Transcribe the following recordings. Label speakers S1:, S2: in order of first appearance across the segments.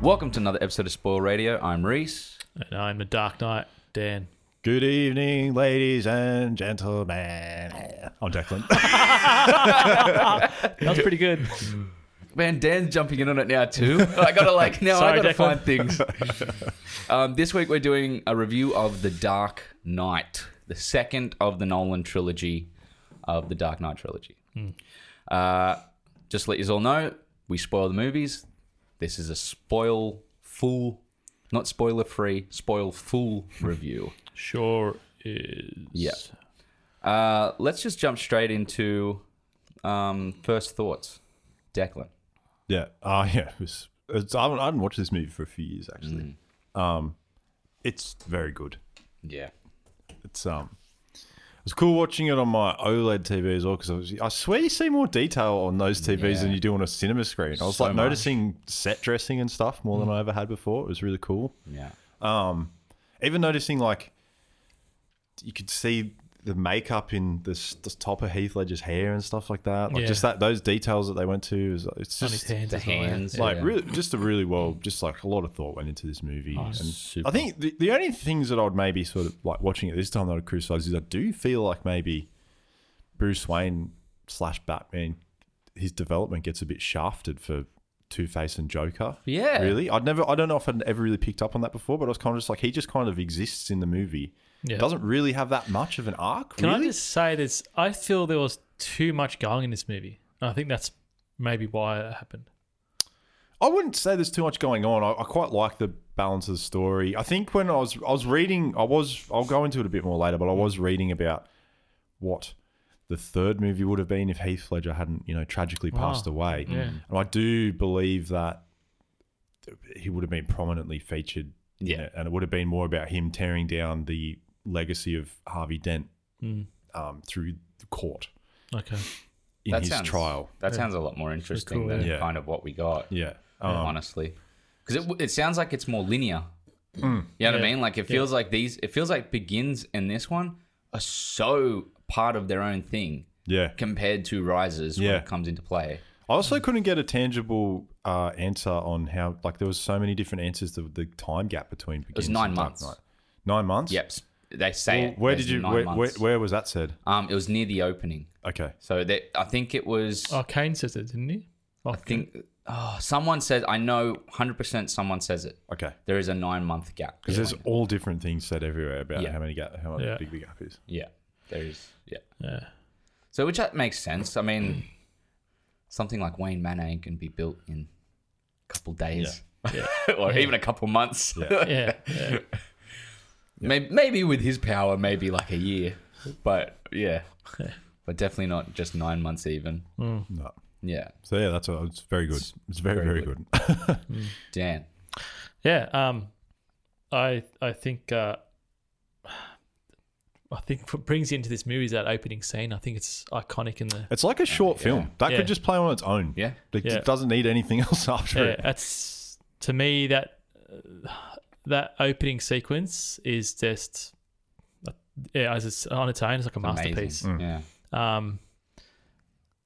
S1: Welcome to another episode of Spoil Radio. I'm Reese.
S2: And I'm the Dark Knight, Dan.
S3: Good evening, ladies and gentlemen. Oh, I'm Declan.
S2: That was pretty good.
S1: Man, Dan's jumping in on it now too. I gotta like now I
S2: Sorry,
S1: gotta
S2: Declan.
S1: find things. um, this week we're doing a review of The Dark Knight, the second of the Nolan trilogy, of the Dark Knight trilogy.
S2: Hmm.
S1: Uh, just to let you all know, we spoil the movies. This is a spoil full, not spoiler free, spoil full review.
S2: Sure is.
S1: Yeah. Uh, let's just jump straight into um, first thoughts. Declan.
S3: yeah. Oh, yeah. It was, it's, I, haven't, I haven't watched this movie for a few years, actually. Um,
S1: Mm.
S3: it's very good.
S1: Yeah.
S3: It's um, it's cool watching it on my E OLED TV as well because I swear you see more detail on those TVs than
S1: Yeah.
S3: you do on a cinema screen. I was
S1: So
S3: like
S1: much. Mm.
S3: noticing set dressing and stuff more than I ever had before. It was really cool.
S1: Yeah.
S3: even noticing like you could see the makeup in the, s- the top of Heath Ledger's hair and stuff like that. Like
S2: Yeah.
S3: just that those details that they went to is it's
S2: On his
S3: just
S2: hands.
S1: the
S2: as well, yeah.
S1: hands.
S3: like
S1: Yeah.
S3: really just a really well just like a lot of thought went into this movie. and
S1: super.
S3: I think the, the only things that I'd maybe sort of like watching it this time that I'd criticize is I do feel like maybe Bruce Wayne slash Batman his development gets a bit shafted for Two Face and Joker.
S1: Yeah.
S3: Really? I'd never I don't know if I'd ever really picked up on that before, but I was kind of just like he just kind of exists in the movie.
S2: Yeah.
S3: Doesn't really have that much of an arc,
S2: Can
S3: really?
S2: I just say this? I feel there was too much going in this movie. And I think that's maybe why it happened.
S3: I wouldn't say there's too much going on. I, I quite like the balance of the story. I think when I was I was reading, I was I'll go into it a bit more later, but I was reading about what the third movie would have been if Heath Ledger hadn't you know tragically passed away.
S2: Yeah.
S1: Mm.
S3: And I do believe that he would have been prominently featured. in
S1: Yeah.
S3: it, and it would have been more about him tearing down the legacy of Harvey Dent
S1: Mm.
S3: um, through the court
S2: Okay.
S3: in
S1: That
S3: his
S1: sounds-
S3: trial.
S1: That sounds a lot more interesting
S2: cool,
S1: than
S3: yeah.
S1: kind of what we got,
S3: Yeah. Um,
S1: honestly. Because it, it sounds like it's more linear.
S3: Mm.
S1: You know what I
S2: Yeah.
S1: mean? Like it feels like these, it feels like Begins and this one are so part of their own thing
S3: yeah.
S1: compared to Rises when
S3: Yeah.
S1: it comes into play.
S3: I also couldn't get a tangible uh, answer on how, like, there was so many different answers to the time gap between. It
S1: was nine months.
S3: Nine months.
S1: Yep. s- They say it.
S3: Where
S1: There's
S3: did you?
S1: nine
S3: Where, where,
S1: months.
S3: where was that said?
S1: Um, it was near the opening.
S3: Okay.
S1: So that I think it was.
S2: Oh, Kane says it, didn't he?
S1: I think oh, someone says. I know 100% someone says it.
S3: Okay.
S1: There is a nine month gap.
S3: Because there's all different things said everywhere about
S1: Yeah.
S3: how many gap, how
S2: Yeah.
S3: big the gap is.
S1: Yeah. There is. Yeah.
S2: Yeah.
S1: So which that makes sense. I mean, something like Wayne Manning can be built in a couple days, or even a couple months.
S2: uh, Yeah. yeah.
S1: maybe, maybe with his power, maybe like a year, but yeah, but definitely not just nine months even.
S3: No.
S1: Yeah,
S3: So yeah, that's a, it's very good. It's, very
S1: very
S3: very, good.
S1: Dan.
S2: Yeah, um, I I think uh, I think what brings you into this movie is that opening scene. I think it's iconic in the
S3: It's like a short film that
S2: Yeah.
S3: could just play on its own.
S1: Yeah.
S3: It
S2: Yeah.
S3: doesn't need anything else after
S2: yeah.
S3: it.
S2: That's to me that uh, that opening sequence is just uh, yeah, as it's on its own, it's like a
S1: Amazing.
S2: masterpiece.
S1: Yeah,
S2: Um,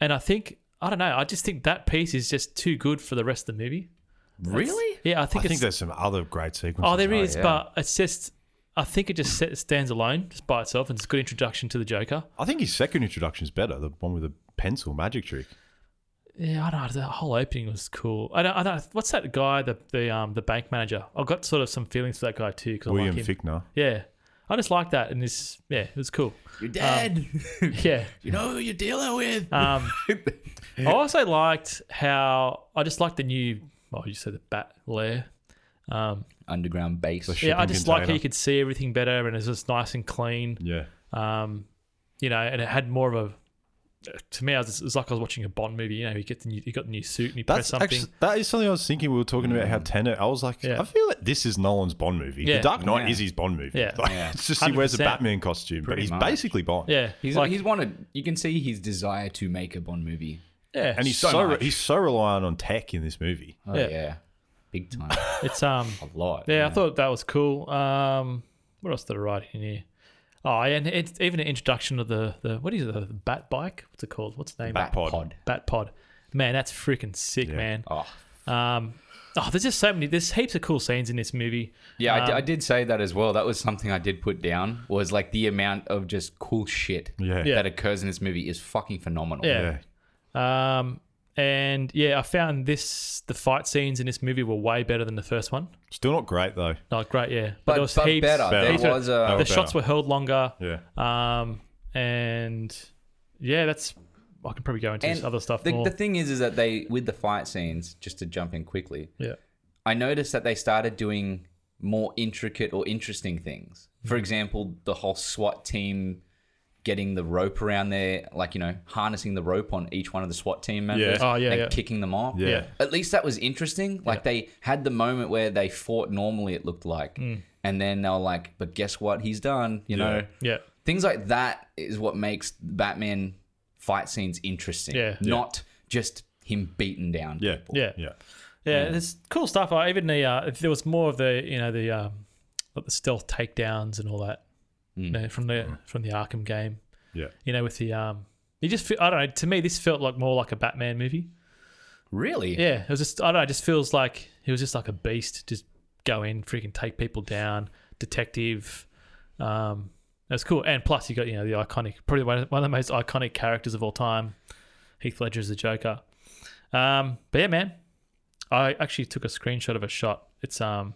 S2: and I think I don't know. I just think that piece is just too good for the rest of the movie.
S1: really?
S2: Yeah, I
S3: I
S2: think
S3: think
S2: it's
S3: there's some other great sequences.
S2: Oh, there
S3: right?
S2: is,
S1: yeah.
S2: but it's just. I think it just set- stands alone, just by itself, and it's a good introduction to the Joker.
S3: I think his second introduction is better. The one with the pencil magic trick.
S2: Yeah, I don't know. The whole opening was cool. I don't. I don't what's that guy? The the um the bank manager. I've got sort of some feelings for that guy too because I like
S3: William
S2: him.
S3: Fickner.
S2: yeah, I just like that, and this yeah, it was cool.
S1: You're dead.
S2: Yeah.
S1: you know who you're dealing with.
S2: Um, I also liked how I just liked the new. Oh, you said the bat lair. Um,
S1: Underground base.
S3: The sh-
S2: yeah, I
S3: Shipping
S2: just like how
S3: container.
S2: you could see everything better, and it was just nice and clean.
S3: Yeah.
S2: um, you know, and it had more of a. To me, I was, it was like I was watching a Bond movie. You know, he get the new, he got the new suit and he pressed
S3: That's
S2: something.
S3: actually that is something I was thinking. We were talking about how Tenet. I was like,
S2: Yeah.
S3: I feel like this is Nolan's Bond movie.
S2: Yeah.
S3: The Dark Knight
S1: Yeah.
S3: is his Bond movie.
S2: Yeah.
S3: Like,
S1: Yeah.
S3: It's just he wears a
S2: 100%.
S3: Batman costume, but
S1: Pretty
S3: he's
S1: much.
S3: basically Bond.
S2: yeah,
S1: He's
S2: like
S1: he's wanted. You can see his desire to make a Bond movie.
S2: yeah,
S3: and he's
S1: So
S3: so,
S1: much.
S3: he's so reliant on tech in this movie.
S1: Oh
S2: Yeah.
S1: yeah, big time.
S2: it's um
S1: A lot.
S2: yeah, I thought that was cool. Um, what else did I write in here? Oh, and it's even an introduction of the the what is it the, bat bike? What's it called? What's the name?
S3: Bat-
S1: Bat pod.
S3: Pod.
S2: Bat pod. Man, that's freaking sick, man.
S1: Oh,
S2: Um, Oh, there's just so many. There's heaps of cool scenes in this movie.
S1: Yeah, I, d-
S2: Um,
S1: I did say that as well. That was something I did put down. Was like the amount of just cool shit
S3: Yeah.
S2: Yeah.
S1: that occurs in this movie is fucking phenomenal.
S2: Yeah. Um, and yeah, I found this the fight scenes in this movie were way better than the first one.
S3: Still not great though.
S2: Not great, yeah, but,
S1: but,
S2: there was
S1: but
S2: heaps.
S1: better.
S3: Better.
S1: There
S3: Heaps of-
S1: was a
S3: Oh.
S2: The shots were held longer.
S3: Yeah.
S2: Um, and yeah, that's I can probably go into this
S1: And
S2: other stuff
S1: The,
S2: more.
S1: the thing is, is that they with the fight scenes, just to jump in quickly,
S2: yeah,
S1: I noticed that they started doing more intricate or interesting things.
S2: Mm-hmm.
S1: For example, the whole SWAT team getting the rope around their, like you know, harnessing the rope on each one of the SWAT team members
S2: Oh, yeah,
S1: and
S2: yeah.
S1: kicking them off.
S3: Yeah.
S2: Yeah.
S1: At least that was interesting. Like they had the moment where they fought normally, it looked like. And then they were like, but guess what? He's done, you
S3: Yeah.
S1: know?
S2: Mm. yeah,
S1: Things like that is what makes Batman fight scenes interesting.
S2: Yeah. Yeah.
S1: Not just him beaten down.
S3: Yeah.
S1: people.
S2: yeah,
S3: Yeah.
S2: Yeah, there's cool stuff. I even the uh, if there was more of the you know the um, like the stealth takedowns and all that you know, from the from the Arkham game.
S3: Yeah.
S2: You know, with the um, you just feel, I don't know. To me, this felt like more like a Batman movie.
S1: Really?
S2: Yeah, it was just I don't know. It just feels like he was just like a beast, just go in, freaking take people down, detective. Um, that's cool. And plus, you got you know the iconic, probably one of one of the most iconic characters of all time, Heath Ledger as the Joker. Um, but yeah, man, I actually took a screenshot of a shot. It's um,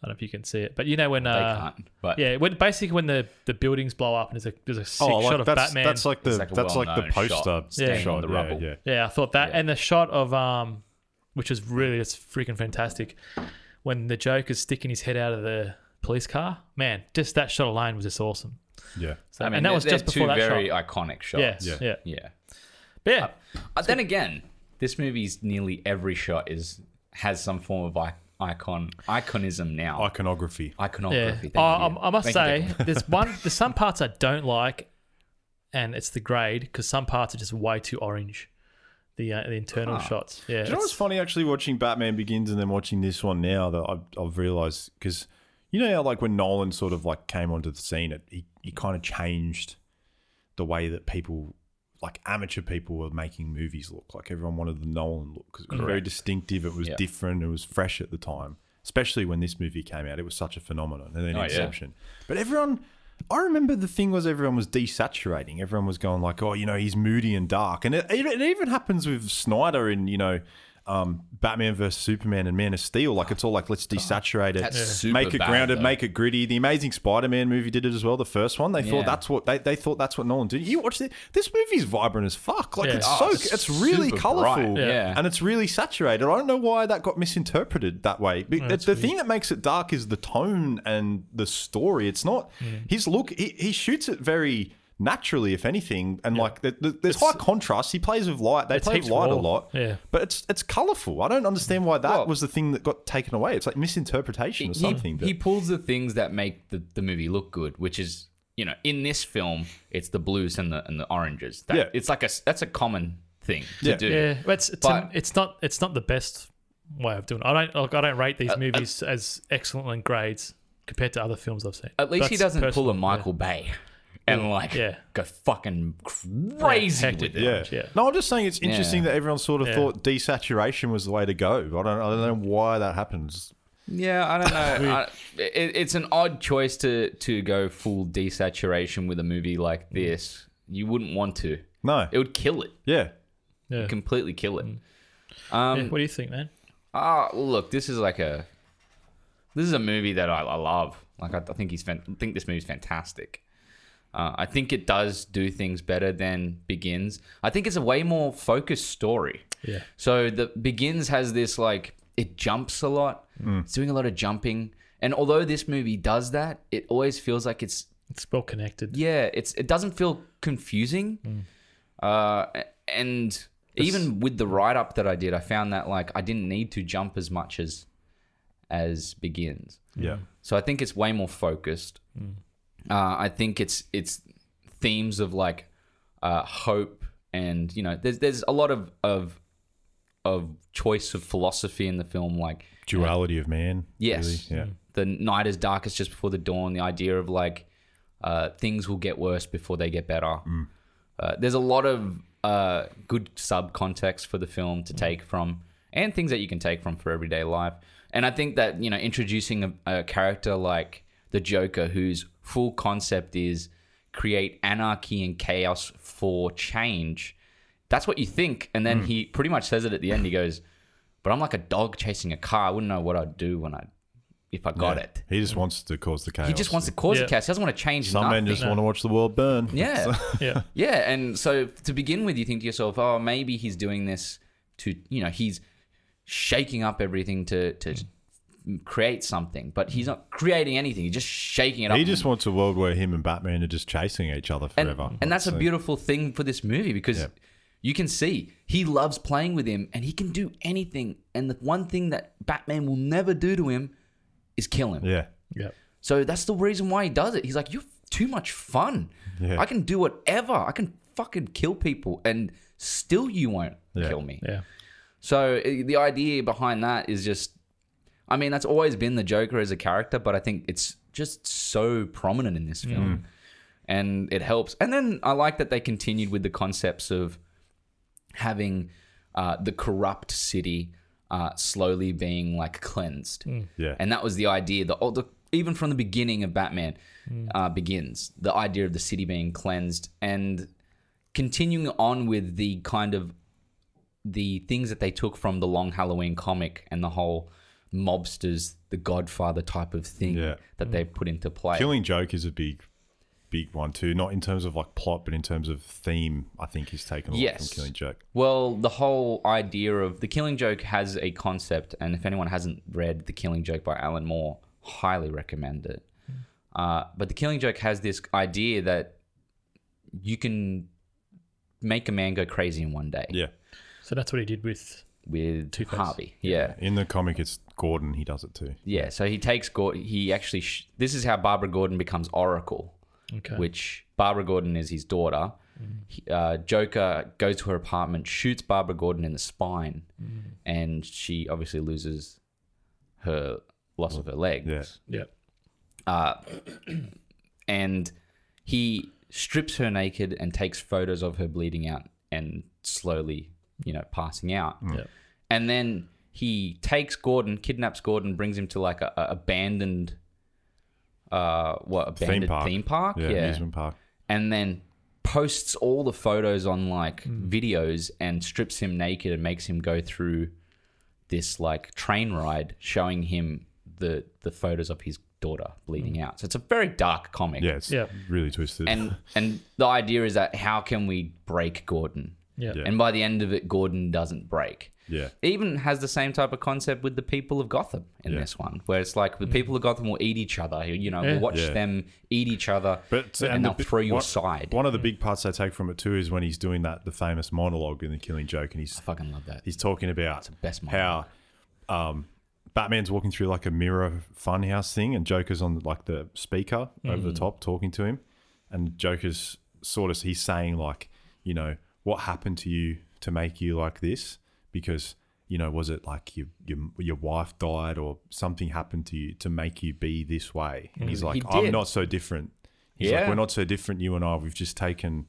S2: I don't know if you can see it, but you know when
S1: They
S2: uh,
S1: can't. But
S2: yeah, when basically when the the buildings blow up and there's a there's a sick
S3: Oh, like
S2: shot of
S3: that's
S2: Batman.
S3: that's like the
S1: It's like a
S3: that's like the
S1: well-known shot.
S3: poster
S1: Staying
S2: on
S3: shot.
S1: the
S3: yeah,
S1: rubble.
S3: Yeah.
S2: Yeah, I thought that,
S1: Yeah.
S2: and the shot of um, which was really it's freaking fantastic, when the Joker's sticking his head out of the police car. Man, just that shot alone was just awesome.
S3: Yeah.
S2: So, and that
S1: they're-
S2: was just
S1: they're
S2: before that
S1: two very
S2: shot.
S1: iconic
S2: Yeah,
S1: shots.
S2: yeah,
S3: Yeah.
S2: yeah.
S1: Yeah.
S2: But yeah,
S1: Uh, then again, this movie's nearly every shot is has some form of I- icon iconism now.
S3: Iconography.
S2: yeah.
S1: Iconography.
S2: I,
S1: thank you.
S2: I, I must
S1: Thank you,
S2: say,
S1: Declan.
S2: there's one, there's some parts I don't like, and it's the grade because some parts are just way too orange. The uh, the internal
S1: Ah.
S2: shots. Yeah,
S3: Do you know what's
S2: it's-
S3: funny actually watching Batman Begins and then watching this one now that I've, I've realized because you know how like when Nolan sort of like came onto the scene, it he, he kind of changed the way that people like amateur people were making movies look like everyone wanted the Nolan look because it was very distinctive, it was
S1: Yeah.
S3: different, it was fresh at the time. Especially when this movie came out, it was such a phenomenon, and then
S1: Oh, yeah.
S3: Inception. But everyone, I remember the thing was everyone was desaturating. Everyone was going like, "Oh, you know, he's moody and dark," and it, it, it even happens with Snyder in you know, um, Batman versus Superman and Man of Steel. Like it's all like let's desaturate it,
S1: That's Yeah. super
S3: make it
S1: bad,
S3: grounded,
S1: though.
S3: make it gritty. The Amazing Spider-Man movie did it as well. The first one, they
S1: Yeah.
S3: thought that's what they, they thought that's what Nolan did. You watch it, this movie's vibrant as fuck. Like
S2: Yeah.
S3: it's
S1: Oh,
S3: so
S1: it's
S3: it's, really
S1: super
S3: colorful,
S1: bright. Yeah.
S3: and it's really saturated. I don't know why that got misinterpreted that way. But the, the thing that makes it dark is the tone and the story. It's not his look. He, he shoots it very naturally, if anything, and like the, the, there's high contrast. He plays with light. They
S2: it's
S3: play with
S2: heaps
S3: light
S2: raw.
S3: a lot.
S2: Yeah.
S3: but it's it's colorful. I don't understand why that
S1: Well-
S3: was the thing that got taken away. It's like misinterpretation or something.
S1: He,
S3: but-
S1: he pulls the things that make the, the movie look good, which is you know in this film it's the blues and the and the oranges. That,
S3: Yeah.
S1: it's like a s- that's a common thing to
S3: Yeah.
S1: do.
S2: Yeah, but it's it's,
S1: But-
S2: it's not it's not the best way of doing. it. I don't like, I don't rate
S1: Uh,
S2: these movies as excellent in grades compared to other films I've seen.
S1: At least he
S2: That's
S1: doesn't pull
S2: personal,
S1: a Michael Bay and like
S2: Yeah.
S1: go fucking crazy
S2: hectic.
S1: with it.
S3: Yeah.
S2: Yeah.
S3: No, I'm just saying it's interesting that everyone sort of
S2: Yeah.
S3: thought desaturation was the way to go. I don't, I don't know why that happens.
S1: Yeah, I don't know. I, it, it's an odd choice to to go full desaturation with a movie like this. You wouldn't want to.
S3: No.
S1: It would kill it.
S3: yeah.
S2: Yeah. Yeah.
S1: Completely kill it. Um,
S2: what do you think, man?
S1: Ah, look, this is like a this is a movie that I, I love. Like I, I think he's fan- I think this movie's fantastic. Uh, I think it does do things better than Begins. I think it's a way more focused story.
S2: Yeah.
S1: So the Begins has this like it jumps a lot. It's doing a lot of jumping, and although this movie does that, it always feels like it's
S2: It's well connected.
S1: yeah, it's it doesn't feel confusing. Uh, and even with the write up that I did, I found that like I didn't need to jump as much as as begins.
S3: Yeah.
S1: So I think it's way more focused. Uh, I think it's it's themes of like uh, hope and you know there's there's a lot of of of choice of philosophy in the film like
S3: Duality of man.
S1: Yes. Mm.
S3: really. Yeah.
S1: the night is darkest just before the dawn. The idea of like uh, things will get worse before they get better. Uh, there's a lot of uh, good sub context for the film to take from, and things that you can take from for everyday life. And I think that you know introducing a, a character like the Joker, whose full concept is create anarchy and chaos for change. That's what you think, and then he pretty much says it at the end. He goes, "But I'm like a dog chasing a car. I wouldn't know what I'd do when I if I got
S3: Yeah.
S1: it."
S3: He just wants to cause the chaos.
S1: He just wants to cause
S2: Yeah.
S1: a chaos. He doesn't want to change
S3: Some
S1: nothing.
S3: men just want to watch the world burn.
S1: yeah.
S2: Yeah.
S1: Yeah, and so to begin with, you think to yourself, "Oh, maybe he's doing this to you know he's shaking up everything to to
S3: Hmm.
S1: create something, but he's not creating anything. He's just shaking it up."
S3: He just wants a world where him and Batman are just chasing each other
S1: and,
S3: forever.
S1: and that's a beautiful thing for this movie because
S3: Yeah.
S1: you can see he loves playing with him, and he can do anything. And the one thing that Batman will never do to him is kill him.
S3: Yeah.
S2: Yeah.
S1: So that's the reason why he does it. He's like, you're too much fun.
S3: Yeah.
S1: I can do whatever. I can fucking kill people, and still you won't
S3: Yeah.
S1: kill me.
S2: Yeah.
S1: So i- the idea behind that is just, I mean, that's always been the Joker as a character, but I think it's just so prominent in
S3: Mm.
S1: this film, and it helps. And then I like that they continued with the concepts of having uh, the corrupt city uh, slowly being like cleansed.
S3: Yeah.
S1: And that was the idea. The, oh, the even from the beginning of Batman
S3: Hmm.
S1: uh, begins, the idea of the city being cleansed and continuing on with the kind of the things that they took from the Long Halloween comic and the whole mobsters, the Godfather type of thing
S3: Yeah. Hmm.
S1: that they put into play.
S3: Killing Joke is a big, big one too. Not in terms of like plot, but in terms of theme. I think he's taken a lot
S1: Yes.
S3: from Killing Joke.
S1: Well, the whole idea of the Killing Joke has a concept, and if anyone hasn't read The Killing Joke by Alan Moore, highly recommend it. Uh, but The Killing Joke has this idea that you can make a man go crazy in one day
S3: Yeah.
S2: So that's what he did with.
S1: with
S2: Two-Face.
S1: Harvey. Yeah.
S3: In the comic, it's Gordon. He does it too.
S1: Yeah. So he takes Gordon, he actually, sh- this is how Barbara Gordon becomes Oracle.
S2: Okay.
S1: which Barbara Gordon is his daughter.
S3: Mm-hmm.
S1: He- Uh, Joker goes to her apartment, shoots Barbara Gordon in the spine,
S3: Mm-hmm.
S1: and she obviously loses her loss of her legs.
S3: Yeah.
S2: yeah.
S1: And he strips her naked and takes photos of her bleeding out and slowly, you know, passing out.
S3: Mm.
S2: Yeah.
S1: And then he takes Gordon, kidnaps Gordon, brings him to like a, a abandoned, uh, what abandoned
S3: park. Yeah.
S1: yeah,
S3: Amusement park.
S1: and then posts all the photos on like
S3: Hmm.
S1: videos and strips him naked and makes him go through this like train ride showing him the the photos of his daughter bleeding out. So it's a very dark comic.
S3: Hmm. Yeah. It's
S2: Yeah.
S3: really twisted.
S1: And and the idea is that how can we break Gordon?
S2: Yeah.
S3: Yeah.
S1: And by the end of it Gordon doesn't break.
S3: yeah.
S1: Even has the same type of concept with the people of Gotham in
S3: Yeah. Hmm.
S1: this one, where it's like the people of Gotham will eat each other. You know,
S2: Yeah.
S1: we'll watch
S3: Yeah.
S1: them eat each other,
S3: But
S1: and,
S3: the
S1: they'll
S3: bi-
S1: throw you
S3: one-
S1: aside. Mm.
S3: One of the big parts I take from it too is when he's doing that the famous monologue in the Killing Joke, and he's
S1: I fucking love that.
S3: he's talking about
S1: best
S3: how
S1: monologue.
S3: um, Batman's walking through like a mirror funhouse thing, and Joker's on like the speaker over
S1: Mm-hmm.
S3: the top talking to him, and Joker's sort of he's saying like, you know, what happened to you to make you like this? Because you know, was it like your your, your wife died or something happened to you to make you be this way? And he's like,
S1: Mm, He
S3: I'm
S1: did.
S3: not so different. He's
S1: Yeah.
S3: like, we're not so different. You and I, we've just taken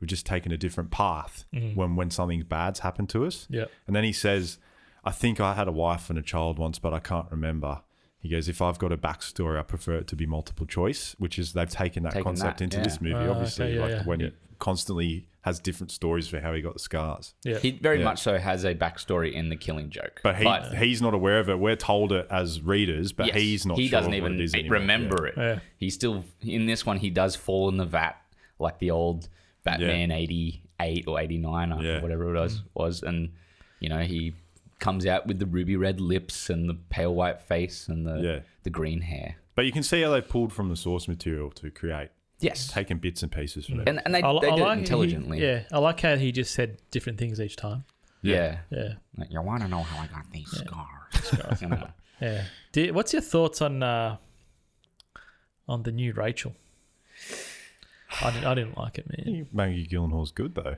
S3: we've just taken a different path
S1: Mm.
S3: when when something bad's happened to us.
S2: Yeah.
S3: And then he says, I think I had a wife and a child once, but I can't remember. He goes, If I've got a backstory, I prefer it to be multiple choice, which is they've taken that
S1: Taken
S3: concept
S1: that,
S3: into
S1: yeah.
S3: this movie,
S2: Ah,
S3: obviously.
S2: okay, yeah,
S3: like
S2: yeah.
S3: when
S2: Yeah.
S3: he constantly has different stories for how he got the scars.
S2: Yeah.
S1: He very
S3: Yeah.
S1: much so has a backstory in the Killing Joke,
S3: But he he's not aware of it. We're told it as readers, but
S1: yes,
S3: he's not
S1: He
S3: sure
S1: doesn't
S3: what
S1: even
S3: it is anymore.
S1: remember it.
S2: Yeah.
S1: He still in this one. He does fall in the vat like the old Batman eighty eight or eighty nine or
S3: Yeah.
S1: whatever it
S2: Mm.
S1: was was, and you know he comes out with the ruby red lips and the pale white face and the
S3: Yeah.
S1: the green hair.
S3: But you can see how they pulled from the source material to create,
S1: Yes,
S3: taking bits and pieces from it.
S1: and and they,
S2: li-
S1: they do
S2: like
S1: it
S2: he-
S1: intelligently. yeah.
S2: yeah. I like how he just said different things each time. Yeah.
S1: Like, you want to know how I got these scars? You know.
S2: Yeah. Do, what's your thoughts on uh, on the new Rachel? I didn't, I didn't like it, man.
S3: Maggie Gyllenhaal's good though.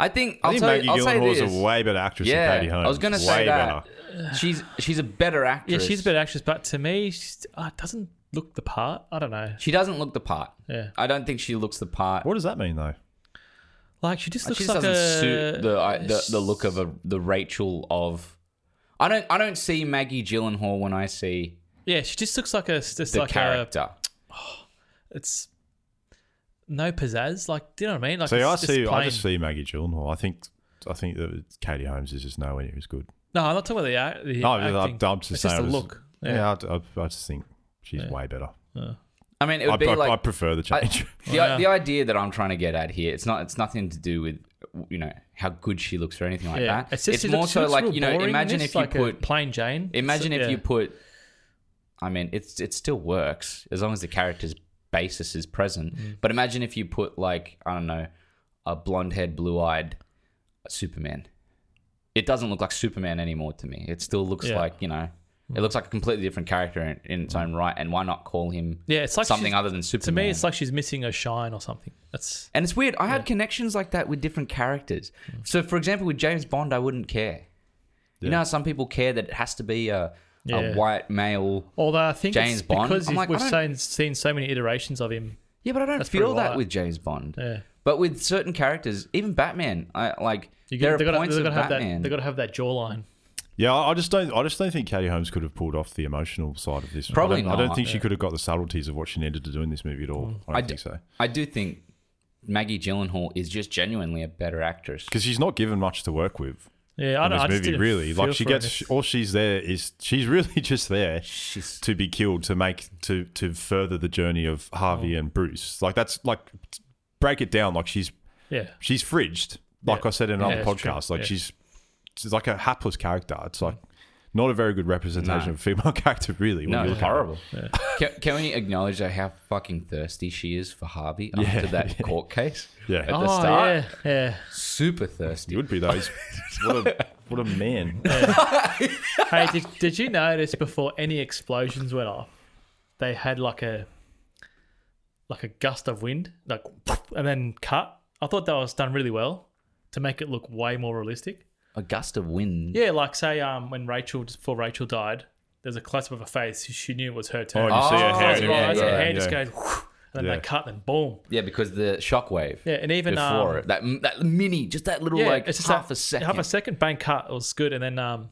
S1: I think
S3: I
S1: I'll
S3: think
S1: tell you-
S3: Maggie
S1: I'll say
S3: Gyllenhaal's
S1: this.
S3: a way better actress
S1: Yeah,
S3: than Katie
S1: I
S3: Holmes.
S1: was gonna say
S3: Way
S1: that.
S3: better.
S1: she's she's a better
S2: Yeah,
S1: actress.
S2: she's a better actress, but to me, she uh, doesn't look the part. I don't know.
S1: She doesn't look the part.
S2: Yeah.
S1: I don't think she looks the part.
S3: What does that mean though?
S2: Like she just looks
S1: She just
S2: like
S1: doesn't
S2: a
S1: suit the, I the the look of a the Rachel of. I don't I don't see Maggie Gyllenhaal when I see
S2: yeah. She just looks like a just
S1: the
S2: like
S1: character.
S2: a it's no pizzazz. Like do you know what I mean? Like
S3: See,
S2: it's
S3: I see. I
S2: plain-
S3: just see Maggie Gyllenhaal. I think. I think that Katie Holmes is just nowhere near as good.
S2: No, I'm not talking about the, act, the
S3: No, I- I'm
S2: acting.
S3: just
S2: it's
S3: saying.
S2: just the
S3: I just-
S2: look.
S3: Yeah, I, I- I just think she's way better.
S1: I mean, it
S3: I,
S1: would be
S3: I,
S1: like
S3: I prefer the
S1: I-
S3: change.
S1: the, the idea that I'm trying to get at here, it's not it's nothing to do with you know how good she looks or anything like that. It's,
S2: just- she
S1: more
S2: looks- she
S1: so
S2: looks
S1: like
S2: real
S1: you know,
S2: boring in
S1: imagine
S2: this,
S1: if you
S2: like a
S1: put
S2: plain Jane.
S1: imagine
S2: So-
S1: if
S2: yeah.
S1: you put. I mean, it's it still works as long as the character's basis is present.
S2: Mm.
S1: But imagine if you put like I don't know a blonde haired, blue eyed Superman. It doesn't look like Superman anymore to me. It still looks
S2: Yeah. Mm.
S1: like you know. It looks like a completely different character in, in its own right, and why not call him
S2: yeah, it's like
S1: something
S2: she's-
S1: other than Superman?
S2: To me, it's like she's missing a shine or something. That's
S1: And it's weird. I had connections like that with different characters.
S2: Mm.
S1: So, for example, with James Bond, I wouldn't care. You
S3: Yeah.
S1: know, how some people care that it has to be a,
S2: Yeah.
S1: a white male.
S2: although I think
S1: James
S2: it's
S1: Bond?
S2: because
S1: I'm
S2: he's-
S1: like, I
S2: we've
S1: don't-
S2: seen, seen so many iterations of him.
S1: Yeah, but I don't
S2: That's
S1: feel
S2: pretty
S1: that
S2: light.
S1: with James Bond.
S2: Yeah,
S1: But with certain characters, even Batman, I like
S2: you
S1: there
S2: got, they
S1: are
S2: got
S1: points
S2: to
S1: of
S2: have
S1: Batman.
S2: that. They got to have that jawline.
S3: yeah, I I just don't. I just don't think Katie Holmes could have pulled off the emotional side of this.
S1: Probably
S3: I don't, I don't
S1: not,
S3: think she could have got the subtleties of what she needed to do in this movie at all. I don't
S1: I d-
S3: think so
S1: I do think Maggie Gyllenhaal is just genuinely a better actress.
S3: because she's not given much to work with
S2: Yeah, I
S3: in
S2: don't. I
S3: this
S2: just
S3: movie.
S2: didn't
S3: Really,
S2: feel
S3: like she
S2: for her.
S3: gets all she's there is she's really just there
S1: She's
S3: to be killed to make to to further the journey of Harvey
S2: Mm.
S3: and Bruce. Like that's like t- break it down. Like she's
S2: Yeah,
S3: she's fridged. Like
S2: Yeah.
S3: I said in
S2: Yeah,
S3: another
S2: that's true.
S3: podcast, like
S2: Yeah. Mm.
S3: she's she's like a hapless character. It's like not a very good representation
S1: No.
S3: of a female character, really. when
S1: no,
S3: you
S1: it's
S3: look at it.
S1: horrible. Can, can we acknowledge though, how fucking thirsty she is for Harvey
S3: Yeah.
S1: after that court case?
S3: Yeah.
S1: at the
S2: oh
S1: start,
S2: yeah, yeah.
S1: super thirsty.
S3: You would be though. He's, what a what a man.
S2: hey, did, did you notice before any explosions went off, they had like a like a gust of wind, like and then cut. I thought that was done really well to make it look way more realistic.
S1: A gust of wind.
S2: Yeah, like say um when Rachel just before Rachel died, there's a close up of her face. She knew it was her
S3: Oh,
S2: turn.
S3: and you see her
S1: Oh,
S3: hair.
S2: Close her
S1: yeah,
S2: eyes,
S1: yeah,
S2: her
S1: yeah.
S2: hand just goes, and then
S3: Yeah.
S2: they cut and boom.
S1: Yeah, because the shockwave.
S2: Yeah, and even um,
S1: before it, that that mini, just that little
S2: yeah,
S1: like
S2: it's just
S1: half
S2: that-
S1: a second.
S2: half a second bang cut. It was good, and then um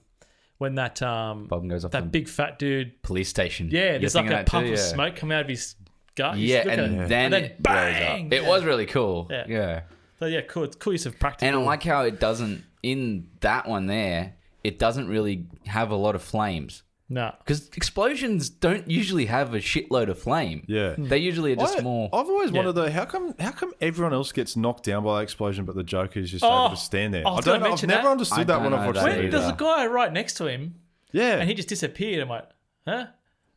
S2: when that um
S1: Bomb goes off
S2: that
S1: the
S2: big fat dude
S1: police station.
S2: Yeah,
S1: You're
S2: there's like
S1: thinking
S2: a
S1: that too,
S2: puff of
S1: yeah.
S2: smoke coming out of his gut. You
S1: Yeah,
S2: should look
S1: and,
S2: at it.
S1: Then
S2: and then
S1: it
S2: bang.
S1: blows up. It
S2: Yeah.
S1: was really cool.
S2: Yeah.
S1: Yeah.
S2: So yeah, cool. It's cool use of practical.
S1: and I like how it doesn't in that one there. It doesn't really have a lot of flames
S2: no.
S1: because explosions don't usually have a shitload of flame.
S3: Yeah.
S2: Hmm.
S3: Oh,
S1: they usually are just
S3: I,
S1: more.
S3: I've always wondered though, how come how come everyone else gets knocked down by the explosion, but the Joker is just
S2: Oh.
S3: able to stand there?
S2: Oh, I was
S3: I don't.
S2: gonna
S3: know. I've
S2: mention
S3: never
S2: that.
S1: I
S3: understood that when
S1: don't
S3: I've
S1: know
S3: watched
S1: that
S3: that.
S2: When
S1: either.
S3: movie.
S2: there's a guy right next to him,
S3: Yeah,
S2: and he just disappeared. I'm like, huh?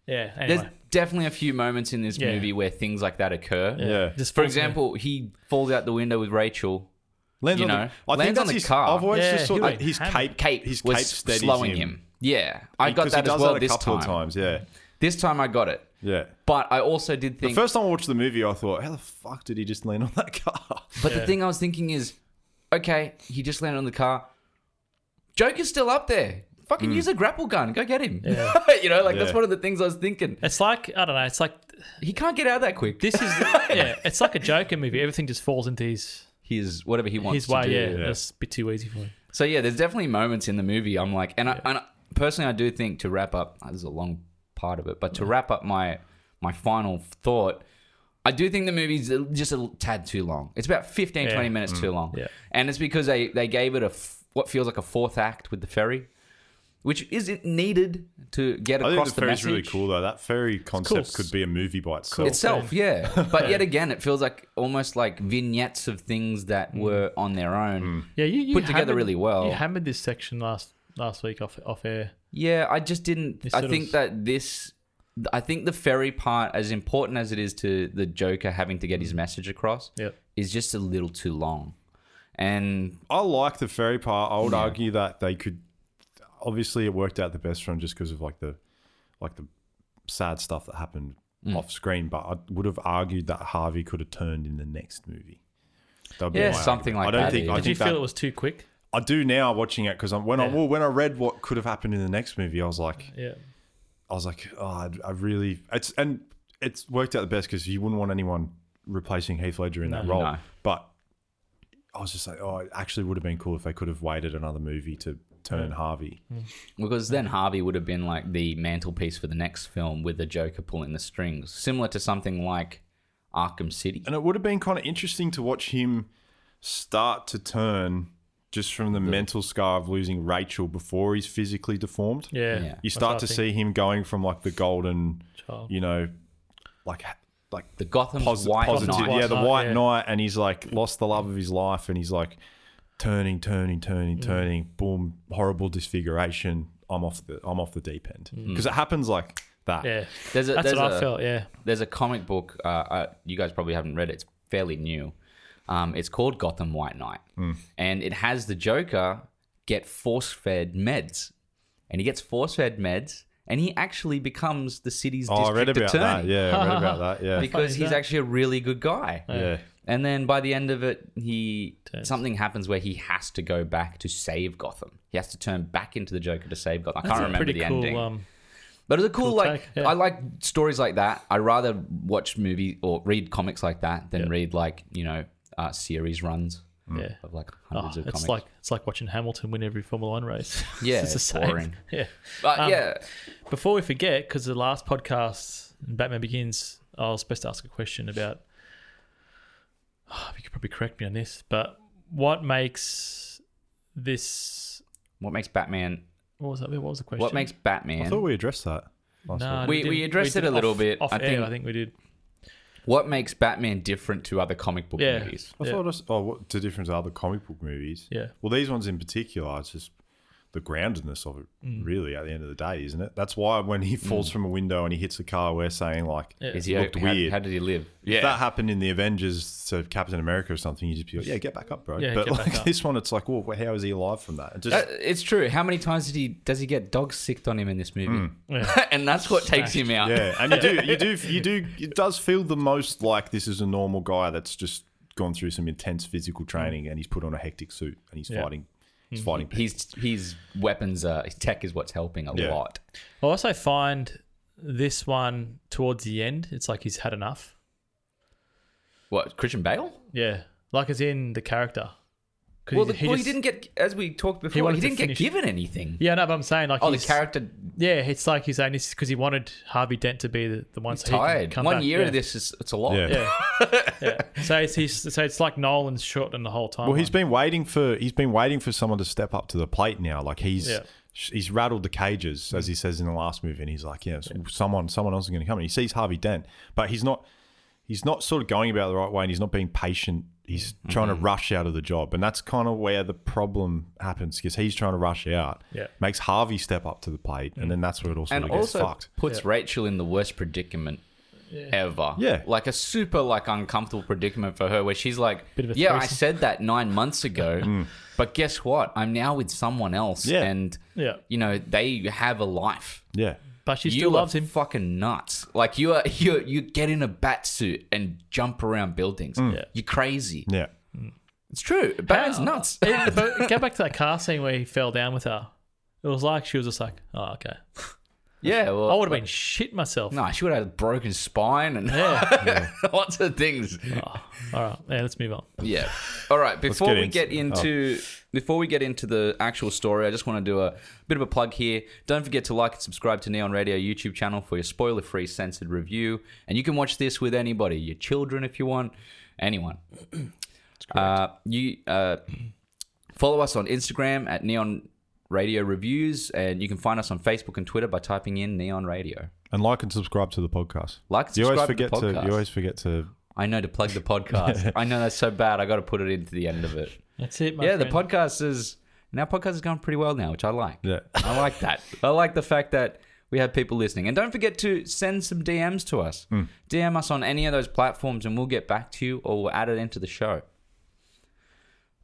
S2: Yeah.
S1: There's
S2: Anyway,
S1: definitely a few moments in this
S2: Yeah.
S1: movie where things like that occur.
S3: yeah.
S2: just
S1: For
S2: falls in.
S1: example, he falls out the window with Rachel.
S3: Lands
S1: you
S3: on
S1: know,
S3: the, I
S1: lands
S3: think that's
S1: on the
S3: his,
S1: car.
S3: I've always
S2: Yeah,
S3: just thought
S2: he
S3: that
S2: was
S3: his
S2: hammered.
S3: cape,
S1: Cape
S3: his cape
S1: was
S3: steadies
S1: slowing him. Yeah, I got
S3: Because
S1: that
S3: he
S1: as
S3: does
S1: well
S3: that a
S1: this
S3: couple
S1: time.
S3: of times. Yeah,
S1: This time I got it,
S3: yeah.
S1: but I also did
S3: The
S1: think.
S3: first time I watched the movie, I thought, how the fuck did he just land on that car?
S1: but the thing I was thinking is, okay, he just landed on the car. Joker's still up there. Fucking use a grapple gun. Go get him. you know, like that's
S3: Hmm. Yeah.
S1: one of the things I was thinking.
S2: it's like I don't know. It's like
S1: He can't get out that quick.
S2: this is yeah. It's like a Joker movie. Everything just falls into his
S1: His whatever he wants
S2: his
S1: to
S2: way.
S1: do.
S2: Yeah,
S3: yeah.
S2: that's a bit too easy for him.
S1: So yeah, there's definitely moments in the movie I'm like, and I, and I personally I do think to wrap up, ah, this is a long part of it, but to wrap up my my final thought, I do think the movie's a- just a tad too long. It's about 15,
S2: Yeah.
S1: 20 minutes
S3: Mm.
S1: too long,
S2: Yeah.
S1: and it's because they they gave it a f- what feels like a fourth act with the ferry, which isn't needed to get
S3: I
S1: across
S3: think
S1: the
S3: the ferry's
S1: message
S3: really cool though. That ferry concept could be a movie by itself.
S1: itself. Yeah, but yet again, it feels like almost like vignettes of things that
S3: Mm.
S1: were on their own.
S2: Yeah, you, you
S1: Put together
S2: hammered-
S1: really well.
S2: You hammered this section last last week off off air.
S1: Yeah, I just didn't.
S2: This
S1: I
S2: sort
S1: think
S2: of-
S1: that this. I think the ferry part, as important as it is to the Joker having to
S2: Mm.
S1: get his message across,
S2: Yep.
S1: is just a little too long. And
S3: I like the ferry part. I would argue that they could. Obviously, it worked out the best for him just because of like the, like the sad stuff that happened
S1: Mm.
S3: off screen. But I would have argued that Harvey could have turned in the next movie. That'd be
S1: Yeah,
S3: my
S1: something like
S3: I don't
S1: that,
S3: think.
S1: yeah.
S3: I
S2: Did
S3: think
S2: you feel
S3: that-
S2: it was too quick?
S3: I do now watching it because I'm when I
S2: Yeah.
S3: well, when I read what could have happened in the next movie, I was like,
S2: Yeah.
S3: I was like, oh, I, I really. It's and it's worked out the best because you wouldn't want anyone replacing Heath Ledger in that role.
S1: No.
S3: But I was just like, oh, it actually would have been cool if they could have waited another movie to turn Harvey.
S1: Because then
S2: Mm.
S1: Harvey would have been like the mantelpiece for the next film with the Joker pulling the strings, similar to something like Arkham City.
S3: And it would have been kind of interesting to watch him start to turn just from the mental scar of losing Rachel before he's physically deformed.
S2: Yeah.
S1: Yeah.
S3: You start to see him going from like the golden,
S2: Child.
S3: you know, like like
S1: The Gotham
S3: posi-
S1: White
S3: positive,
S1: Knight.
S3: yeah, the
S2: White Knight,
S3: white
S2: yeah.
S3: knight, and he's like lost the love of his life, and he's like turning, turning,
S1: Mm.
S3: turning, turning, boom, horrible disfiguration. I'm off the I'm off the deep end
S1: Mm.
S3: because it happens like that.
S2: Yeah.
S1: There's a,
S2: That's
S1: there's
S2: what I
S1: a-
S2: felt. Yeah.
S1: there's a comic book. Uh, uh, you guys probably haven't read it. It's fairly new. Um, it's called Gotham White Knight,
S3: Hmm.
S1: and it has the Joker get force fed meds, and he gets force fed meds, and he actually becomes the city's
S3: Oh, I
S1: district
S3: read about
S1: attorney
S3: that. Yeah, I read about that. Yeah,
S1: because
S2: is
S1: he's
S2: that?
S1: actually a really good guy.
S3: yeah.
S1: And then by the end of it, he something happens where he has to go back to save Gotham. He has to turn back into the Joker to save Gotham. I
S2: That's
S1: can't
S2: a
S1: remember
S2: pretty
S1: the
S2: cool.
S1: ending.
S2: Um,
S1: But it's a cool,
S2: Cool
S1: like
S2: take, yeah.
S1: I like stories like that. I rather watch movie or read comics like that than read like you know uh, series runs
S3: Hmm.
S2: Yeah.
S1: of like
S2: Oh,
S1: hundreds
S2: it's
S1: of comics.
S2: like it's like watching Hamilton win every Formula One race.
S1: Yeah,
S2: it's the
S1: it's
S2: same.
S1: boring.
S2: Yeah.
S1: but
S2: um,
S1: yeah,
S2: Before we forget, because the last podcast, Batman Begins, I was supposed to ask a question about. Oh, you could probably correct me on this, but what makes this?
S1: what makes Batman?
S2: What was that? What was the question?
S1: What makes Batman?
S3: I thought we addressed that. Last
S2: No,
S1: We-
S2: didn't.
S1: we addressed
S2: did
S1: it a little
S2: off-
S1: bit.
S2: Off
S1: I
S2: air,
S1: think-
S2: I think we did.
S1: what makes Batman different to other comic book
S2: Yeah.
S1: movies?
S3: I thought, I s- oh, what the difference are other comic book movies?
S2: Yeah.
S3: Well, these ones in particular, it's just the groundedness of it,
S1: Mm.
S3: really, at the end of the day, isn't it? That's why when he falls from a window and he hits a car, we're saying, like,
S2: Yeah.
S1: Is he
S3: Looked
S1: how,
S3: weird.
S1: how did he live?
S3: if that happened in the Avengers to Captain America or something, you'd just be like, yeah, get back up, bro.
S2: Yeah,
S3: but
S2: get
S3: like
S2: back up.
S3: this one, it's like, well, how is he alive from that? It just,
S1: Uh, it's true. How many times did he does he get dog sicked on him in this movie?
S2: Yeah.
S1: and that's what takes him
S2: Uh,
S1: out.
S3: Hmm. yeah. And you do, you do, you do, it does feel the most like this is a normal guy that's just gone through some intense physical training and he's put on a hectic suit and he's
S2: Yeah. Mm-hmm.
S3: fighting, he's fighting people.
S1: His his weapons, uh, his tech is what's helping a
S3: Yeah.
S1: lot.
S2: I also find this one towards the end, it's like he's had enough.
S1: What Christian Bale?
S2: Yeah, like as in the character. 'Cause
S1: Well, the, well, he
S2: just-
S1: didn't get as we talked before.
S2: wanted
S1: He,
S2: to
S1: didn't get
S2: finish-
S1: given anything.
S2: Yeah, no, but I'm saying like
S1: Oh, the
S2: he's-
S1: character
S2: Yeah, it's like he's saying this because he wanted Harvey Dent to be the, the one. so he can
S1: tired.
S2: come
S1: One
S2: back.
S1: year
S2: yeah.
S1: of this is it's a lot.
S3: Yeah.
S2: Yeah. yeah. So it's he's, so it's like Nolan's short and the whole time.
S3: Well, he's been waiting for he's been waiting for someone to step up to the plate now. Like he's
S2: Yeah.
S3: he's rattled the cages as he says in the last movie, and he's like, yeah, so someone someone else is going to come. And he sees Harvey Dent, but he's not he's not sort of going about it the right way, and he's not being patient. He's
S2: Mm-hmm.
S3: trying to rush out of the job, and that's kind of where the problem happens because he's trying to rush out.
S2: Yeah. Mm.
S3: makes Harvey step up to the plate, and then that's where it all sort
S1: and
S3: of gets
S1: also
S3: fucked.
S1: puts
S2: Yeah.
S1: Rachel in the worst predicament ever.
S3: Yeah.
S1: like a super like uncomfortable predicament for her, where she's like,
S2: Bit of a
S1: "Yeah, I
S2: threesome." Mm.
S1: said that nine months ago, but guess what? I'm now with someone else,
S3: Yeah.
S1: and
S2: Yeah.
S1: you know they have a life.
S3: Yeah,
S2: but she
S1: you
S2: still loves
S1: are
S2: him.
S1: fucking nuts. Like you are, you you get in a bat suit and jump around buildings.
S2: Mm. Yeah.
S1: You're crazy.
S3: yeah.
S1: It's true. Batman's nuts.
S2: Yeah, but go back to that car scene where he fell down with her. It was like she was just like, oh, okay.
S1: yeah, well,
S2: I would have been shit myself.
S1: No, she would have had a broken spine and
S2: Yeah.
S1: lots of things.
S2: All right. Yeah, let's move on.
S1: Yeah. All right. Before
S3: get
S1: we
S3: into-
S1: get into before we get into the actual story, I just want to do a bit of a plug here. Don't forget to like and subscribe to Neon Radio YouTube channel for your spoiler-free censored review, and you can watch this with anybody, your children if you want, anyone. Uh, you uh, follow us on Instagram at Neon Radio Reviews, and you can find us on Facebook and Twitter by typing in Neon Radio.
S3: And like and subscribe to the podcast.
S1: Like and
S3: you always
S1: subscribe to
S3: forget
S1: the
S3: to,
S1: podcast.
S3: you always forget to
S1: I know to plug the podcast. I know that's so bad. I got to put it into the end of it.
S2: That's it, my
S1: yeah, the
S2: friend.
S1: podcast is now podcast is going pretty well now, which I like.
S3: yeah.
S1: I like that. I like the fact that we have people listening, and don't forget to send some DMs to us.
S2: Hmm.
S1: DM us on any of those platforms, and we'll get back to you, or we'll add it into the show.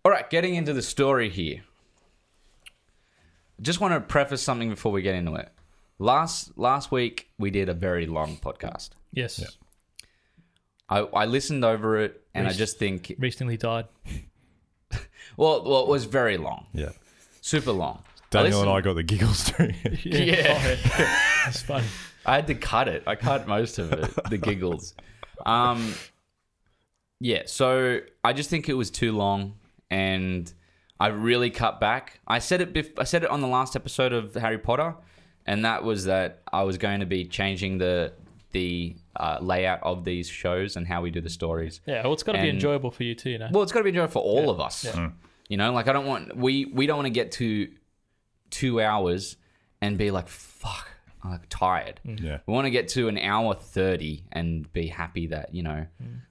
S1: All right, getting into the story here. Just want to preface something before we get into it. Last last week we did a very long podcast.
S2: Yes.
S1: I, I listened over it and I
S2: Reached-
S1: just think
S2: Recently died.
S1: Well, well, it was very long,
S3: yeah.
S1: super long.
S3: Daniel and I
S1: listened-
S3: got the giggles during it.
S2: Yeah. it's funny.
S1: I had to cut it. I cut most of it. The giggles. Um, yeah. So I just think it was too long, and I really cut back. I said it. Bef- I said it on the last episode of Harry Potter, and that was that I was going to be changing the the uh, layout of these shows and how we do the stories.
S2: Yeah, well, it's got to be
S1: And-
S2: enjoyable for you too, you know.
S1: Well, it's got to be enjoyable for all of us. You know, like I don't want we we don't want to get to two hours and be like fuck, I'm tired.
S2: Mm.
S3: Yeah.
S1: We want to get to an hour thirty and be happy that you know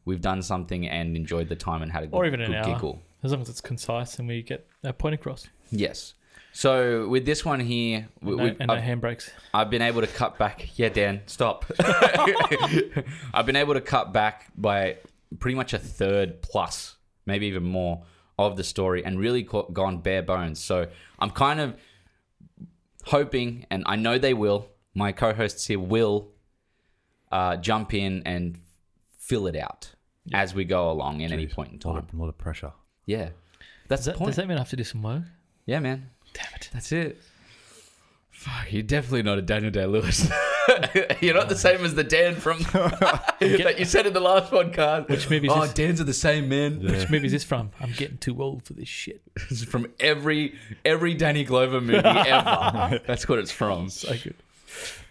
S1: we've done something and enjoyed the time and had a good,
S2: Mm. or even an
S1: good
S2: hour,
S1: giggle.
S2: as long as it's concise and we get our point across.
S1: Yes. So with this one here, we,
S2: No,
S1: we've,
S2: and no
S1: I've,
S2: handbrakes.
S1: I've been able to cut back. Yeah, Dan, stop. I've been able to cut back by pretty much a third plus, maybe even more, of the story, and really co- gone bare bones. So I'm kind of hoping, and I know they will. My co-hosts here will uh, jump in and fill it out as we go along in any point in
S3: A lot,
S1: time.
S3: of, a lot of pressure.
S1: Yeah, that's
S2: Does that,
S1: the point.
S2: does that mean I have to do some work?
S1: yeah, man.
S2: Damn it.
S1: That's it. Fuck, you're definitely not a Daniel Day Lewis. you're not the same as the Dan from that you said in the last podcast. Which
S2: movie is
S1: Oh,
S2: this?
S1: Dan's are the same man.
S2: Which movie is this from? I'm getting too old for this shit.
S1: It's from every every Danny Glover movie ever. That's what it's from.
S2: So good.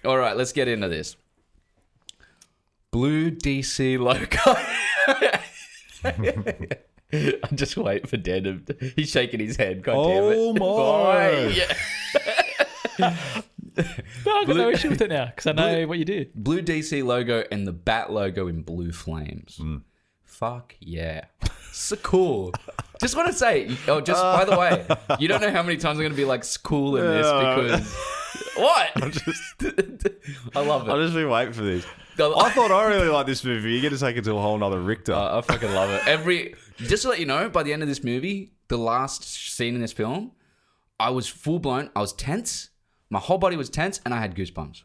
S1: All right, let's get into this. Blue DC logo. I'm just waiting for Dan to. He's shaking his head. God damn it.
S3: Oh my.
S1: Boy, yeah.
S2: No, I've got no
S1: Blue-
S2: issue with it now because I know
S1: Blue-
S2: what you did.
S1: blue DC logo and the bat logo in blue flames.
S3: Mm.
S1: Fuck yeah. So cool. just want to say, oh, just by the way, you don't know how many times I'm going to be like "It's cool in this
S3: Yeah.
S1: because. what? i love it.
S3: I'll just be waiting for this.
S1: I-
S3: I thought I really liked this movie. You're going to take it to a whole nother Richter.
S1: I fucking love it. Every just to let you know, by the end of this movie, the last scene in this film, I was full blown. I was tense. My whole body was tense, and I had goosebumps.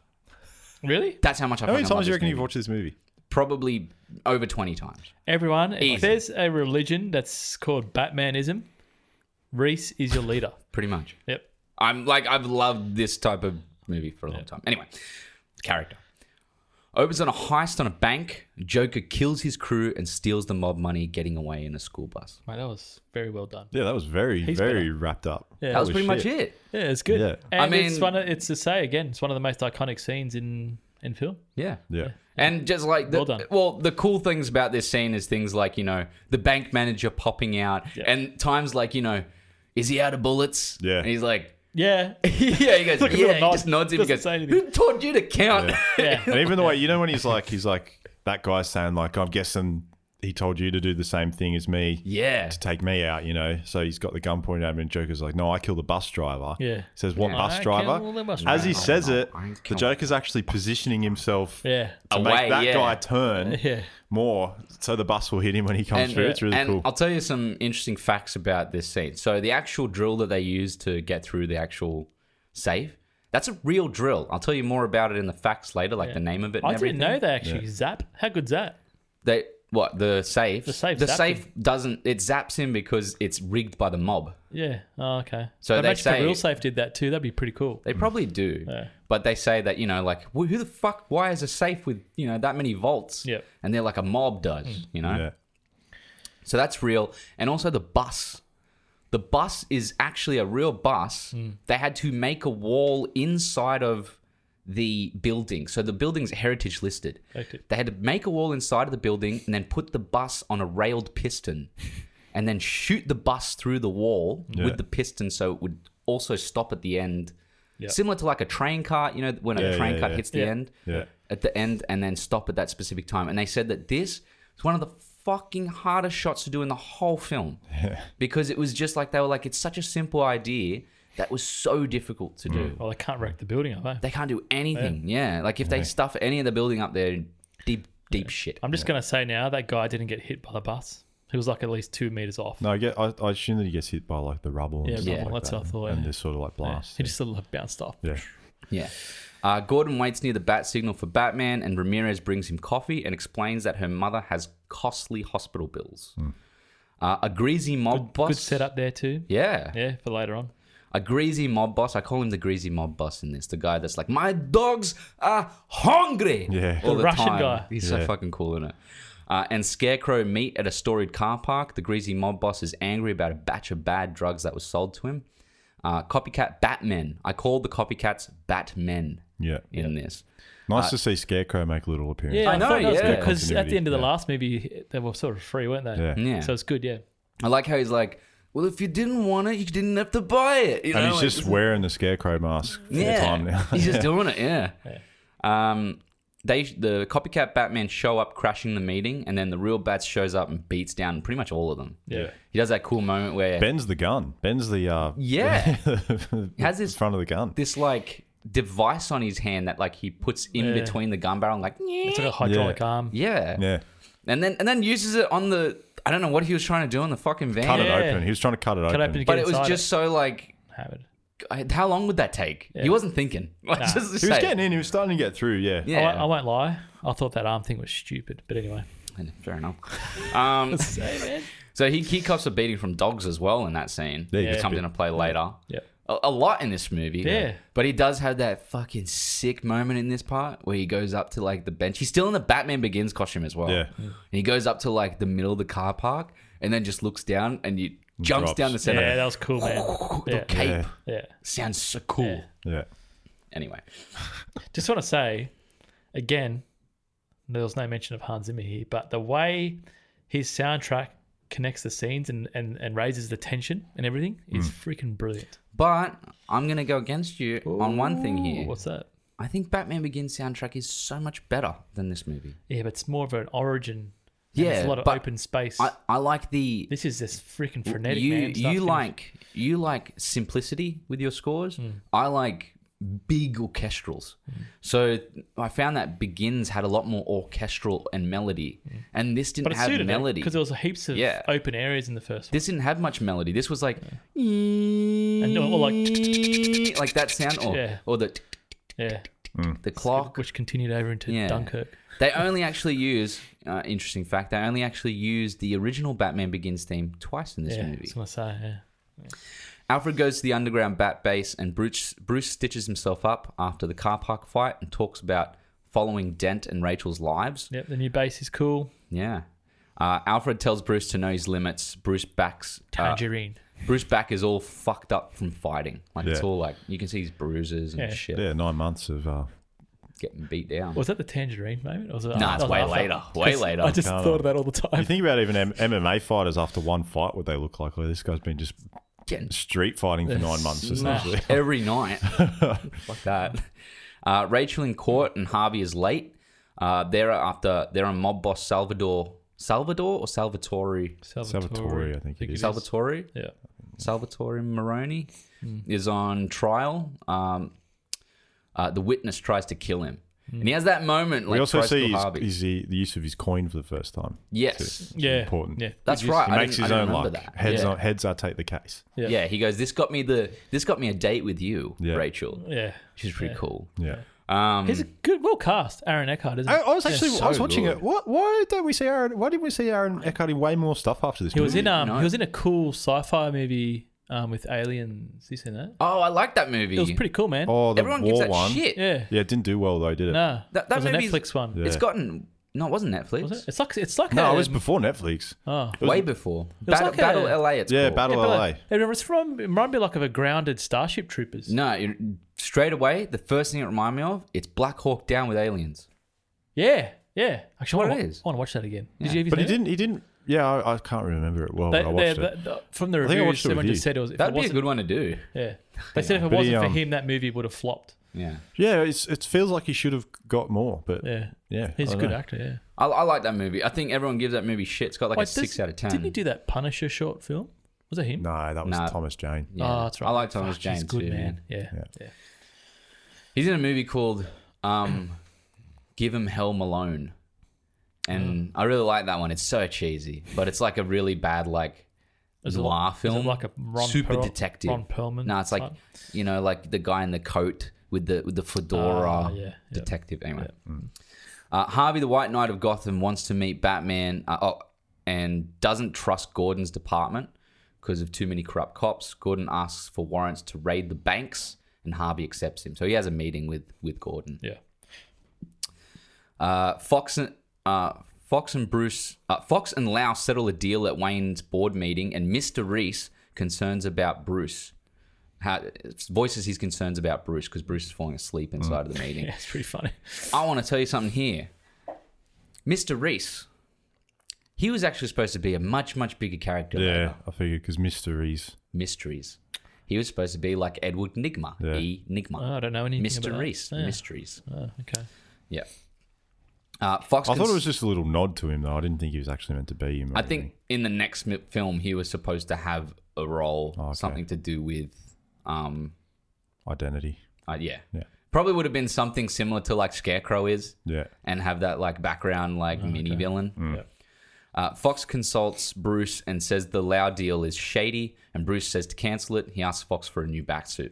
S2: Really?
S1: That's how much I.
S3: How many
S1: fucking love
S3: times do you
S1: this
S3: reckon you've
S1: movie.
S3: watched this movie?
S1: Probably over twenty times.
S2: Everyone,
S1: Easy.
S2: if there's a religion that's called Batmanism, Reese is your leader.
S1: Pretty much.
S2: Yep.
S1: I'm like I've loved this type of movie for a long time. Anyway, character opens on a heist on a bank. Joker kills his crew and steals the mob money, getting away in a school bus.
S2: Mate, that was very well done.
S3: Yeah, that was very,
S2: He's
S3: very
S2: better.
S3: wrapped up.
S2: Yeah.
S1: That was pretty
S3: Holy
S1: much
S3: shit.
S1: it.
S2: Yeah, it's good.
S3: Yeah.
S2: And
S1: I
S2: it's
S1: mean-
S2: one. Of, it's to say again, it's one of the most iconic scenes in in film.
S1: Yeah.
S3: Yeah.
S1: And just like the,
S2: Well done.
S1: well, the cool things about this scene is things like you know the bank manager popping out,
S2: Yeah.
S1: and times like you know, is he out of bullets?
S3: Yeah.
S1: and he's like,
S2: Yeah.
S1: yeah, he goes,
S2: Like a
S1: yeah,
S2: little
S1: he
S2: nod.
S1: just nods him. He
S2: Doesn't
S1: goes,
S2: say anything.
S1: who taught you to count?
S3: Yeah.
S2: Yeah.
S3: And even the way, you know, when he's like, he's like, that guy's saying, like, I'm guessing he told you to do the same thing as me
S1: yeah.
S3: to take me out, you know? So he's got the gun pointed at him, and Joker's like, no, I killed the bus driver.
S2: Yeah.
S3: He says, what
S2: Yeah.
S3: bus
S2: I
S3: driver?
S2: killed the bus
S3: As he
S2: driver.
S3: says it,
S1: I
S3: the
S1: killed-
S3: Joker's actually positioning himself
S2: Yeah.
S3: to
S1: Away,
S3: make that
S1: yeah.
S3: guy turn
S2: Yeah.
S3: more so the bus will hit him when he comes
S1: And- uh,
S3: through. It's really
S1: and
S3: cool.
S1: I'll tell you some interesting facts about this scene. So the actual drill that they use to get through the actual safe, that's a real drill. I'll tell you more about it in the facts later, like the name of it. And
S2: I
S1: everything.
S2: didn't know that actually. Zap. How good's that?
S1: They what the safe? The
S2: safe
S1: The
S2: zapped
S1: safe doesn't. It zaps him because it's rigged by the mob.
S2: Yeah. Oh, okay.
S1: So
S2: But
S1: they
S2: imagine if
S1: say-
S2: a real safe did that too. That'd be pretty cool.
S1: They probably do, but they say that you know, like who who the fuck? Why is a safe with you know that many volts?
S2: Yep.
S1: and they're like a mob does, you know.
S3: yeah.
S1: So that's real. And also the bus. The bus is actually a real bus.
S2: Hmm.
S1: They had to make a wall inside of the building. So the building's heritage listed.
S2: Okay.
S1: They had to make a wall inside of the building and then put the bus on a railed piston and then shoot the bus through the wall
S3: Yeah.
S1: with the piston so it would also stop at the end.
S2: Yeah.
S1: Similar to like a train cart, you know, when
S3: Yeah,
S1: a train
S3: yeah,
S1: cart
S3: yeah.
S1: hits the
S2: Yeah.
S1: end
S3: Yeah.
S1: at the end and then stop at that specific time. And they said that this is one of the fucking hardest shots to do in the whole film because it was just like they were like, it's such a simple idea that was so difficult to do.
S2: Well, they can't wreck the building, are they?
S1: They can't do anything. Yeah. Like if they stuff any of the building up there, deep, deep shit.
S2: I'm just gonna say now that guy didn't get hit by the bus. He was like at least two meters off.
S3: No, I, get, I, I assume that he gets hit by like the rubble. And
S2: Yeah,
S3: stuff
S2: rubble,
S3: like
S2: that's
S3: that,
S2: what I thought,
S3: And
S2: yeah.
S3: this sort of like blast.
S2: He just sort of like bounced off.
S3: Yeah.
S1: Yeah. Uh, Gordon waits near the bat signal for Batman, and Ramirez brings him coffee and explains that her mother has costly hospital bills. Uh, a greasy mob boss.
S2: Mm. Good setup there too.
S1: Yeah.
S2: Yeah, for later on.
S1: a greasy mob boss. I call him the greasy mob boss in this. The guy that's like, my dogs are hungry.
S3: Yeah.
S1: all
S2: The
S1: the,
S2: Russian
S1: time.
S2: guy.
S1: He's so
S3: Yeah.
S1: fucking cool in it. Uh, and Scarecrow meet at a storied car park. The greasy mob boss is angry about a batch of bad drugs that was sold to him. Uh, copycat Batmen. I called the copycats Batmen
S3: Yeah.
S1: in this.
S3: Nice to see Scarecrow make a little appearance.
S2: Yeah,
S1: I know,
S2: thought that was
S1: yeah.
S2: good because at
S3: Continuity,
S2: the end of the
S3: yeah.
S2: last movie, they were sort of free, weren't they?
S3: Yeah.
S1: Yeah.
S2: So it's good, yeah.
S1: I like how he's like, well, if you didn't want it, you didn't have to buy it. You
S3: And
S1: know,
S3: he's
S1: like,
S3: just wearing the Scarecrow mask full
S1: yeah,
S3: time now.
S1: he's just doing it. Yeah. Um, they the copycat Batman show up crashing the meeting, and then the real Bats shows up and beats down pretty much all of them.
S2: Yeah.
S1: He does that cool moment where
S3: Bends the gun. Bends the uh
S1: Yeah. has
S3: the
S1: this
S3: front of the gun.
S1: this like device on his hand that like he puts in
S2: Yeah.
S1: between the gun barrel, and, like
S2: It's like a hydraulic arm.
S1: yeah.
S3: Yeah.
S1: and then and then uses it on the I don't know what he was trying to do on the fucking van,
S3: Cut
S2: Yeah.
S3: it open. He was trying to cut it
S2: Cut
S3: open.
S2: open to get
S1: but it was
S2: inside
S1: just so like.
S2: Have it.
S1: I- How long would that take? He wasn't thinking. Let's
S2: Nah.
S1: just
S3: He was
S1: say.
S3: getting in. He was starting to get through. Yeah.
S2: I,
S1: Yeah,
S2: won't- I won't lie. I thought that arm thing was stupid, but anyway.
S1: fair enough. Um, so he, he cops a beating from dogs as well in that scene,
S3: Yeah,
S1: which
S3: yeah.
S1: comes into play later.
S2: Yeah.
S1: A, a lot in this movie.
S2: Yeah.
S1: But he does have that fucking sick moment in this part where he goes up to like the bench. He's still in the Batman Begins costume as well.
S3: Yeah.
S1: And he goes up to like the middle of the car park and then just looks down and he jumps
S3: Drops.
S1: down the center.
S2: Yeah, that was cool, man.
S1: The
S2: Yeah.
S1: cape
S3: Yeah.
S2: Yeah.
S1: sounds so cool.
S2: Yeah.
S3: Yeah.
S1: Anyway,
S2: Just want to say, again, there was no mention of Hans Zimmer here, but the way his soundtrack connects the scenes and, and, and raises the tension and everything is
S1: Mm.
S2: freaking brilliant.
S1: but I'm gonna go against you on one thing
S2: Ooh,
S1: here.
S2: What's that?
S1: I think Batman Begins soundtrack is so much better than this movie.
S2: Yeah, but it's more of an origin. and
S1: Yeah,
S2: There's a lot of
S1: but
S2: open space.
S1: I, I like the
S2: this is just freaking frenetic,
S1: you
S2: man. Start
S1: you
S2: to finish.
S1: like you like simplicity with your scores.
S2: Hmm.
S1: I like big orchestrals. So I found that Begins had a lot more orchestral and melody, and this didn't
S2: Hmm. But it
S1: have
S2: suited
S1: melody.
S2: because there was heaps of
S1: Yeah.
S2: open areas in the first one.
S1: this didn't have much melody. This was like
S2: And all like-
S1: like that sound or
S2: Yeah.
S1: or the
S2: Yeah,
S1: the clock.
S2: which continued over into
S1: Yeah.
S2: Dunkirk.
S1: They only actually use uh, interesting fact. They only actually use the original Batman Begins theme twice in this
S2: Yeah, I
S1: movie.
S2: was gonna say. Yeah.
S1: Alfred goes to the underground bat base and Bruce, Bruce stitches himself up after the car park fight and talks about following Dent and Rachel's lives.
S2: Yep, the new base is cool.
S1: Yeah. Uh, Alfred tells Bruce to know his limits. Bruce backs. Uh,
S2: Tangerine.
S1: Bruce back is all fucked up from fighting. Like it's
S3: Yeah.
S1: all like you can see his bruises and
S2: Yeah.
S1: shit
S3: Yeah. Nine months of. Uh,
S1: getting beat down.
S2: was that the tangerine moment? Or was it
S1: Nah, it's
S2: that was
S1: way
S2: after?
S1: later. Way
S2: 'Cause
S1: later.
S2: I just
S3: No,
S2: thought
S3: no.
S2: of that all the
S3: you
S2: time.
S3: think about even M- MMA fighters after one fight, what they look like. Like this guy's been just
S1: Getting
S3: street fighting for nine months essentially.
S1: every night. Fuck that. Uh, Rachel in court and Harvey is late. Uh, they're after they're on mob boss Salvador Salvador or Salvatore
S3: Salvatore, I think it is.
S1: Salvatore
S2: Yeah.
S1: Salvatore Moroni
S3: Hmm.
S1: is on trial. Um, uh, the witness tries to kill him, and he has that moment. Like,
S3: We also
S1: tries to
S3: see
S1: kill
S3: his,
S1: Harvey.
S3: his, the use of his coin for the first time.
S1: yes,
S2: Yeah.
S3: Important.
S2: Yeah.
S1: that's right.
S3: He
S1: I
S3: makes
S1: didn't-
S3: his
S1: I
S3: own
S1: didn't
S3: luck.
S1: remember that.
S3: Heads,
S1: yeah.
S3: on, heads, I take the case.
S2: Yeah.
S1: Yeah, he goes. This got me the. This got me a date with you,
S3: Yeah.
S1: Rachel,
S2: Yeah.
S1: which is pretty cool.
S3: Yeah.
S1: Um,
S2: He's a good, well cast Aaron Eckhart, isn't
S3: I,
S2: he?
S3: I was actually
S1: so
S3: I was watching
S1: good.
S3: it. What, why don't we see Aaron? Why did we see Aaron Eckhart in way more stuff after this?
S2: He was
S3: movie?
S2: in um
S1: No.
S2: he was in a cool sci-fi movie um with aliens. You seen that?
S1: oh, I like that movie.
S2: It was pretty cool, man.
S3: Oh, the
S1: Everyone
S3: war
S1: gives that
S3: one.
S1: shit.
S2: yeah.
S3: Yeah, it didn't do well though, did it?
S2: No.
S1: That-
S2: That,
S1: that
S2: was a
S1: movie's-
S2: Netflix one.
S3: Yeah.
S1: It's gotten. No, it wasn't Netflix.
S2: Was it? It's like it's like
S3: No,
S2: a,
S3: it was before Netflix.
S2: Oh.
S3: was-
S1: Way before.
S2: was
S1: Battle,
S2: like a-
S1: Battle LA. It's
S3: Yeah,
S1: called.
S3: Battle
S2: Yeah, but
S3: LA.
S2: like- It was from. It reminded me like of a grounded Starship Troopers.
S1: No, it, straight away, the first thing it reminded me of, it's Black Hawk Down with aliens.
S2: Yeah, yeah. Actually,
S1: What
S2: I
S1: it
S2: want,
S1: is.
S2: I want to watch that again. Did you ever
S3: But he
S2: seen it?
S3: didn't. He didn't. Yeah, I, I can't remember it well.
S2: They,
S3: but Oh, I watched
S2: they-
S3: it.
S2: the- from the
S3: I think I
S2: reviews,
S3: watched it with
S2: someone
S3: you.
S2: just said it was. If
S1: That'd
S2: it
S1: be a
S2: wasn't,
S1: good one to do.
S2: Yeah, they said if it
S3: But he,
S2: wasn't
S3: um,
S2: for him, that movie would have flopped.
S1: Yeah.
S3: Yeah, it's, it feels like he should have got more, but yeah,
S2: Yeah,
S3: I
S2: he's a
S3: don't
S2: good eh?
S3: know.
S2: actor. Yeah,
S1: I, I like that movie. I think everyone gives that movie shit. It's got like
S2: Wait,
S1: a
S2: does-
S1: six out of 10.
S2: Didn't he do that Punisher short film? Was it him?
S3: No, that was
S1: Nah.
S3: Thomas Jane.
S1: Yeah.
S2: Oh, that's right.
S1: I like Thomas
S2: Fuck,
S1: Jane
S2: he's good
S1: too, man.
S2: Yeah,
S3: Yeah.
S2: yeah.
S1: He's in a movie called um, Give Him Hell Malone.
S2: Mm.
S1: And I really like that one. It's so cheesy, but it's like a really bad, like,
S2: Is it
S1: noir
S2: like- is it
S1: film.
S2: like a Ron
S1: Super
S2: Perl-
S1: detective.
S2: Ron Perlman
S1: No, it's like,
S2: type?
S1: you know, like the guy in the coat with the with the fedora
S2: Ah, yeah, yeah.
S1: detective. Anyway. Uh, Harvey, the White Knight of Gotham, wants to meet Batman uh, oh, and doesn't trust Gordon's department because of too many corrupt cops. Gordon asks for warrants to raid the banks, and Harvey accepts him. So he has a meeting with with Gordon.
S2: yeah.
S1: Uh, Fox, uh, Fox and Bruce, uh, Fox and Lau settle a deal at Wayne's board meeting, and Mister Reese concerns about Bruce. How, voices his concerns about Bruce because Bruce is falling asleep inside of the meeting.
S2: Yeah, it's pretty funny.
S1: I want to tell you something here. Mr. Reese, he was actually supposed to be a much, much bigger character.
S3: Yeah,
S1: later.
S3: I figured because mysteries.
S1: Mysteries. He was supposed to be like Edward Nigma,
S3: Yeah.
S1: E. Nigma.
S2: Oh, I don't know anything about
S1: Mr.
S2: that.
S1: Reese,
S2: Yeah.
S1: Mysteries.
S2: Oh, okay.
S1: Yeah. Uh, Fox.
S3: I thought
S1: cons-
S3: it was just a little nod to him, though. I didn't think he was actually meant to be him. or
S1: I think
S3: anything.
S1: in the next mi- film, he was supposed to have a role,
S3: Oh, okay.
S1: something to do with, um,
S3: identity.
S1: uh, yeah.
S3: Yeah.
S1: Probably would have been something similar to like Scarecrow is,
S3: Yeah,
S1: and have that like background like mini villain.
S2: Yeah.
S1: Uh, Fox consults Bruce and says the Lau deal is shady, and Bruce says to cancel it. He asks Fox for a new backsuit.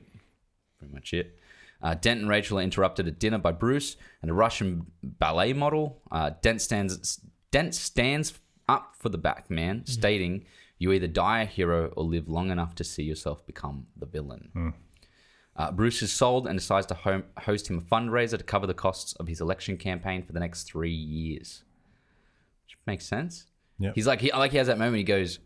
S1: Pretty much it. Uh, Dent and Rachel are interrupted at dinner by Bruce and a Russian ballet model. Uh, Dent stands Dent stands up for the back man, stating, "You either die a hero or live long enough to see yourself become the villain." Uh, Bruce is sold and decides to home, host him a fundraiser to cover the costs of his election campaign for the next three years. Which makes sense.
S3: Yep.
S1: He's like he I like he has that moment. He goes,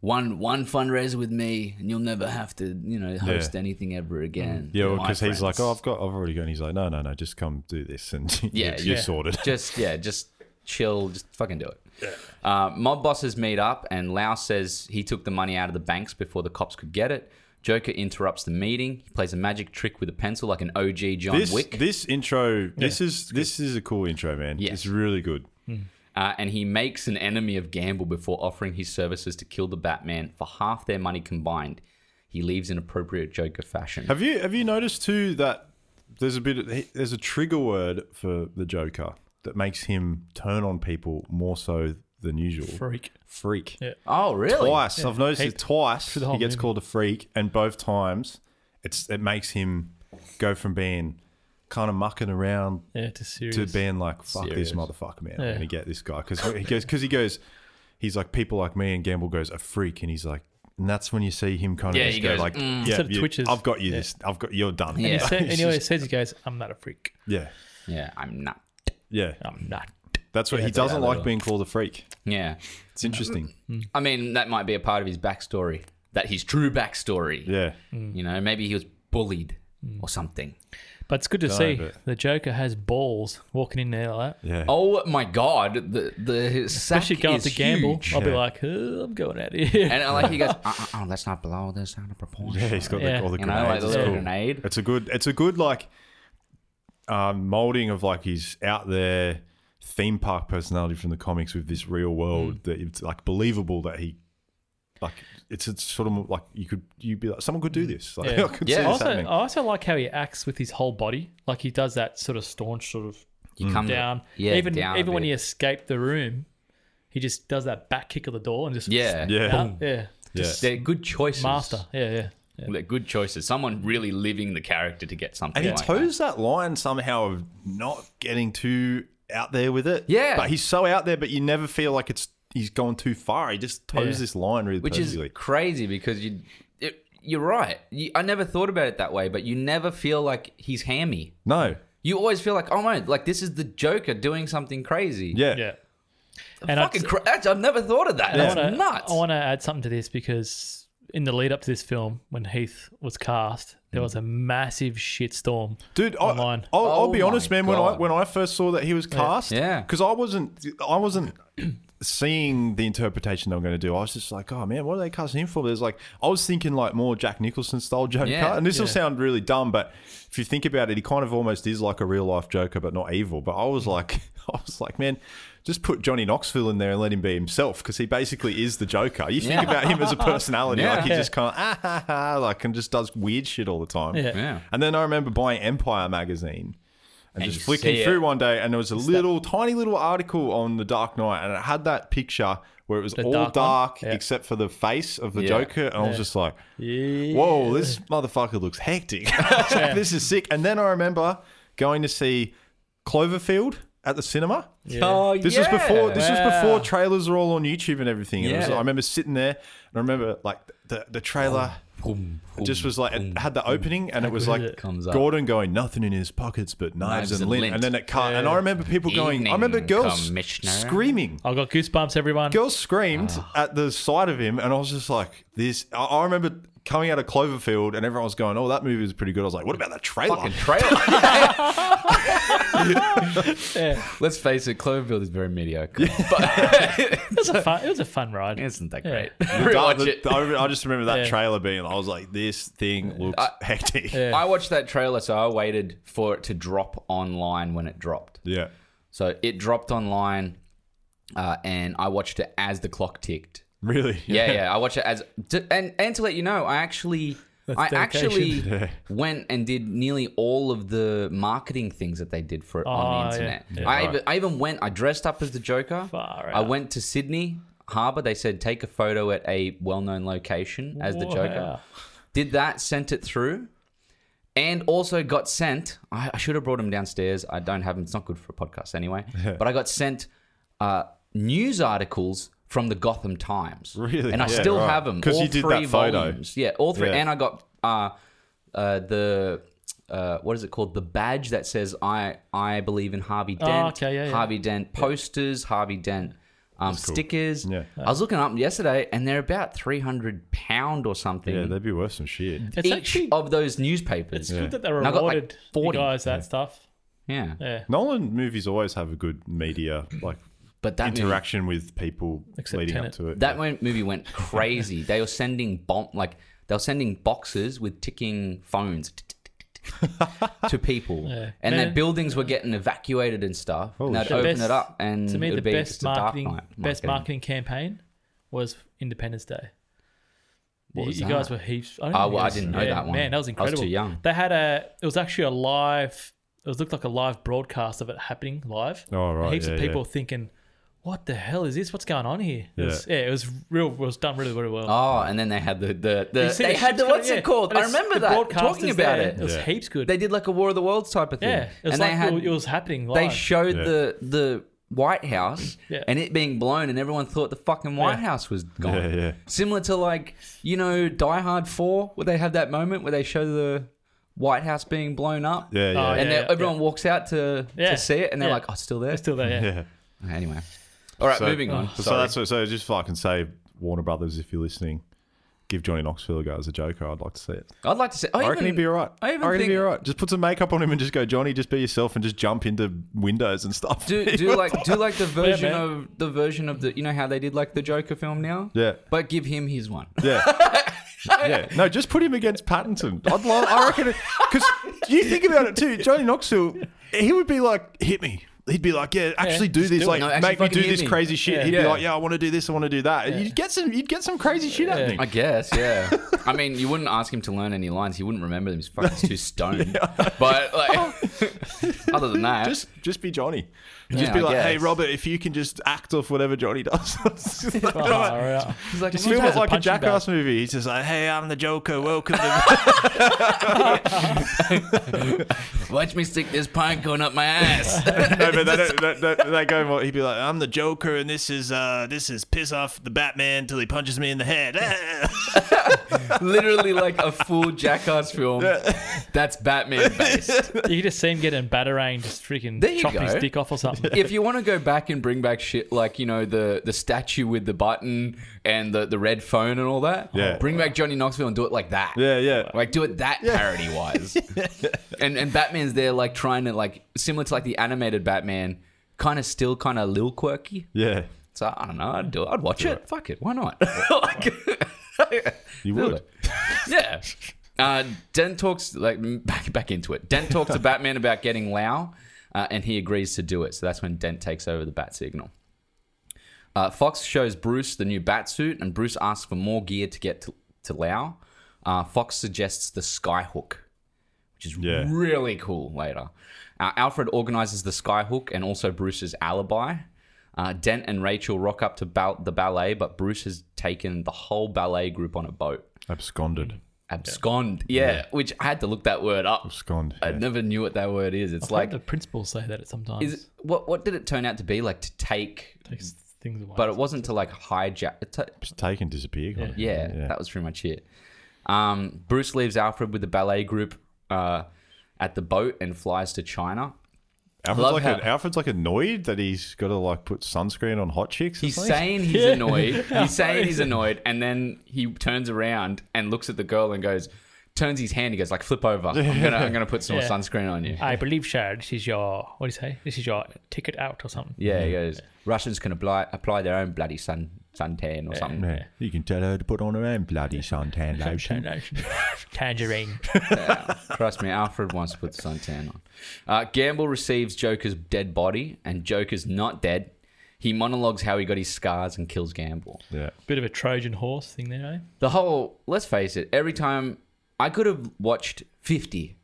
S1: one one fundraiser with me, and you'll never have to you know host
S3: Yeah.
S1: anything ever again.
S3: yeah,
S1: My
S3: because he's like,
S1: friends."
S3: oh, I've got, I've already got. And he's like, no, no, no, just come do this, and
S1: Yeah,
S3: you're, you're
S2: yeah.
S3: sorted.
S1: just yeah, just chill, just fucking do it. Uh, mob bosses meet up, and Lau says he took the money out of the banks before the cops could get it. Joker interrupts the meeting. He plays a magic trick with a pencil, like an OG John
S3: This,
S1: Wick,
S3: this intro, this is this is a cool intro, man.
S1: Yeah.
S3: It's really good.
S1: uh, and he makes an enemy of Gamble before offering his services to kill the Batman for half their money combined. He leaves in appropriate Joker fashion.
S3: Have you have you noticed too that there's a bit of- there's a trigger word for the Joker that makes him turn on people more so than usual.
S2: Freak.
S3: Freak.
S2: Yeah.
S1: oh, really?
S3: Twice I've noticed
S2: He-
S3: it twice.
S2: the
S3: He
S2: whole
S3: gets
S2: movie.
S3: called a freak, and both times it's it makes him go from being kind of mucking around
S2: Yeah, to serious.
S3: to being like, fuck
S1: Serious.
S3: this motherfucker, man.
S2: Yeah.
S3: I'm gonna get this guy because he goes because he goes, he's like people like me and Gamble goes a freak, and he's like, and that's when you see him kind of
S1: Yeah,
S3: just
S1: he
S3: go
S1: goes,
S3: like,
S1: mm.
S3: yeah,
S2: Sort of
S3: you-
S2: twitches.
S3: I've got you this, I've got you're done.
S1: Yeah.
S2: And he,
S1: Yeah.
S2: sa- and he always says, he goes, I'm not a freak.
S3: yeah,
S1: Yeah, I'm not.
S3: yeah.
S2: I'm not.
S3: That's
S1: Yeah,
S3: what he
S1: it's like
S3: doesn't
S1: that
S3: like
S1: little-
S3: being called a freak.
S1: Yeah.
S3: It's interesting.
S1: I mean, that might be a part of his backstory, that his true backstory.
S3: yeah,
S2: Mm.
S1: You know, maybe he was bullied or something.
S2: But it's good to
S3: Don't,
S2: see
S3: but-
S2: the Joker has balls walking in there like that.
S3: yeah.
S1: Oh my god, the the sack
S2: Especially going
S1: is
S2: up to gamble,
S1: huge.
S2: I'll be
S3: Yeah.
S2: like, "Uh, I'm going out of here.
S1: And I like he goes, uh, uh, oh, let's not blow this out of proportion.
S3: Yeah, he's got
S2: Yeah.
S3: The, all the
S1: you know, like
S3: grenades.
S1: the
S3: It's
S1: little
S3: cool.
S1: grenade.
S3: It's a good. It's a good like um, molding of like his out there theme park personality from the comics with this real world that it's like believable that he like it's, it's sort of like you could you be like someone could do this like
S2: Yeah.
S3: I could
S1: Yeah.
S3: see this
S2: also, oh, I
S3: happening.
S2: also like how he acts with his whole body. Like he does that sort of staunch, sort of
S1: He comes
S2: down.
S1: Mm. Yeah,
S2: even
S1: down a
S2: even when
S1: bit.
S2: he escaped the room, he just does that back kick of the door and just
S1: Yeah.
S3: Yeah.
S2: out. yeah,
S3: Yeah.
S1: They're good choices.
S2: master, yeah, yeah. yeah.
S1: They're good choices. Someone really living the character to get something.
S3: And he
S1: like that.
S3: toes that line somehow of not getting too out there with it.
S1: Yeah.
S3: but he's so out there, but you never feel like it's he's gone too far. He just toes
S2: Yeah.
S3: this line really
S1: which is
S3: perfectly.
S1: crazy because you it, you're right. You, I never thought about it that way, but you never feel like he's hammy.
S3: no,
S1: You always feel like, oh my, like this is the Joker doing something crazy.
S3: yeah,
S2: yeah.
S1: and
S2: And I'd
S1: fucking
S2: s-
S1: cra- that's, I've never thought of that.
S2: I
S1: That's
S2: wanna-
S1: nuts.
S2: I want to add something to this because in the lead up to this film, when Heath was cast,
S1: Mm.
S2: there was a massive shitstorm.
S3: Dude, I, I'll,
S2: online.
S3: I'll
S1: Oh
S3: be
S1: my
S3: honest, man. When I
S1: God.
S3: when I first saw that he was cast,
S1: Yeah.
S3: because I wasn't, I wasn't seeing the interpretation they were going to do. I was just like, oh man, what are they casting him for? There's like, I was thinking like more Jack Nicholson style Joker,
S1: Yeah.
S3: and this will
S2: Yeah.
S3: sound really dumb, but if you think about it, he kind of almost is like a real life Joker, but not evil. But I was like, I was like, man. Just put Johnny Knoxville in there and let him be himself because he basically is the Joker. You think
S1: Yeah.
S3: about him as a personality,
S1: Yeah.
S3: like he just kind of ah ha ha, like and just does weird shit all the time.
S2: Yeah.
S1: yeah.
S3: And then I remember buying Empire magazine
S1: And
S3: and,
S1: you
S3: just flicking
S1: see
S3: through
S1: it.
S3: one day, and there was a little tiny little article on the Dark Knight, and it had that picture where it was all
S2: dark
S3: dark,
S2: one? Yeah.
S3: except for the face of the
S1: Yeah.
S3: Joker, and I was just like, "Whoa, this motherfucker looks hectic. this is sick." And then I remember going to see Cloverfield at the cinema.
S1: Oh,
S3: This
S1: yeah.
S3: was before. This was
S2: Wow.
S3: before trailers were all on YouTube and everything. And it was-
S1: Yeah. Oh.
S3: I remember sitting there, and I remember like the the trailer
S1: Boom,
S3: It just
S1: boom,
S3: was like
S1: boom.
S3: it had the opening, and it was
S2: good
S3: like
S2: is it?
S1: Comes up.
S3: Gordon going nothing in his pockets but knives, and, lint. and then it cut. And I remember people going, I remember
S1: Evening,
S3: girls
S1: Commissioner. Ah.
S3: screaming.
S2: I got goosebumps, everyone.
S3: Girls screamed at the sight of him, and I was just like, "This." I, I remember coming out of Cloverfield, and everyone was going, "Oh, that movie was pretty good." I was like, "What about the trailer?"
S1: fucking trailer. Let's face it, Cloverfield is very mediocre.
S2: It was a fun. It was a fun ride.
S1: Isn't that
S2: Yeah.
S1: great? Rewatch
S3: The-
S1: it.
S3: the- I I just remember that
S2: Yeah.
S3: trailer being. I was like, "This thing looks hectic." Yeah.
S1: I watched that trailer, so I waited for it to drop online when it dropped. So it dropped online, uh, and I watched it as the clock ticked.
S3: really.
S1: Yeah, yeah, I watched it as to, and and to let you know, I actually. I
S2: dedication.
S1: actually went and did nearly all of the marketing things that they did for it
S2: Oh,
S1: on
S2: yeah.
S1: the internet.
S2: Yeah.
S1: I, even, I even went, I dressed up as the Joker.
S2: Far
S1: I
S2: out.
S1: went to Sydney Harbour. They said take a photo at a well known location as the Joker.
S2: Wow.
S1: Did that, sent it through, and also got sent. I, I should have brought them downstairs. I don't have them. It's not good for a podcast anyway. but I got sent uh, news articles from the Gotham Times.
S3: Really?
S1: And I
S3: Yeah,
S1: still
S3: right.
S1: have them.
S3: 'Cause
S1: all
S3: you did
S1: three
S3: that photo.
S1: volumes. Yeah, all three.
S3: Yeah.
S1: And I got uh, uh, the. Uh, what is it called? The badge that says "I I believe in Harvey
S2: Oh,
S1: Dent."
S2: okay, yeah, yeah.
S1: Harvey Dent posters, Harvey Dent um, stickers.
S3: Yeah.
S1: I was looking up yesterday, and they're about three hundred pound or something.
S3: Yeah, they'd be worth some shit.
S2: It's
S1: each
S2: actually
S1: of those newspapers.
S2: good that they
S1: And I got, like,
S2: rewarded you
S1: 40.
S2: guys that stuff.
S1: Yeah.
S2: Yeah.
S3: Nolan movies always have a good media like
S1: but that movie-
S3: interaction with people
S2: Except
S3: leading
S2: Tenet.
S3: up to it.
S1: that mo- movie went crazy. they were sending bomb like they were sending boxes with ticking phones to people,
S2: Yeah.
S1: and their
S2: Man.
S1: buildings were getting evacuated and stuff.
S3: Holy
S1: and they'd
S3: shit.
S1: open
S2: Best-
S1: it up, and
S2: To me,
S1: it would
S2: the
S1: Mm, be
S2: best
S1: just a dark
S2: marketing,
S1: night
S2: best marketing campaign was Independence Day.
S1: What
S2: you
S1: was
S2: you guys
S1: that?
S2: were heaps. I, don't
S1: Oh,
S2: think
S1: well,
S2: it
S1: I
S2: was-
S1: didn't know
S2: yeah,
S1: that one.
S2: Man, that was
S1: I was too
S2: incredible.
S1: young.
S2: They had a. It was actually a live. It was looked like a live broadcast of it happening live.
S3: Oh, right,
S2: Heaps of
S3: yeah, yeah.
S2: people thinking, "What the hell is this? What's going on here?" It
S3: Yeah.
S2: was, yeah, it was real. It was done really, really well.
S1: Oh, and then they had the the,
S2: You
S1: the
S2: see
S1: they
S2: the
S1: had the
S2: ships going-
S1: what's
S2: yeah,
S1: it called?
S2: and
S1: I
S2: it's-
S1: remember
S2: the
S1: that
S2: broadcasters
S1: talking about
S2: there,
S1: it.
S2: It was
S3: Yeah.
S2: heaps good.
S1: They did like a War of the Worlds type of thing.
S2: yeah, it was
S1: and
S2: like
S1: they had
S2: it was happening live.
S1: they showed the the White House
S2: Yeah.
S1: and it being blown, and everyone thought the fucking White
S2: Yeah.
S1: House was gone.
S3: Yeah, yeah.
S1: Similar to like you know Die Hard Four, where they have that moment where they show the White House being blown up,
S3: yeah, yeah.
S2: Oh,
S1: and
S2: yeah,
S1: then
S2: yeah,
S1: everyone walks out to
S2: Yeah.
S1: to see it, and they're
S2: Yeah.
S1: like, "Oh, it's still there."
S2: They're still there. Yeah.
S3: yeah.
S1: anyway, all right,
S3: So-
S1: moving on.
S3: So
S1: Sorry.
S3: that's what, so just if I can say Warner Brothers, if you're listening, give Johnny Knoxville a go as a Joker. I'd like to see it.
S1: I'd like to say. I,
S3: I reckon
S1: even,
S3: he'd be alright.
S1: I
S3: I,
S1: even
S3: reckon he'd be
S1: think-
S3: alright. Just put some makeup on him and just go, Johnny, just be yourself and just jump into windows and stuff.
S1: do do like do like the version
S2: man.
S1: of the version of the you know how they did like the Joker film now,
S3: yeah.
S1: but give him his one.
S3: Yeah. yeah. No, just put him against Pattinson. I'd love, I reckon, because you think about it too. Johnny Knoxville, he would be like, hit me. He'd be like, yeah, actually do this.
S2: do it.
S3: like,
S1: No, actually
S3: make me
S1: fucking
S3: do
S1: hit
S3: this
S1: me.
S3: crazy shit.
S2: Yeah.
S3: He'd be
S1: Yeah.
S3: like, yeah, I want to do this. I want to do that. And You'd get some, you'd get some crazy shit happening.
S1: I guess, yeah. I mean, you wouldn't ask him to learn any lines. He wouldn't remember them. He's fucking too stoned. But like, other than that,
S3: Just, just be Johnny.
S1: Yeah,
S3: just be
S1: I
S3: like, hey,
S1: guess.
S3: Robert, if you can just act off whatever Johnny does. It's like,
S2: Far out.
S1: he's like,
S3: Just
S1: "What's
S3: film
S1: that?"
S3: it like a
S2: punching bag.
S3: Jackass movie. He's just like, hey, I'm the Joker. Welcome to
S1: watch me stick this pine cone up my ass.
S3: no, but they, don't, they, they, they go more. He'd be like, "I'm the Joker, and this is uh, this is piss off the Batman till he punches me in the head."
S1: Literally like a full jackass film. That's Batman based.
S2: You could just see him getting batarang, just freaking
S1: There you
S2: chop his
S1: go.
S2: dick off or something.
S1: If you want to go back and bring back shit like you know the the statue with the button and the the red phone and all that,
S3: Yeah.
S1: bring back Johnny Knoxville and do it like that.
S3: yeah, yeah.
S1: Like do it that parody wise. and and Batman's there like trying to like similar to like the animated Batman, kind of still kind of little quirky.
S3: yeah,
S1: So I don't know. I'd do it. I'd watch it. Fuck it. Why not? like, do
S3: you would.
S1: it. yeah. Uh, Dent talks like mm, back back into it. Dent talks to Batman about getting Lao, uh, and he agrees to do it. So that's when Dent takes over the bat signal. Uh, Fox shows Bruce the new bat suit, and Bruce asks for more gear to get to, to Lao. Uh, Fox suggests the Skyhook, which is
S3: Yeah.
S1: really cool later. Uh, Alfred organizes the Skyhook and also Bruce's alibi. Uh, Dent and Rachel rock up to bal- the ballet, but Bruce has taken the whole ballet group on a boat.
S3: Absconded,
S1: Abscond, yeah, which I had to look that word up.
S3: abscond.
S1: I never knew what that word is. It's like,
S2: the principals say that sometimes.
S1: is what what did it turn out to be like to take?
S2: takes things away.
S1: But it wasn't to like hijack. it t-
S3: Just take and disappear.
S1: yeah, that was pretty much it. Um, Bruce leaves Alfred with the ballet group uh, at the boat and flies to China.
S3: Alfred's
S1: Love
S3: like,
S1: how-
S3: a, Alfred's like annoyed that he's got to like put sunscreen on hot chicks. Or
S1: He's
S3: something.
S1: saying he's annoyed. He's saying he's annoyed, and then he turns around and looks at the girl and goes, turns his hand. He goes like, "Flip over. I'm gonna, I'm gonna put some more
S2: Yeah.
S1: sunscreen on you."
S2: I believe, Shad, this is your what do you say? This is your ticket out or something.
S1: Yeah, he goes. Russians can apply apply their own bloody sun suntan or something.
S3: Yeah. You can tell her to put on her own bloody suntan lotion.
S2: Tangerine.
S1: Trust me, Alfred wants to put suntan on. Uh, Gamble receives Joker's dead body, and Joker's not dead. He monologues how he got his scars and kills Gamble.
S3: Yeah.
S2: Bit of a Trojan horse thing there, eh?
S1: The whole, let's face it, every time I could have watched 50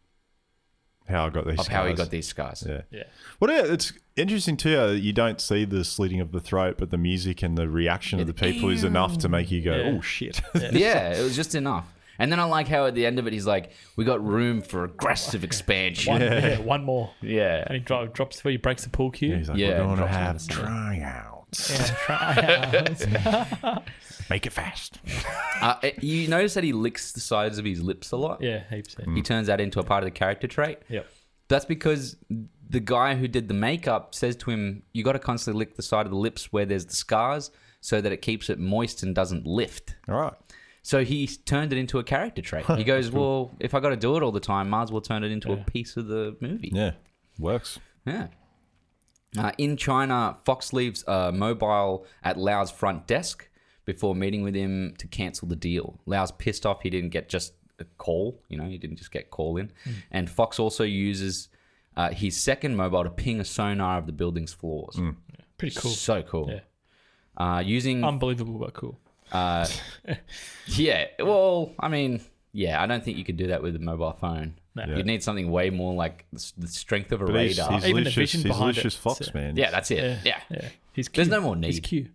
S3: How I got these.
S1: of how he
S3: scars.
S1: got these scars.
S3: Yeah.
S2: Yeah.
S3: Well, yeah, it's interesting too. How you don't see the slitting of the throat, but the music and the reaction of the people is enough to make you go,
S2: Yeah.
S3: "Oh shit!"
S1: Yeah, it was just enough. And then I like how at the end of it, he's like, we got room for aggressive
S2: One,
S1: expansion.
S2: yeah. one more.
S1: Yeah.
S2: And he dro- drops three, breaks the pool cue.
S3: He's like,
S1: Yeah,
S3: "We're going to
S1: drops
S3: have
S1: in the
S3: tryouts.
S2: Yeah, try out.
S3: Make it fast."
S1: Uh, it- you notice that he licks the sides of his lips a lot.
S2: yeah, heaps. Yeah.
S1: He turns that into a part of the character trait.
S2: Yep.
S1: That's because the guy who did the makeup says to him, "You got to constantly lick the side of the lips where there's the scars, so that it keeps it moist and doesn't lift."
S3: All right.
S1: So he turned it into a character trait. He goes, "Well, if I got to do it all the time, might as well turn it into a piece of the movie."
S3: Yeah. Works.
S1: Yeah. Uh, in China, Fox leaves uh, mobile at Lau's front desk before meeting with him to cancel the deal. Lau's pissed off he didn't get just a call, you know, he didn't just get call in. And Fox also uses uh, his second mobile to ping a sonar of the building's floors.
S2: Pretty cool.
S1: So cool.
S2: Yeah. Um,
S1: Uh, using,
S2: Unbelievable, but cool.
S1: yeah, well, I mean, yeah, I don't think you could do that with a mobile phone.
S2: No.
S1: You'd need something way more like the s- the strength of a
S3: But he's,
S1: radar.
S3: he's
S2: Even the
S3: Lucius,
S2: vision
S3: he's
S2: behind
S3: Lucius
S2: it.
S3: Fox,
S2: So-
S3: man.
S1: yeah, that's it. Yeah.
S2: Yeah. He's
S1: There's
S2: cute.
S1: no more
S2: He's
S1: need.
S2: cute.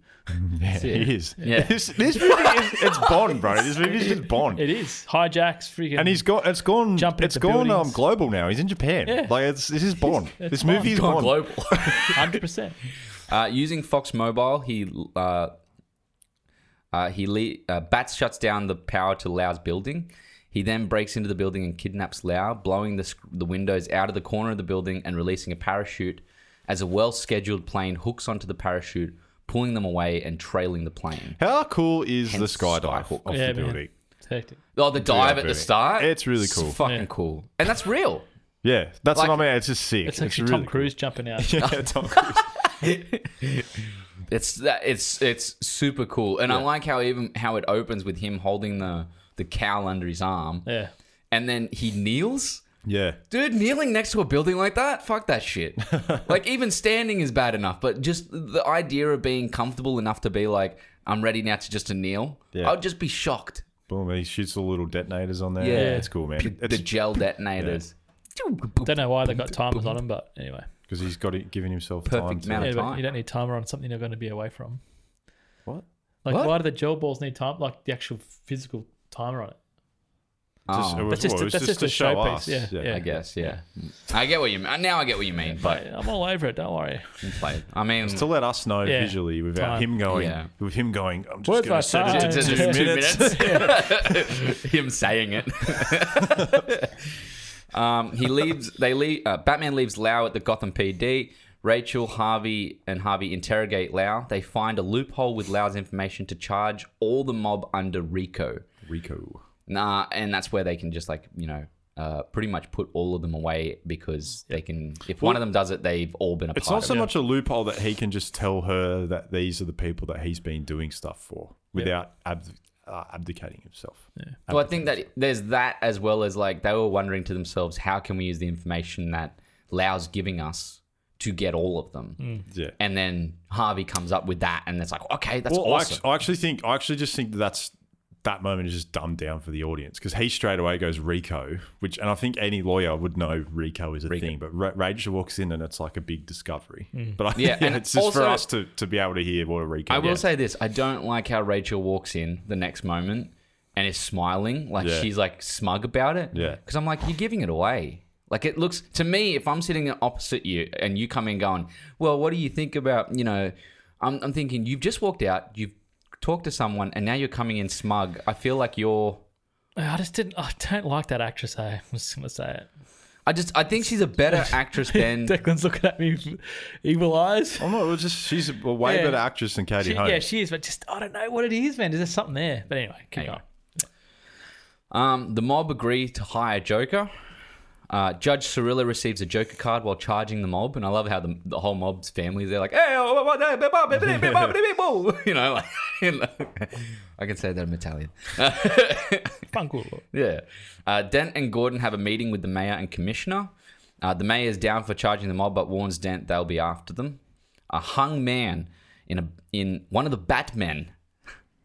S3: Yeah, he is.
S1: Yeah.
S3: This, this movie is it's Bond, bro. This movie is just Bond.
S2: It is. Hijacks, freaking.
S3: and he's gone. It's gone.
S2: Jumping
S3: it's
S2: into
S3: gone um,
S2: buildings.
S3: global now. He's in Japan.
S2: Yeah.
S3: Like it's this is Bond.
S2: it's
S3: this
S2: Bond.
S3: movie is
S1: Gone
S3: Bond.
S1: global.
S2: 100%.
S1: Uh, using Fox Mobile, he uh, uh, he le- uh, Bats shuts down the power to Lau's building. He then breaks into the building and kidnaps Lau, blowing the, sc- the windows out of the corner of the building and releasing a parachute as a well scheduled plane hooks onto the parachute, pulling them away and trailing the plane.
S3: How cool is the
S1: Hence
S3: skydive
S1: Skyhook.
S3: off the
S2: Yeah, man.
S3: building?
S2: It's hectic.
S1: Oh, the dive at
S3: building.
S1: the start?
S3: It's really cool.
S1: It's fucking
S2: Yeah.
S1: cool. And that's real.
S3: Yeah, that's
S1: Like-
S3: what I mean. It's just sick.
S2: It's actually Tom
S3: really
S2: Cruise jumping out.
S3: cool. Yeah, Tom Cruise.
S1: It's that it's it's super cool. And I like how even how it opens with him holding the the cowl under his arm.
S2: Yeah.
S1: and then he kneels.
S3: Yeah,
S1: Dude, kneeling next to a building like that, fuck that shit. like even standing is bad enough, but just the idea of being comfortable enough to be like, I'm ready now to just to kneel.
S3: Yeah.
S1: I'd just be shocked.
S3: boom. He shoots the little detonators on there.
S1: Yeah.
S3: Yeah, it's cool, man.
S1: the gel detonators.
S2: Don't know why they got timers on them, but anyway.
S3: Because he's got it, giving himself
S1: Perfect
S3: time. To,
S1: amount
S2: Yeah,
S1: of-
S2: but
S1: time.
S2: you don't need timer on something you're going to be away from.
S3: What?
S2: Like,
S1: What?
S2: why do the gel balls need time? Like the actual physical timer on it.
S3: Just, it
S1: Oh,
S3: was,
S2: That's just-
S3: well, it was
S2: that's just
S3: just to
S2: a
S3: show
S2: showpiece,
S3: us.
S2: yeah, yeah.
S1: I guess, yeah. I get what you mean. Now I get what you mean, but
S2: But I'm all over it. Don't worry.
S1: play. I mean,
S3: To let us know
S2: Yeah.
S3: visually without
S2: Time.
S3: him going,
S1: Yeah.
S3: with him going, I'm
S2: Where's
S3: just going
S2: my
S3: to set
S2: time?
S3: it to
S1: Just
S3: Uh, two
S1: two
S3: minutes.
S1: him saying it. um, he leaves. They leave. Uh, Batman leaves Lau at the Gotham PD. Rachel, Harvey, and Harvey interrogate Lau. They find a loophole with Lau's information to charge all the mob under Rico.
S3: Rico.
S1: Nah, and that's where they can just like you know. Uh, pretty much put all of them away because they can. If one of them does it, they've all been a
S3: It's
S1: part
S3: not so
S1: of it.
S3: much a loophole that he can just tell her that these are the people that he's been doing stuff for without abd- uh, abdicating himself.
S1: Well, I think that there's that as well as like they were wondering to themselves, how can we use the information that Lau's giving us to get all of them?
S3: Yeah.
S1: And then Harvey comes up with that, and it's like, okay, that's
S3: Well, I
S1: awesome.
S3: act- I actually think I actually just think that that's that moment is just dumbed down for the audience because he straight away goes Rico, which and I think any lawyer would know Rico is a thing, but Ra- Rachel walks in and it's like a big discovery. But I,
S1: Mm. Yeah,
S3: yeah,
S1: and
S3: it's just for
S1: also-
S3: us to, to be able to hear what a Rico.
S1: I will
S3: is.
S1: say this: I don't like how Rachel walks in the next moment and is smiling, like
S3: Yeah.
S1: she's like smug about it.
S3: Yeah.
S1: Because I'm like, you're giving it away. Like it looks to me, if I'm sitting opposite you and you come in going, well, what do you think about you know? I'm, I'm thinking you've just walked out, you've talked to someone, and now you're coming in smug. I feel like you're
S2: I just didn't. I don't like that actress. eh? I'm just gonna say it.
S1: I just I think she's a better actress than
S2: Declan's looking at me with evil eyes.
S1: Oh,
S3: I'm not. It was Oh, just she's a way
S2: Yeah.
S3: better actress than Katie
S2: She-
S3: Holmes.
S2: yeah, she is, but just I don't know what it is, man. Is there something there? But anyway, keep
S1: Anyway.
S2: going.
S1: Um, the mob agree to hire Joker. Uh, Judge Cirilla receives a Joker card while charging the mob, and I love how the, the whole mob's family they're like, "Hey, oh, what- what- eh, blah, blah, blah, blah, blah, blah, blah, blah," you know, like, I can say that in Italian.
S2: Fungal.
S1: Yeah. Uh, Dent and Gordon have a meeting with the mayor and commissioner. Uh, the mayor is down for charging the mob, but warns Dent they'll be after them. A hung man in a in one of the Batmen,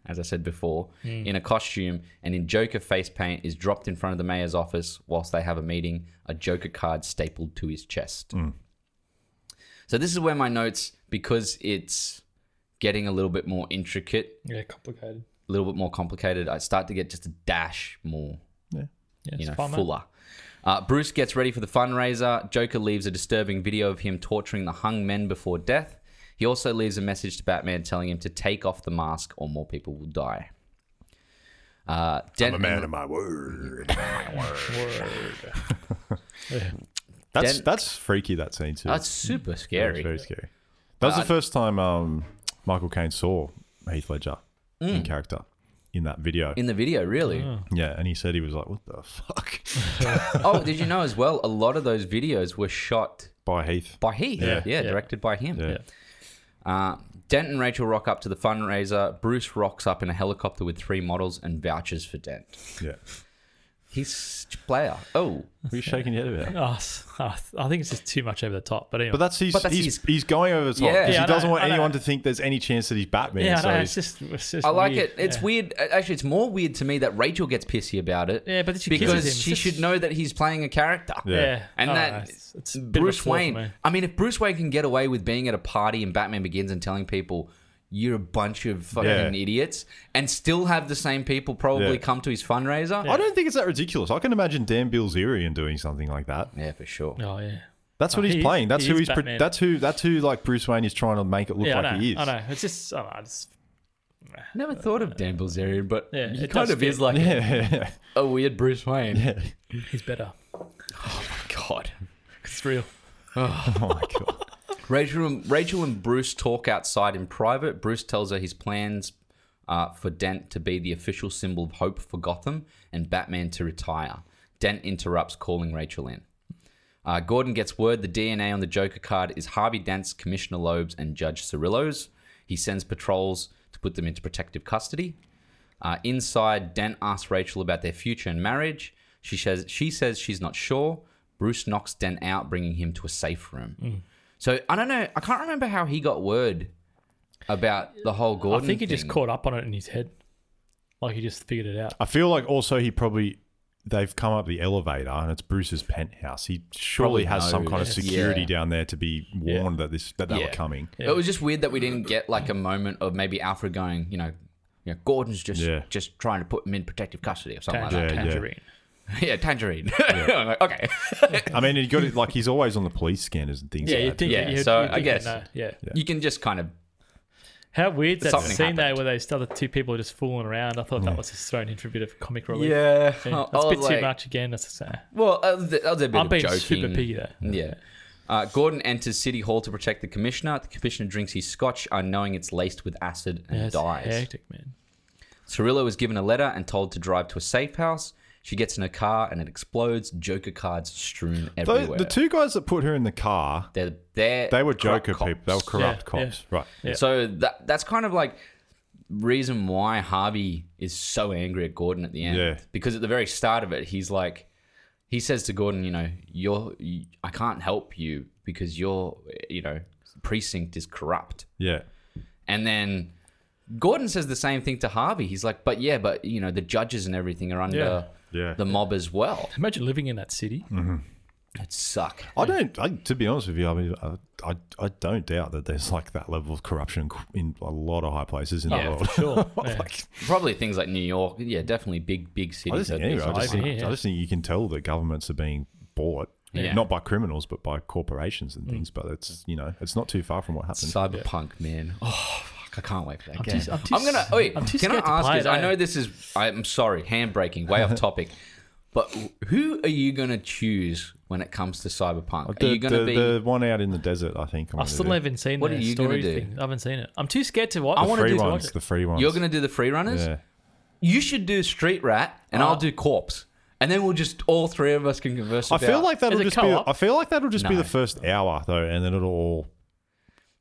S1: as I said before, in a costume and in Joker face paint is dropped in front of the mayor's office whilst they have a meeting. A Joker card stapled to his chest. So this is where my notes, because it's getting a little bit more intricate,
S2: Yeah, complicated.
S1: a little bit more complicated. I start to get just a dash more
S2: Yeah,
S1: you
S2: it's
S1: know,
S2: fine, mate.
S1: fuller. Uh, Bruce gets ready for the fundraiser. Joker leaves a disturbing video of him torturing the hung men before death. He also leaves a message to Batman telling him to take off the mask or more people will die. Uh, Dent,
S3: I'm a man of my word.
S2: Word.
S3: That's
S1: Den-
S3: that's freaky. That scene too.
S1: That's Oh, Uh, super
S3: That was
S1: scary.
S3: very scary. That was the first time um, Michael Caine saw Heath Ledger
S1: Mm.
S3: in character in that video.
S1: In the video, really.
S3: yeah, and he said he was like, "What the fuck?"
S1: Oh, did you know as well? A lot of those videos were shot
S3: By Heath.
S1: by he. Yeah,
S3: Yeah.
S2: Yeah.
S1: directed by him.
S3: Yeah.
S1: Uh, Dent and Rachel rock up to the fundraiser. Bruce rocks up in a helicopter with three models and vouchers for Dent.
S3: Yeah.
S1: He's a player. Oh.
S3: Were you shaking your head about?
S2: Oh, s- oh, th- I think it's just too much over the top. But anyway,
S3: But that's he's
S1: But that's
S3: he's,
S1: his-
S3: he's going over the top
S1: Yeah.
S3: because
S1: Yeah,
S2: I
S3: he doesn't
S2: know,
S3: want
S2: I know.
S3: anyone to think there's any chance that he's Batman.
S2: yeah,
S3: so
S2: no, it's
S3: he's,
S2: just, it's just
S1: I like
S2: weird.
S1: it. It's
S2: yeah.
S1: weird. Actually, it's more weird to me that Rachel gets pissy about it.
S2: Yeah, but then she kisses him.
S1: because
S2: It's
S1: she
S2: just-
S1: should know that he's playing a character.
S2: Yeah,
S3: Yeah.
S1: And
S2: I don't
S1: that
S2: know, it's, it's a bit of a
S1: Bruce
S2: flaw for
S1: Wayne.
S2: me.
S1: I mean, if Bruce Wayne can get away with being at a party and Batman Begins and telling people you're a bunch of fucking
S3: Yeah.
S1: idiots, and still have the same people probably
S3: Yeah.
S1: come to his fundraiser.
S3: I don't think it's that ridiculous. I can imagine Dan Bilzerian doing something like that.
S1: Yeah, for sure.
S2: Oh yeah.
S3: That's
S2: Oh,
S3: what he's
S2: he is-
S3: playing. That's
S2: he
S3: who
S2: is
S3: he's. Pro-
S2: Batman.
S3: that's who. That's who. Like Bruce Wayne is trying to make it look
S2: Yeah,
S3: like
S2: I know.
S3: he is.
S2: I know. It's just. I don't know, it's,
S1: Never thought of Dan Bilzerian, but
S2: Yeah,
S1: he
S2: it
S1: kind
S2: does
S1: of is
S2: fit.
S1: like
S3: Yeah.
S1: a weird Bruce Wayne.
S2: he's better.
S1: God.
S2: It's real.
S3: oh my god.
S1: Rachel and, Rachel and Bruce talk outside in private. Bruce tells her his plans uh, for Dent to be the official symbol of hope for Gotham and Batman to retire. Dent interrupts, calling Rachel in. Uh, Gordon gets word the DNA on the Joker card is Harvey Dent's, Commissioner Loeb's, and Judge Cirillo's. He sends patrols to put them into protective custody. Uh, inside, Dent asks Rachel about their future and marriage. She says she says she's not sure. Bruce knocks Dent out, bringing him to a safe room.
S2: Hmm.
S1: So I don't know. I can't remember how he got word about the whole Gordon.
S2: I think he just
S1: thing.
S2: caught up on it in his head, like he just figured it out.
S3: I feel like also he probably they've come up the elevator and it's Bruce's penthouse. He
S1: Probably
S3: surely has some
S1: knows.
S3: kind of
S1: Yes.
S3: security
S1: Yeah.
S3: down there to be warned that this that they
S1: Yeah.
S3: were coming.
S1: It was just weird that we didn't get like a moment of maybe Alfred going, you know, you know Gordon's just
S3: Yeah.
S1: just trying to put him in protective custody or something
S2: Tangerine.
S1: like
S3: Yeah, yeah.
S2: tangerine.
S1: that. Yeah, tangerine. I'm like, okay.
S3: I mean, he got it like he's always on the police scanners and things.
S2: Yeah,
S3: like
S2: you
S3: that,
S2: think.
S3: too.
S1: Yeah,
S2: you'd-
S1: so
S2: you'd
S1: I
S2: think
S1: guess-
S2: you'd know, Yeah.
S1: You can just kind of
S2: How weird's that
S1: Something
S2: scene though,
S1: happened.
S2: where those other two people were just fooling around? I thought that was just thrown in for a bit of comic relief.
S1: yeah. Oh,
S2: Yeah,
S1: I
S2: that's
S1: was
S2: a bit
S1: like-
S2: too much again. That's just, uh,
S1: Well, uh, th- that was a bit
S2: I'm
S1: of
S2: being
S1: joking.
S2: super piggy there.
S1: Yeah. Uh, Gordon enters City Hall to protect the commissioner. The commissioner drinks his scotch, unknowing it's laced with acid and
S2: Yeah, it's
S1: dies.
S2: hectic, man.
S1: Cirillo is given a letter and told to drive to a safe house. She gets in a car and it explodes. Joker cards strewn
S3: Though,
S1: everywhere.
S3: the two guys that put her in the car,
S1: they're, they're
S3: they were
S1: corrupt
S3: Joker
S1: cops.
S3: people. They were corrupt
S2: Yeah, yeah.
S3: cops, right?
S2: Yeah.
S1: So that that's kind of like reason why Harvey is so angry at Gordon at the end.
S3: Yeah.
S1: Because at the very start of it, he's like, he says to Gordon, you know, you're, you, I can't help you because your, you know, precinct is corrupt.
S3: Yeah,
S1: And then Gordon says the same thing to Harvey. He's like, but yeah, but you know, the judges and everything are under
S3: Yeah. Yeah.
S1: the mob as well.
S2: Imagine living in that city.
S1: Oh. It suck.
S3: I don't. I, to be honest with you, I mean, I, I, I don't doubt that there's like that level of corruption in a lot of high places in
S1: Yeah,
S3: the
S1: for
S3: world.
S2: Sure. yeah.
S1: Probably things like New York. Yeah, definitely big, big cities.
S3: I just think
S1: are-
S3: anyway. I just
S2: over
S3: think,
S2: here.
S3: I just think you can tell that governments are being bought,
S1: Yeah. Mm.
S3: not by criminals, but by corporations and things. But it's you know, it's not too far from what happened.
S1: Cyberpunk, man. Oh, fuck. I can't wait for that
S2: I'm
S1: game.
S2: too- I'm too
S1: I'm gonna
S2: s-
S1: wait.
S2: I'm too
S1: can I
S2: scared to
S1: ask
S2: play
S1: this?
S2: it,
S1: I
S2: eh?
S1: know this is. I'm sorry, handbraking, way off topic. But who are you gonna choose when it comes to Cyberpunk?
S3: The,
S1: are you gonna
S3: the,
S1: be?
S3: the one out in the desert, I think. I'm
S2: I
S3: gonna
S2: still
S3: do.
S2: haven't seen
S1: What
S2: the
S1: are you gonna
S2: story
S1: do?
S2: thing. I haven't seen it. I'm too scared to watch.
S1: I
S2: it.
S3: The
S1: wanna
S3: free
S1: do is
S3: ones.
S2: it.
S3: The free ones.
S1: you're gonna do the free runners.
S3: Yeah.
S1: You should do Street Rat, and I'll
S2: Uh,
S1: do Corpse, and then we'll just all three of us can converse.
S3: I
S1: about-
S3: feel like that'll
S2: it
S3: just be.
S2: co-op?
S3: I feel like that'll just be
S1: No.
S3: the first hour though, and then it'll all.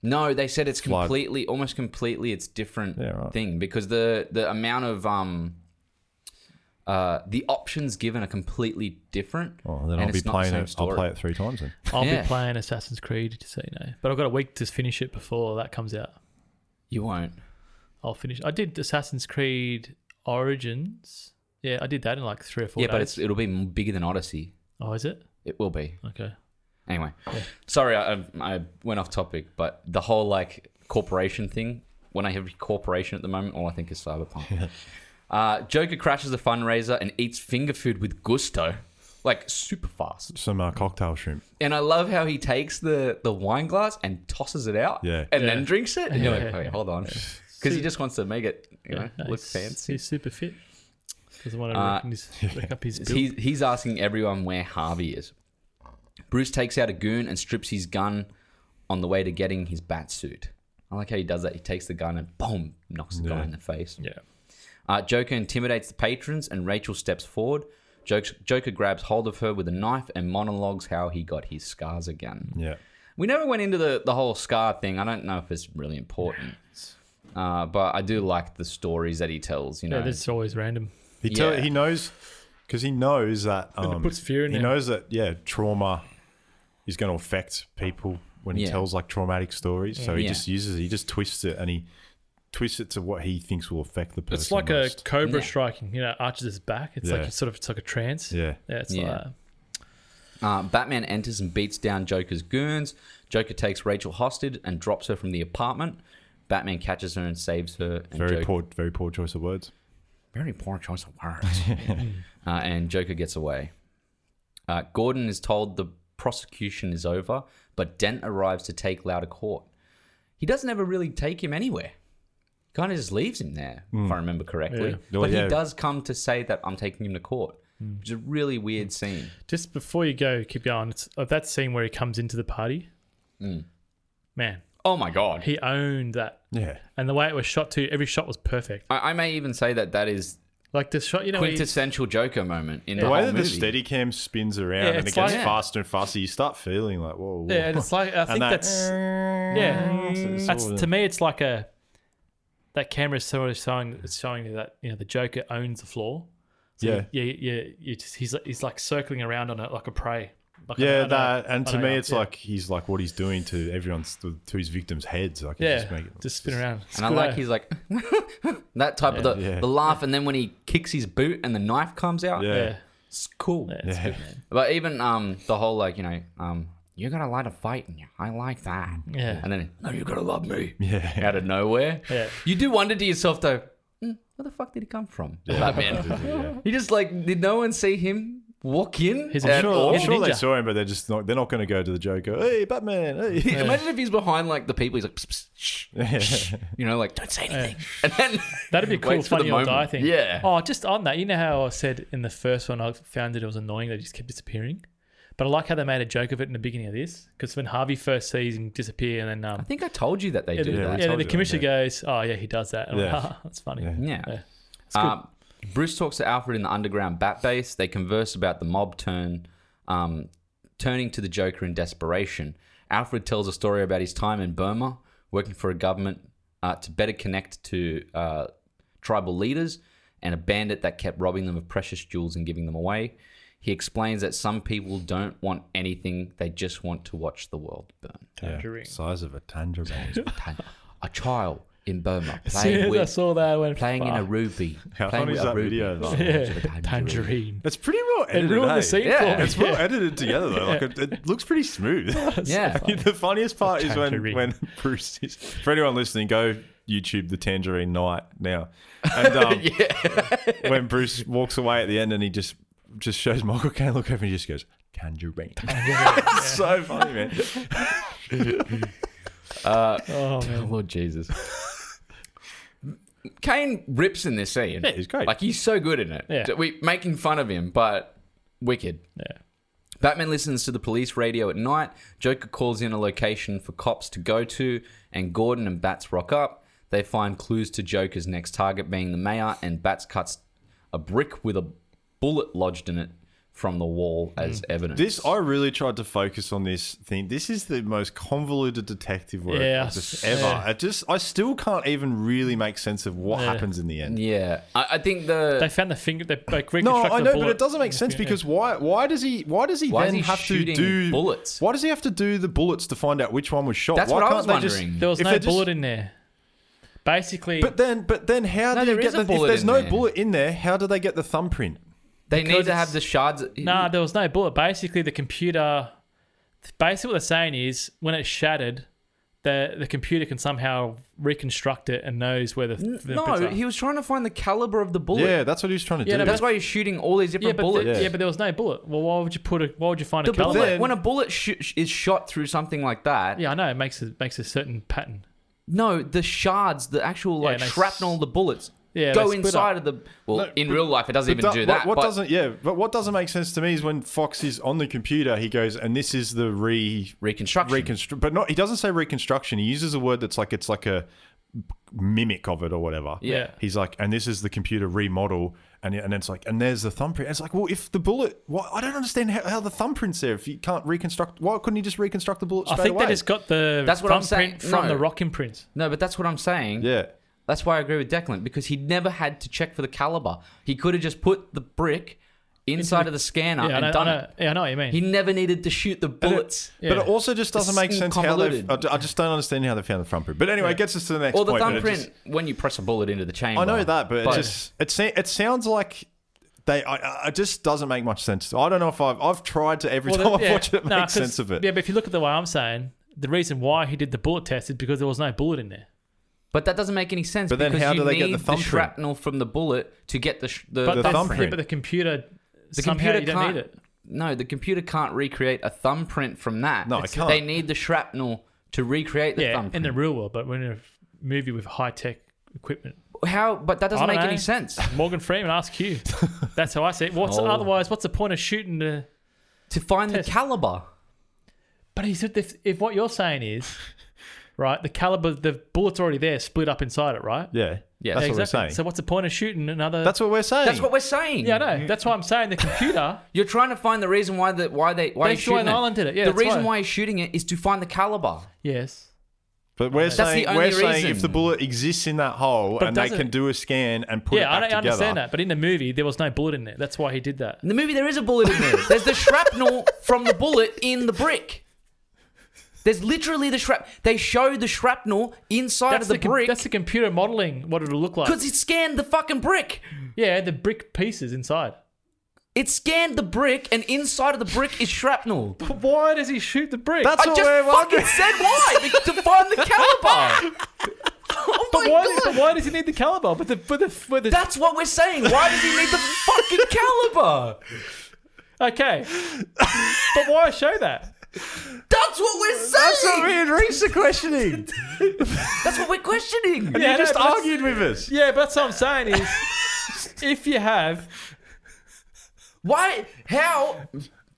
S1: No, they said it's
S3: Flood.
S1: completely, almost completely, it's different
S3: Yeah, right.
S1: thing because the the amount of um, uh, the options given are completely different.
S3: Oh, then
S1: and
S3: I'll be
S1: it's not the
S3: playing
S1: same
S3: it. I'll
S1: story.
S3: play it three times then.
S2: I'll
S1: Yeah.
S2: be playing Assassin's Creed, just so you know. But I've got a week to finish it before that comes out.
S1: You won't.
S2: I'll finish. I did Assassin's Creed Origins. Yeah, I did that in like three or four.
S1: yeah, but
S2: days.
S1: it's it'll be m- bigger than Odyssey.
S2: oh, is it?
S1: It will be
S2: Okay.
S1: anyway. Sorry, I, I- I went off topic, but the whole like corporation thing. When I have corporation at the moment, all I think is cyberpunk. uh, Joker crashes a fundraiser and eats finger food with gusto, like super fast.
S3: Some uh, cocktail shrimp.
S1: And I love how he takes the, the wine glass and tosses it out
S3: Yeah.
S1: and
S2: Yeah.
S1: then drinks it. And you're like,
S2: Yeah.
S1: wait, hold on. Because he just wants to make it you know,
S2: no,
S1: look
S2: he's-
S1: fancy.
S2: He's super fit. Doesn't want to
S1: Uh,
S2: reckon his, reckon up his build.
S1: He's, he's asking everyone where Harvey is. Bruce takes out a goon and strips his gun on the way to getting his bat suit. I like how he does that. He takes the gun and boom, knocks the guy
S3: Yeah.
S1: in the face.
S2: Yeah.
S1: Uh, Joker intimidates the patrons and Rachel steps forward. Joker, Joker grabs hold of her with a knife and monologues how he got his scars again.
S3: Yeah.
S1: We never went into the, the whole Scar thing. I don't know if it's really important. Uh, but I do like the stories that he tells, you know.
S2: Yeah, that's always random.
S3: He tell,
S1: Yeah.
S3: he knows because he knows that um,
S2: it puts fear in
S3: He
S2: him.
S3: knows that yeah, trauma is going to affect people when he
S1: Yeah.
S3: tells like traumatic stories. So he
S1: Yeah.
S3: just uses it. He just twists it and he twists it to what he thinks will affect the person.
S2: It's like
S3: most.
S2: a cobra
S1: Yeah.
S2: striking. You know, arches his back. It's like
S3: Yeah.
S2: it's sort of it's like a trance.
S3: yeah.
S2: Yeah, it's
S1: Yeah.
S2: like
S1: uh, Batman enters and beats down Joker's goons. Joker takes Rachel hostage and drops her from the apartment. Batman catches her and saves her. And
S3: Very
S1: Joker-
S3: poor, very poor choice of words.
S1: Very poor choice of words. uh, and Joker gets away. Uh, Gordon is told the prosecution is over, but Dent arrives to take Lau to court. He doesn't ever really take him anywhere. Kind of just leaves him there, if I remember correctly.
S2: Yeah.
S3: Hmm. Well,
S1: But
S3: yeah. Hmm.
S1: he does come to say that I'm taking him to court, which is a really weird scene.
S2: Just before you go, keep going. It's uh, that scene where he comes into the party.
S3: Mm.
S2: Man,
S1: Oh my god!
S2: he owned that,
S3: Yeah.
S2: and the way it was shot too. Every shot was perfect.
S1: I, I may even say that that is
S2: Like the shot, you know, where he-
S1: quintessential Joker moment in
S3: The
S1: the
S3: way
S1: whole
S3: that
S1: movie.
S3: the steady cam spins around
S2: Yeah,
S3: and it
S2: it's
S3: gets
S2: like-
S3: faster and faster, you start feeling like, whoa. whoa.
S2: yeah, and it's like I think
S3: that-
S2: that's yeah.
S3: It's- it's
S2: That's
S3: all-
S2: to me, it's like a that camera is sort of showing it's showing you that you know the Joker owns the floor. So
S3: Yeah.
S2: yeah, yeah. You just he's like- he's like circling around on it like a prey. Like
S3: Yeah,
S2: on a-
S3: that
S2: on
S3: and
S2: a-
S3: to
S2: on
S3: me,
S2: a-
S3: it's
S2: yeah.
S3: like he's like what he's doing to everyone's to, to his victims' heads. Like,
S2: yeah,
S3: yeah, just, make it,
S2: spin around. It's
S1: And I
S2: good,
S1: like
S2: eh?
S1: he's like that type of the,
S3: Yeah.
S1: the laugh, and then when he kicks his boot and the knife comes out,
S3: Yeah.
S2: yeah,
S1: it's cool.
S2: yeah, it's
S3: Yeah.
S2: good, man.
S1: But even um the whole like you know um you got a lot of fight in you. I like that.
S2: Yeah.
S1: And then no, you gotta love me.
S3: Yeah.
S1: Out of nowhere.
S2: Yeah.
S1: You do wonder to yourself though, mm, where the fuck did he come from? Batman.
S3: Yeah.
S1: he just like did no one see him walk in
S2: He's a
S1: at
S2: sure-
S1: all?
S3: I'm
S2: he's a
S3: sure they
S2: ninja.
S3: saw him, but they're just not. They're not going to go to the Joker. Hey, Batman! Hey,
S1: Imagine if he's behind like the people. He's like, "Psst, psst, shh, shh," you know, like don't say anything. And then
S2: That'd be a cool,
S1: waits for the
S2: funny or die
S1: moment.
S2: thing.
S1: Yeah.
S2: Oh, just on that, you know how I said in the first one, I found that it was annoying that it just kept disappearing. But I like how they made a joke of it in the beginning of this, because when Harvey first sees him disappear, and then um,
S1: I think I told you that they
S2: yeah,
S1: do
S2: the-
S1: that.
S2: yeah,
S3: told
S2: the
S3: you that,
S2: commissioner
S3: yeah.
S2: goes, "Oh yeah, he does that." And I'm
S3: Yeah.
S2: like, "Ah, that's funny.
S3: Yeah.
S1: Yeah.
S2: Yeah.
S1: Um, Bruce talks to Alfred in the underground bat base. They converse about the mob turn, um, turning to the Joker in desperation. Alfred tells a story about his time in Burma, working for a government uh, to better connect to uh, tribal leaders and a bandit that kept robbing them of precious jewels and giving them away. He explains that some people don't want anything; they just want to watch the world burn.
S2: Tangerine.
S3: Size of a tangerine.
S1: A child in Burma
S2: As soon
S1: playing
S2: as I
S1: with
S2: saw that, I went
S1: playing in a ruby.
S3: How
S1: playing
S3: funny
S1: with
S3: is
S1: a
S3: that
S1: ruby.
S3: video? though?
S2: yeah, tangerine.
S3: It's pretty well edited.
S2: ruined the
S3: eh?
S2: scene
S1: Yeah.
S2: for me.
S3: It's well edited together though. Like it, it looks pretty smooth.
S1: Yeah.
S3: the funniest part is when,
S2: Tangerine.
S3: when Bruce is. For anyone listening, go YouTube the Tangerine Night now. And um, when Bruce walks away at the end and he just just shows Michael Caine look over and he just goes Tangerine. It's so funny, man.
S2: Oh man.
S1: Lord Jesus. Kane rips in this scene.
S3: Yeah, he's great.
S1: Like he's so good in it.
S2: Yeah.
S1: We making fun of him, but wicked.
S2: Yeah.
S1: Batman listens to the police radio at night. Joker calls in a location for cops to go to, and Gordon and Bats rock up. They find clues to Joker's next target being the mayor, and Bats cuts a brick with a bullet lodged in it from the wall as evidence.
S3: Mm. This I really tried to focus on this thing. This is the most convoluted detective work
S2: Yes.
S3: just ever.
S2: Yeah.
S3: I just I still can't even really make sense of what happens in the end.
S1: yeah, I, I think the
S2: They found the finger. They like reconstructed
S3: No, I
S2: the
S3: know, but
S2: bullet.
S3: it doesn't make sense because why? Why does he? Why does he
S1: Why is
S3: then
S1: he
S3: have to
S1: shooting
S3: do
S1: bullets?
S3: Why does he have to do the bullets to find out which one was shot?
S1: That's
S3: why
S1: what I
S3: can't
S1: was
S3: they just-
S1: wondering.
S2: There was
S3: if
S2: no
S3: they're just-
S2: bullet in there. Basically,
S3: But then, but then, how
S1: No,
S3: do you
S1: there
S3: get
S1: is a
S3: the? If
S1: bullet
S3: there's
S1: in
S3: no
S1: there.
S3: bullet in there, how do they get the thumbprint?
S1: they need
S2: because
S1: to have
S2: it's-
S1: the shards.
S2: Nah, there was no bullet. Basically, the computer. Basically, what they're saying is when it shattered, the the computer can somehow reconstruct it and knows where the, the bits
S1: no,
S2: are.
S1: he was trying to find the caliber of the bullet.
S3: Yeah, that's what he was trying to
S2: Yeah, no,
S3: do.
S1: That's why he's shooting all these
S2: yeah,
S1: different
S2: but
S1: bullets.
S2: The,
S3: Yeah.
S2: yeah, but there was no bullet. Well, why would you put a? Why would you find
S1: The
S2: a caliber?
S1: bullet,
S3: then-
S1: when a bullet sh- sh- is shot through something like that,
S2: Yeah, I know it makes a, makes a certain pattern.
S1: no, the shards, the actual like
S2: they s-
S1: shrapnel, the bullets
S2: Yeah,
S1: go
S2: they split
S1: inside of the. Well, in real life, it doesn't even
S3: But
S1: do
S3: do-
S1: that.
S3: What,
S1: but
S3: what doesn't? Yeah, but what doesn't make sense to me is when Fox is on the computer, he goes, and this is the re
S1: reconstruction?
S3: reconstruct. But not. He doesn't say reconstruction. He uses a word that's like it's like a mimic of it or whatever.
S1: Yeah.
S2: Yeah.
S3: He's like, and this is the computer remodel, and and it's like, and there's the thumbprint. It's like, well, if the bullet, why I don't understand how, how the thumbprint's there. If you can't reconstruct, why couldn't he just reconstruct the bullet
S2: I
S3: straight
S2: think
S3: away?
S2: they just got the
S1: That's what I'm saying.
S2: thumbprint from
S1: No.
S2: the rock imprint.
S1: No, but that's what I'm saying.
S3: yeah,
S1: That's why I agree with Declan because he never had to check for the caliber. He could have just put the brick inside of the scanner
S2: Yeah, I
S1: and
S2: know, I
S1: done
S2: know-
S1: it.
S2: yeah, I know what you mean.
S1: He never needed to shoot the bullets.
S2: Yeah.
S3: but it also just doesn't
S1: It's
S3: make sense how they.
S1: convoluted.
S3: I, I just don't understand how they found the thumbprint. But anyway, it gets us to the next
S1: Or the
S3: point. but it
S1: thumbprint
S3: just-
S1: when you press a bullet into the chamber.
S3: I know that, but,
S1: But-
S3: it just it sa- it sounds like they. I- I, it just doesn't make much sense. I don't know if I've I've tried to every
S2: Well,
S3: time
S2: yeah.
S3: I watch it make
S2: Nah, 'cause-
S3: sense of it.
S2: Yeah, but if you look at the way I'm saying, the reason why he did the bullet test is because there was no bullet in there.
S1: But that doesn't make any sense.
S3: But then
S1: because
S3: how
S1: you
S3: do they
S1: need
S3: get the thumbprint?
S1: shrapnel from the bullet to get the sh- the,
S2: But
S3: the
S2: that's-
S3: thumbprint.
S2: Yeah, but the computer,
S1: The
S2: somehow
S1: computer
S2: you don't
S1: can't.
S2: need it.
S1: No, the computer can't recreate a thumbprint from that.
S3: No, it can't.
S1: They need the shrapnel to recreate the
S2: yeah, in
S1: thumbprint.
S2: the real world, but we're in a movie with high tech equipment.
S1: how? But that
S2: I
S1: doesn't
S2: don't
S1: make any
S2: know.
S1: sense.
S2: Morgan Freeman, ask you. That's how I see it. What's
S1: Oh.
S2: otherwise? What's the point of shooting the?
S1: To find
S2: Test.
S1: the caliber.
S2: But he said, if, if what you're saying is, right, the caliber, the bullet's already there, split up inside it, right?
S3: Yeah,
S1: Yeah.
S3: that's
S1: Yeah,
S3: what we're saying.
S2: So uh, what's the point of shooting another?
S3: that's what we're saying.
S1: That's what we're saying.
S2: yeah, I know. That's why I'm saying the computer.
S1: You're trying to find the reason why the why they why
S2: That's
S1: he's
S2: why
S1: shooting
S2: the
S1: it.
S2: island did it. Yeah,
S1: the
S2: that's
S1: reason
S2: why.
S1: why he's shooting it is to find the caliber.
S2: yes.
S3: but we're
S1: the
S3: saying
S1: only
S3: we're saying
S1: reason.
S3: if the bullet exists in that hole
S2: But
S3: and they
S2: doesn't
S3: can
S2: it-
S3: do a scan and put
S2: Yeah, I
S3: it back
S2: don't
S3: together.
S2: understand that. But in the movie, there was no bullet in there. That's why he did that.
S1: In the movie, there is a bullet in there. There's the shrapnel from the bullet in the brick. There's literally the shrap. They show the shrapnel inside
S2: That's
S1: of the,
S2: com-
S1: brick
S2: That's the computer modeling what it'll look like.
S1: because it scanned the fucking brick.
S2: Yeah, the brick pieces inside.
S1: It scanned the brick, and inside of the brick is shrapnel.
S2: But why does he shoot the brick?
S3: That's
S1: I
S3: what
S1: just
S3: we're
S1: fucking
S3: wondering.
S1: said why Be- to find the caliber. oh my
S2: but why,
S1: god!
S2: but why does he need the caliber? But the but the, but the
S1: That's what we're saying. Why does he need the fucking caliber?
S2: okay. but why show that?
S1: That's what we're saying.
S3: That's what me and Reese are questioning.
S1: That's what we're questioning.
S2: Yeah,
S3: you just
S2: no, but that's-
S3: argued with us.
S2: Yeah, but that's what I'm saying is, if you have,
S1: Why? How?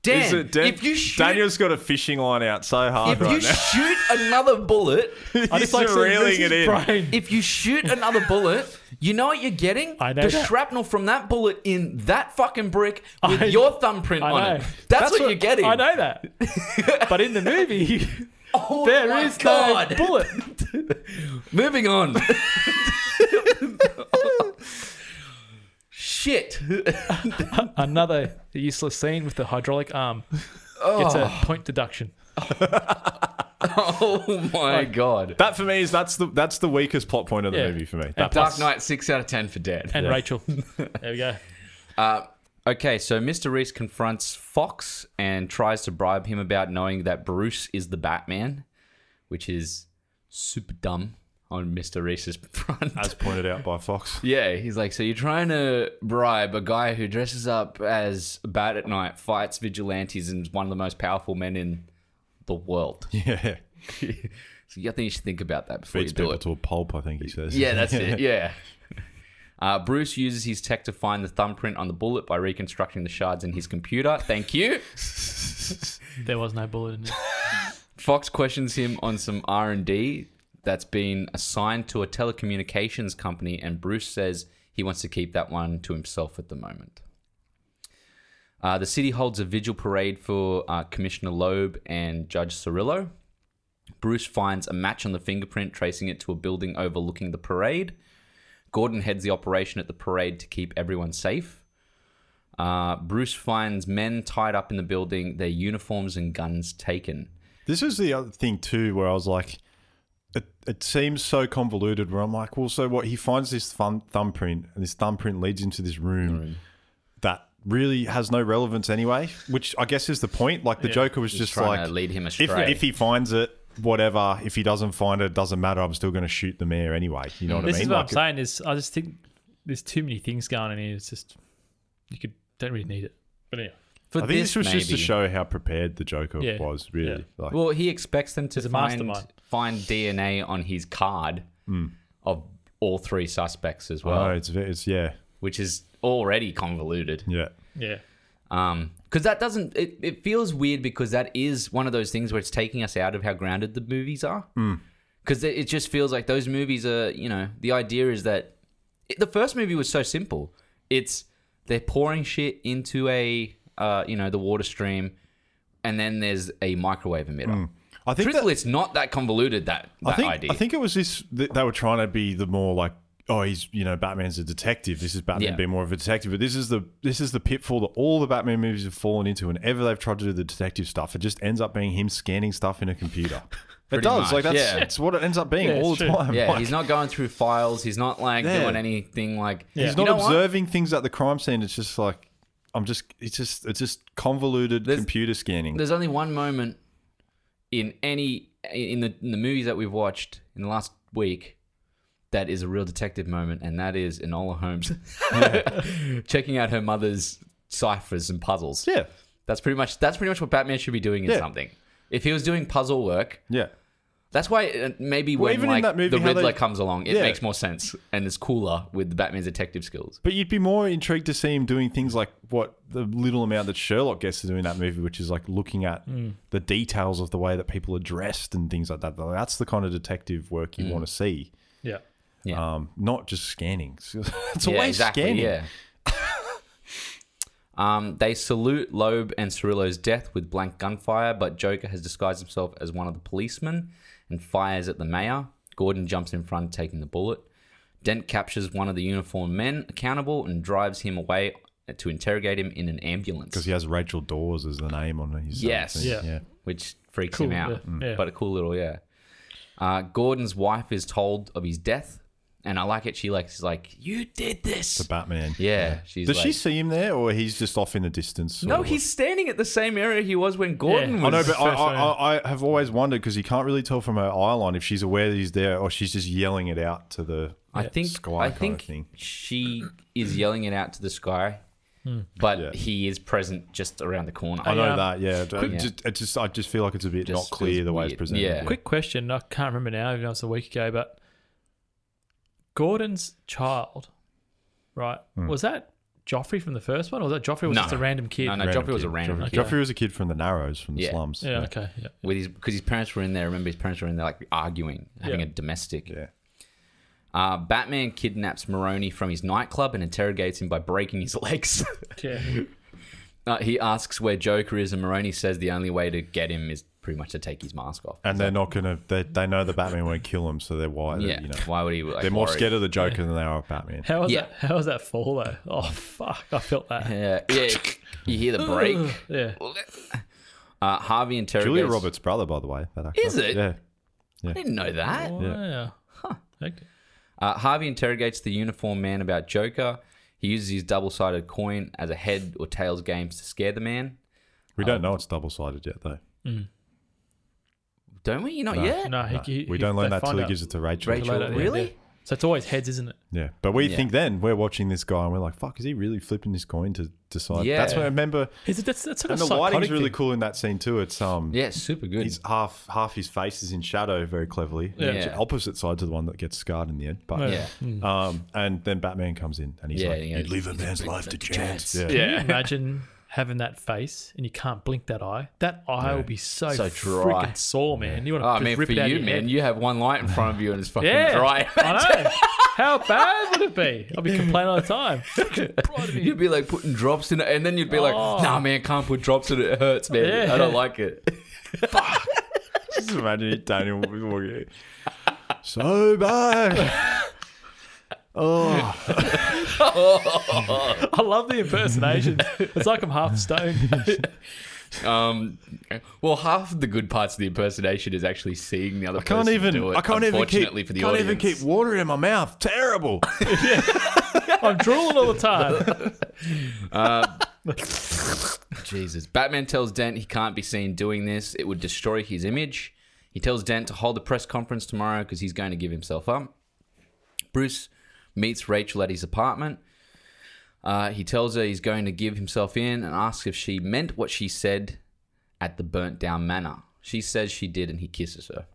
S1: Dan,
S3: Is it Dan-
S1: if you shoot,
S3: Daniel's got a fishing line out so hard
S1: if
S3: right
S1: you
S3: now.
S1: shoot another bullet,
S2: I
S3: He's
S2: just like seeing
S3: reeling
S2: Reese's
S3: it in.
S2: brain.
S1: if you shoot another bullet, you know what you're getting?
S2: I know
S1: the
S2: that.
S1: shrapnel from that bullet in that fucking brick with
S2: I-
S1: your thumbprint
S2: I
S1: on
S2: know.
S1: it. That's, what, you're getting.
S2: I know that. but in the movie,
S1: Oh
S2: there
S1: my
S2: is
S1: God.
S2: no bullet.
S1: Moving on. Shit.
S2: Another useless scene with the hydraulic arm gets a point deduction.
S1: Oh my god.
S3: That for me is that's the that's the weakest plot point of the
S2: Yeah.
S3: movie for me.
S2: And
S1: Dark
S2: plus-
S1: Knight, six out of ten for Dan.
S2: and Rachel. There we go.
S1: Okay, so Mr. Reese confronts Fox and tries to bribe him about knowing that Bruce is the Batman, which is super dumb on Mr. Reese's front.
S3: As pointed out by Fox.
S1: yeah, he's like, so you're trying to bribe a guy who dresses up as a Bat at night, fights vigilantes, and is one of the most powerful men in the world.
S3: Yeah.
S1: so I think you should think about that before
S3: Beats
S1: you do
S3: people
S1: it.
S3: to a pulp, I think he says.
S1: Yeah, that's it. Yeah. Uh, Bruce uses his tech to find the thumbprint on the bullet by reconstructing the shards in his computer. Thank you.
S2: There was no bullet in it.
S1: Fox questions him on some R and D that's been assigned to a telecommunications company, and Bruce says he wants to keep that one to himself at the moment. Uh, the city holds a vigil parade for uh, Commissioner Loeb and Judge Cirillo. Bruce finds a match on the fingerprint, tracing it to a building overlooking the parade. Gordon heads the operation at the parade to keep everyone safe. Uh, Bruce finds men tied up in the building, their uniforms and guns taken.
S3: This is the other thing too, where I was like, it, it seems so convoluted. Where I'm like, well, so what? He finds this thumb, thumbprint, and this thumbprint leads into this room that really has no relevance anyway. Which I guess is the point. Like the Joker was just
S1: trying
S3: like,
S1: to lead him
S3: if
S1: astray.
S3: if he finds it, whatever. If he doesn't find it, it doesn't matter. I'm still going to shoot the mayor anyway. You know what
S2: This
S3: I mean?
S2: is what
S3: like,
S2: I'm saying. Is I just think there's too many things going on here. It's just you could don't really need it. But anyway,
S1: For
S3: I think this, was just to
S1: maybe.
S3: show how prepared the Joker
S2: Yeah.
S3: was. Really, like,
S1: Well, he expects them to
S2: a
S1: find
S2: mastermind.
S1: find DNA on his card
S3: Hmm.
S1: of all three suspects as well,
S3: oh, it's it's yeah,
S1: which is already convoluted.
S3: yeah.
S2: yeah,
S1: Um, because that doesn't it, it feels weird because that is one of those things where it's taking us out of how grounded the movies are.
S3: Hmm.
S1: Because it, it just feels like those movies are, you know, the idea is that it, the first movie was so simple. It's they're pouring shit into a, uh, you know, the water stream, and then there's a microwave emitter.
S3: I Hmm. think that-
S1: Truthfully, it's not that convoluted. That, that
S3: I think
S1: idea.
S3: I think it was this th- they were trying to be the more like oh he's you know Batman's a detective this is Batman
S1: Yeah.
S3: being more of a detective but this is the this is the pitfall that all the Batman movies have fallen into whenever they've tried to do the detective stuff it just ends up being him scanning stuff in a computer it
S1: Pretty
S3: does
S1: much,
S3: like that's
S1: yeah.
S3: it's what it ends up being
S2: Yeah,
S3: all
S2: it's
S3: the
S2: true.
S3: time
S1: yeah,
S3: Like,
S1: he's not going through files. He's not like
S3: Yeah.
S1: doing anything like
S3: he's
S1: You
S3: not
S1: know what?
S3: observing things at the crime scene it's just like I'm just it's just it's just convoluted
S1: There's-
S3: computer scanning
S1: There's only one moment in any in the in the movies that we've watched in the last week that is a real detective moment, and that is Enola Holmes checking out her mother's ciphers and puzzles.
S3: yeah
S1: That's pretty much that's pretty much what Batman should be doing in
S3: Yeah.
S1: something. If he was doing puzzle work,
S3: yeah
S1: that's why uh, maybe
S3: Well,
S1: when
S3: even in
S1: like
S3: that movie,
S1: the
S3: how they-
S1: Riddler comes along, it
S3: Yeah.
S1: makes more sense and it's cooler with Batman's detective skills.
S3: But you'd be more intrigued to see him doing things like what the little amount that Sherlock gets to do in that movie, which is like looking at
S1: Hmm.
S3: the details of the way that people are dressed and things like that. Though That's the kind of detective work
S1: Hmm.
S3: you want to see,
S2: yeah.
S1: Yeah.
S3: um, not just scanning. it's always scanning.
S1: Yeah. um, they salute Loeb and Cirillo's death with blank gunfire, but Joker has disguised himself as one of the policemen and fires at the mayor. Gordon jumps in front, taking the bullet. Dent captures one of the uniformed men accountable and drives him away to interrogate him in an ambulance,
S3: Because he has Rachel Dawes as the name on his. uh,
S1: Yes.
S3: thing.
S2: Yeah.
S3: yeah.
S1: which freaks
S2: Cool,
S1: him out.
S2: yeah, Mm. yeah.
S1: But a cool little yeah. Uh, Gordon's wife is told of his death, and I like it. She like is like, "You did this."
S3: The Batman.
S1: yeah, she's
S3: Does
S1: like,
S3: she see him there, or he's just off in the distance?
S1: No,
S3: or-
S1: he's standing at the same area he was when Gordon
S2: Yeah.
S3: I
S1: was.
S3: know, but I,
S2: First
S3: I,
S2: one.
S3: I, I have always wondered because you can't really tell from her eye line if she's aware that he's there or she's just yelling it out to the.
S1: I think
S3: Sky
S1: I
S3: kind of
S1: think
S3: thing.
S1: she is yelling it out to the sky, but
S3: Yeah.
S1: he is present just around the corner.
S3: I know
S2: Yeah.
S3: that, yeah. It
S1: Yeah.
S3: just, it just, I just feel like it's a bit
S1: Just
S3: not clear
S1: feels
S3: the way it's
S1: weird.
S3: presented.
S1: Yeah.
S2: Quick question. I can't remember now. Even though it's a week ago, but Gordon's child, right? Was that Joffrey from the first one, or was that Joffrey was
S1: Mm. No.
S2: just a random kid?
S1: No, no,
S3: Random
S1: Joffrey was a
S3: kid.
S1: random
S3: Joffrey,
S1: kid.
S3: Joffrey was a kid from the Narrows, from the
S1: Yeah.
S3: slums.
S2: Yeah. Okay. Yeah.
S1: with his because his parents were in there. I remember his parents were in there like arguing, having
S2: Yeah.
S1: a domestic.
S3: Yeah.
S1: Uh, Batman kidnaps Maroni from his nightclub and interrogates him by breaking his legs.
S2: Yeah.
S1: uh, he asks where Joker is, and Maroni says the only way to get him is pretty much to take his mask off.
S3: And they're not gonna. They, they know the Batman won't kill him, so they're why.
S1: yeah,
S3: uh, You know,
S1: why would he? Like,
S3: they're more
S1: worry?
S3: scared of the Joker than they are of Batman.
S2: How was
S1: Yeah.
S2: that? How was that fall though? Oh fuck! I felt that.
S1: Yeah, yeah. You hear the break.
S2: Yeah.
S1: Uh, Harvey interrogates.
S3: Julia Roberts' brother, by the way. That actor.
S1: Is it?
S3: Yeah.
S1: I didn't know that.
S2: Wow. Okay.
S1: Uh, Harvey interrogates the uniformed man about Joker. He uses his double-sided coin as a head or tails games to scare the man.
S3: We don't
S1: Oh.
S3: know it's double sided yet, though.
S1: Don't we? You not yet?
S2: No, he, he,
S3: we
S2: he-
S3: don't learn
S2: they
S3: that till
S2: find
S3: he
S2: out
S3: gives it to Rachel.
S1: Rachel,
S2: Later, yeah,
S1: really?
S2: yeah. So it's always heads, isn't it?
S3: Yeah, but we
S1: Yeah.
S3: think then we're watching this guy and we're like, "Fuck, is he really flipping this coin to decide?"
S1: Yeah.
S3: That's when I remember.
S2: Is it that's that's like
S3: And
S2: a
S3: the
S2: psychotic
S3: lighting's really
S2: thing.
S3: cool in that scene too. It's um,
S1: Yeah, super good.
S2: uh,
S3: he's half half his face is in shadow very cleverly.
S2: Yeah.
S3: It's opposite side to the one that gets scarred in the end. But
S1: yeah.
S3: um, and then Batman comes in and he's
S1: Yeah,
S3: like,
S1: yeah.
S3: "You leave a man's life to chance." Yeah.
S2: Can you imagine having that face and you can't blink that eye? That eye will be so,
S1: So dry.
S2: freaking sore, man. You want
S1: Oh,
S2: to
S1: I
S2: just
S1: mean, for
S2: rip it out of
S1: you,
S2: your
S1: man,
S2: head.
S1: you have one light in front of you and it's fucking
S2: yeah,
S1: dry.
S2: I know. How bad would it be? I'll be complaining all the time.
S1: You'd be like putting drops in it, and then you'd be like,
S2: Oh.
S1: "Nah, man, can't put drops in it. It hurts, man.
S2: Yeah.
S1: I don't like it."
S3: Just imagine it, Daniel walking. So bad. Oh,
S2: I love the impersonation. It's like I'm half stoned.
S1: Um, well, half of the good parts of the impersonation is actually seeing the other. I
S3: can't
S1: person
S3: even.
S1: Do it,
S3: I can't even keep.
S1: unfortunately for the
S3: can't even
S1: audience.
S3: keep water in my mouth. Terrible.
S2: I'm drooling all the time.
S3: Uh,
S1: Jesus. Batman tells Dent he can't be seen doing this. It would destroy his image. He tells Dent to hold a press conference tomorrow because he's going to give himself up. Bruce meets Rachel at his apartment. Uh, he tells her he's going to give himself in and asks if she meant what she said at the burnt down manor. She says she did, and he kisses her.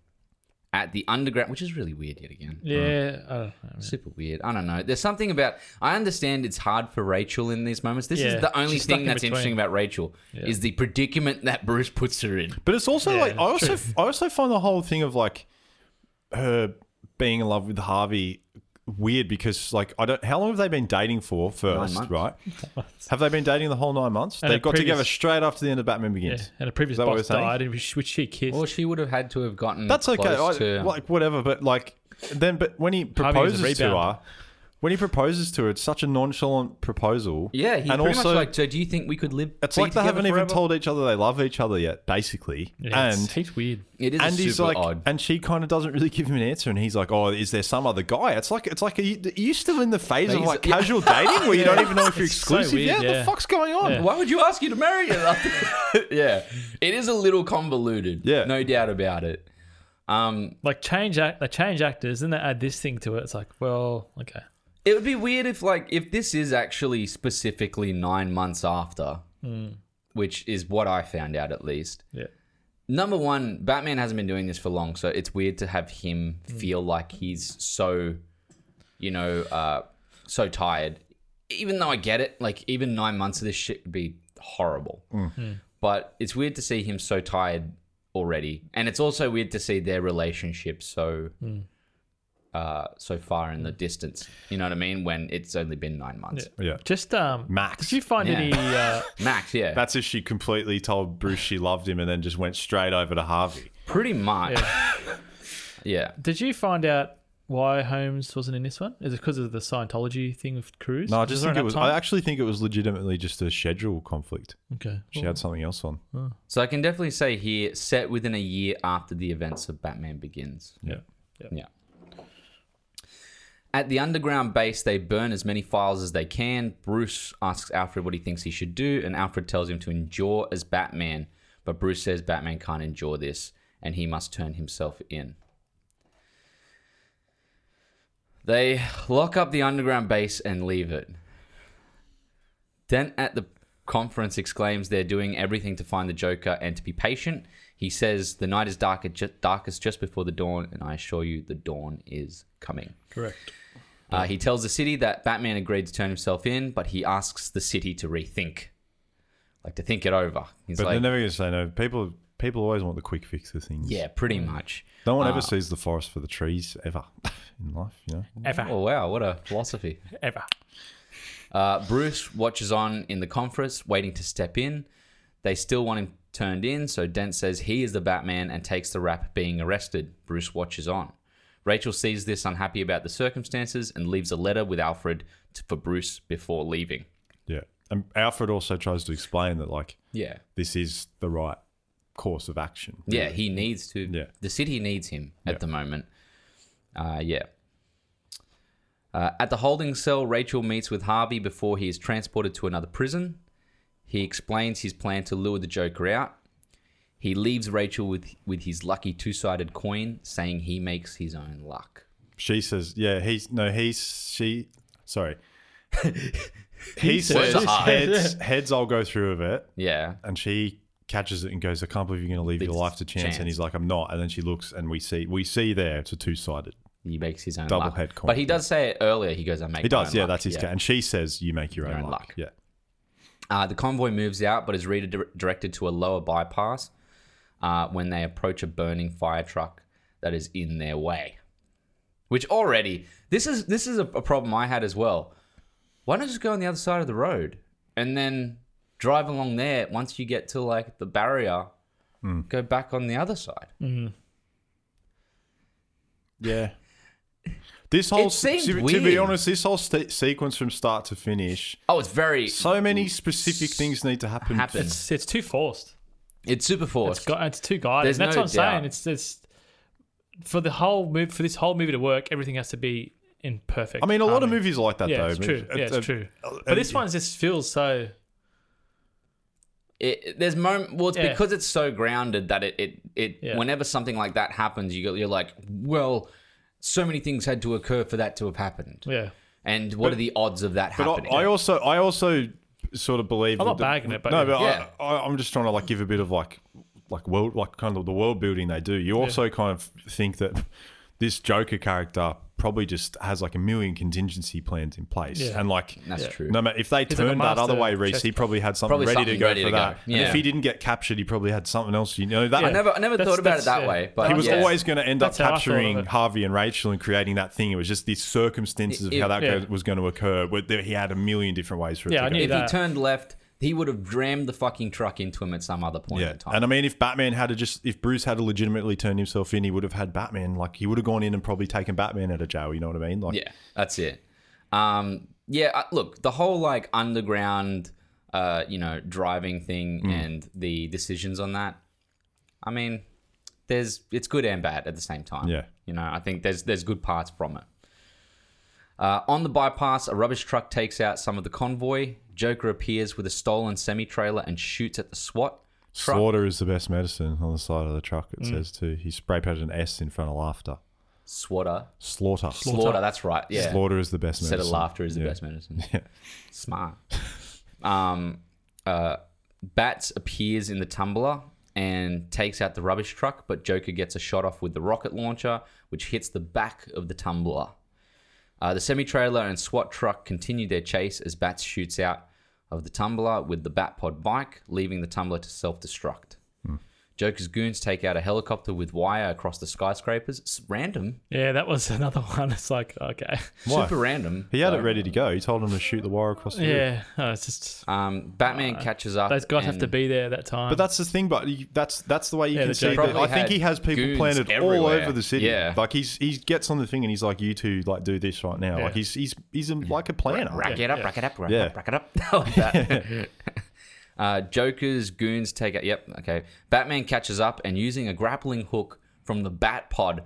S1: At the underground, which is really weird yet again.
S2: Yeah, I don't know.
S1: Super weird. I don't know. There's something about. I understand it's hard for Rachel in these moments. This
S2: Yeah,
S1: is the only
S2: she's stuck
S1: thing
S2: in
S1: that's
S2: between.
S1: interesting about Rachel is the predicament that Bruce puts her in.
S3: But it's also
S2: Yeah,
S3: like I
S2: true.
S3: also I also find the whole thing of like her being in love with Harvey weird because like I don't how long have they been dating for first,
S1: months.
S3: right? Have they been dating the whole nine months?
S2: And
S3: they
S2: a
S3: got
S2: previous-
S3: together straight after the end of Batman
S2: Yeah,
S3: Begins.
S2: and a previous
S3: Is that what
S2: boss
S3: we're saying?
S2: died, and which, which she kissed.
S1: Or she would have had to have gotten.
S3: That's okay. I,
S1: close to-
S3: Like whatever, but like then but when he
S2: Harvey was a
S3: proposes to
S2: rebound.
S3: her when he proposes to her, it's such a nonchalant proposal.
S1: yeah, he
S3: and
S1: pretty
S3: also
S1: much like. So, do you think we could live?
S3: it's
S1: be
S3: like they
S1: together
S3: haven't even
S1: forever?"
S3: told each other they love each other yet, basically.
S2: yeah,
S3: and
S2: it's, heaps weird.
S1: It is
S3: and
S1: a
S3: he's
S1: super
S3: like,
S1: odd.
S3: and she kind of doesn't really give him an answer, and he's like, "Oh, is there some other guy?" It's like, it's like, are you, are you still in the phase of
S1: Phase-
S3: like
S1: yeah.
S3: casual dating where you don't even know if you're
S2: It's so
S3: exclusive?
S2: weird,
S3: yeah,
S2: yeah.
S3: the fuck's going on?
S2: Yeah.
S1: Why would you ask you to marry her? yeah, it is a little convoluted.
S3: Yeah.
S1: no doubt about it. Um,
S2: Like change, act, they change actors, and they add this thing to it. It's like, well, okay,
S1: It would be weird if like if this is actually specifically nine months after, which is what I found out at least.
S2: yeah,
S1: Number one, Batman hasn't been doing this for long, so it's weird to have him feel like he's so, you know, uh, so tired. Even though I get it, like even nine months of this shit would be horrible. But it's weird to see him so tired already, and it's also weird to see their relationship so uh, so far in the distance. You know what I mean? When it's only been nine months,
S3: Yeah.
S2: just um,
S3: Max.
S2: Did you find
S1: Yeah.
S2: any? Uh,
S1: Max. Yeah,
S3: That's if she completely told Bruce she loved him, and then just went straight over to Harvey.
S1: pretty much. yeah.
S2: did you find out why Holmes wasn't in this one? Is it because of the Scientology thing with Cruz?
S3: No, I
S2: Was
S3: just
S2: there
S3: think it
S2: enough
S3: was.
S2: time?
S3: I actually think it was legitimately just a schedule conflict.
S2: okay.
S3: She had something else on.
S1: So I can definitely say here, set within a year after the events of Batman Begins.
S3: Yeah.
S1: Yeah. At the underground base, they burn as many files as they can. Bruce asks Alfred what he thinks he should do, and Alfred tells him to endure as Batman. But Bruce says Batman can't endure this, and he must turn himself in. They lock up the underground base and leave it. Dent at the conference exclaims they're doing everything to find the Joker and to be patient. He says, The night is dark, ju- darkest just before the dawn, and I assure you the dawn is coming.
S2: Correct.
S1: Uh, he tells the city that Batman agreed to turn himself in, but he asks the city to rethink, like to think it over. He's
S3: But
S1: like,
S3: they're never going to say no. People, people always want the quick fix of things.
S1: Yeah, pretty much.
S3: No one ever sees the forest for the trees ever in life. You know.
S2: Ever,
S1: Oh, wow, what a philosophy.
S2: ever.
S1: Uh, Bruce watches on in the conference, waiting to step in. They still want him turned in, so Dent says he is the Batman and takes the rap being arrested. Bruce watches on. Rachel sees this, unhappy about the circumstances, and leaves a letter with Alfred to, for Bruce before leaving.
S3: Yeah. And Alfred also tries to explain that like
S1: Yeah.
S3: this is the right course of action.
S1: Yeah, he needs to.
S3: Yeah.
S1: The city needs him at the moment. Uh, yeah. Uh, at the holding cell, Rachel meets with Harvey before he is transported to another prison. He explains his plan to lure the Joker out. He leaves Rachel with, with his lucky two sided coin, saying he makes his own luck.
S3: She says, "Yeah, he's no, he's she." Sorry, he,
S1: says-
S3: says,
S1: I.
S3: heads, heads. I'll go through with it,
S1: Yeah.
S3: and she catches it and goes, "I can't believe you're going to leave your
S1: This
S3: life to chance.
S1: chance.
S3: And he's like, "I'm not." And then she looks, and we see we see there it's a two sided.
S1: He makes his own
S3: Double
S1: luck.
S3: head coin,
S1: But he
S3: yeah.
S1: does say it earlier. He goes, I make
S3: He
S1: my
S3: does,
S1: own
S3: yeah,
S1: luck.
S3: that's his. ca- And she says, "You make your, own,
S1: own
S3: luck.
S1: luck.
S3: Yeah,
S1: Uh, the convoy moves out, but is redirected to a lower bypass uh, when they approach a burning fire truck that is in their way. Which already, this is this is a, a problem I had as well. Why not just go on the other side of the road and then drive along there? Once you get to like the barrier, go back on the other side.
S3: yeah. This whole
S1: It
S3: se-
S1: seemed
S3: to, to
S1: weird.
S3: be honest, this whole sta sequence from start to finish,
S1: Oh, it's very
S3: so many specific things need to happen.
S1: happen.
S2: It's, it's too forced.
S1: It's super forced.
S2: It's, got, it's too guided.
S1: There's
S2: and that's
S1: no
S2: what I'm
S1: doubt.
S2: saying. It's just for the whole move for this whole movie to work, everything has to be in perfect.
S3: I mean, a lot of
S2: harmony.
S3: movies are like that
S2: Yeah,
S3: though.
S2: it's
S3: but-
S2: true. Yeah,
S3: uh,
S2: it's true.
S3: uh,
S2: But this one just feels so.
S1: it, there's moment well it's
S2: Yeah.
S1: because it's so grounded that it it, it
S2: Yeah.
S1: whenever something like that happens you go, you're like well so many things had to occur for that to have happened
S2: Yeah,
S1: and what are the odds of that
S3: But
S1: happening
S3: I, I also, I also sort of believe.
S2: I'm
S3: that
S2: not
S3: the-
S2: bagging it, but
S3: no, but
S1: Yeah.
S3: I, I, I'm just trying to like give a bit of like, like world, like kind of the world building they do. You also kind of think that this Joker character probably just has like a million contingency plans in place,
S2: Yeah.
S3: and like
S1: that's true
S3: No matter if they
S2: like a
S3: turned that other
S2: master
S3: way, Reese,
S2: chess-
S3: he probably had something
S1: Probably
S3: ready
S1: something
S3: to go
S1: ready
S3: for
S1: to go.
S3: that. And
S1: Yeah.
S3: if he didn't get captured, he probably had something else. You know that
S1: i never i never
S2: That's-
S1: thought about it
S2: that's-
S1: that
S2: yeah.
S1: way but
S3: he was
S1: yeah.
S3: always going to end
S2: That's how I
S3: up
S2: thought of
S3: capturing
S2: it.
S3: Harvey and Rachel and creating that thing. It was just these circumstances
S1: It-
S3: of how that
S2: yeah.
S3: go- was going to occur. Where there- he had a million different ways for it
S2: Yeah,
S3: to
S2: I
S3: go.
S2: knew
S1: if he
S2: that.
S1: turned left he would have rammed the fucking truck into him at some other point
S3: Yeah,
S1: in time
S3: and I mean, if Batman had to just, if Bruce had to legitimately turn himself in, he would have had Batman. Like he would have gone in and probably taken Batman out of jail. You know what I mean? Like,
S1: Yeah, that's it. Um, yeah, uh, look, the whole like underground, uh, you know, driving thing
S3: Mm.
S1: and the decisions on that. I mean, there's it's good and bad at the same time.
S3: Yeah.
S1: you know, I think there's there's good parts from it. Uh, on the bypass, a rubbish truck takes out some of the convoy. Joker appears with a stolen semi trailer and shoots at the SWAT. Truck. Mm.
S3: slaughter is the best medicine. On the side of the truck, it says too. He spray painted an S in front of laughter.
S1: Swatter.
S3: Slaughter.
S1: Slaughter. that's right. Yeah.
S3: Slaughter is the best medicine.
S1: Instead of laughter is the
S3: Yeah.
S1: best medicine. Smart. um, uh, Bats appears in the tumbler and takes out the rubbish truck, but Joker gets a shot off with the rocket launcher, which hits the back of the tumbler. Uh, the semi trailer and SWAT truck continue their chase as Bats shoots out of the tumbler with the Batpod bike, leaving the tumbler to self destruct.
S3: Hmm.
S1: Joker's goons take out a helicopter with wire across the skyscrapers. It's random.
S2: yeah, that was another one. It's like okay,
S3: Why?
S1: Super random.
S3: He had it
S1: though.
S3: ready to go. He told him to shoot the wire across the roof.
S2: yeah, oh, it's just
S1: Um, Batman catches up.
S2: Uh, those guys have
S1: and-
S2: to be there that time.
S3: But that's the thing. But he- that's that's the way you
S2: Yeah,
S3: can
S2: the
S3: see.
S2: Joker
S3: That. I think he
S1: had
S3: has people
S1: goons
S3: planted all
S1: everywhere.
S3: over the city.
S1: Yeah.
S3: Like he's he gets on the thing and he's like, "You two like do this right now."
S2: Yeah.
S3: Like he's he's he's a, like a planner.
S1: Rack it up, rack it up, rack it
S3: Yeah.
S1: up, rack it up. I like that. uh, Joker's goons take out. Yep, okay. Batman catches up and using a grappling hook from the Bat Pod,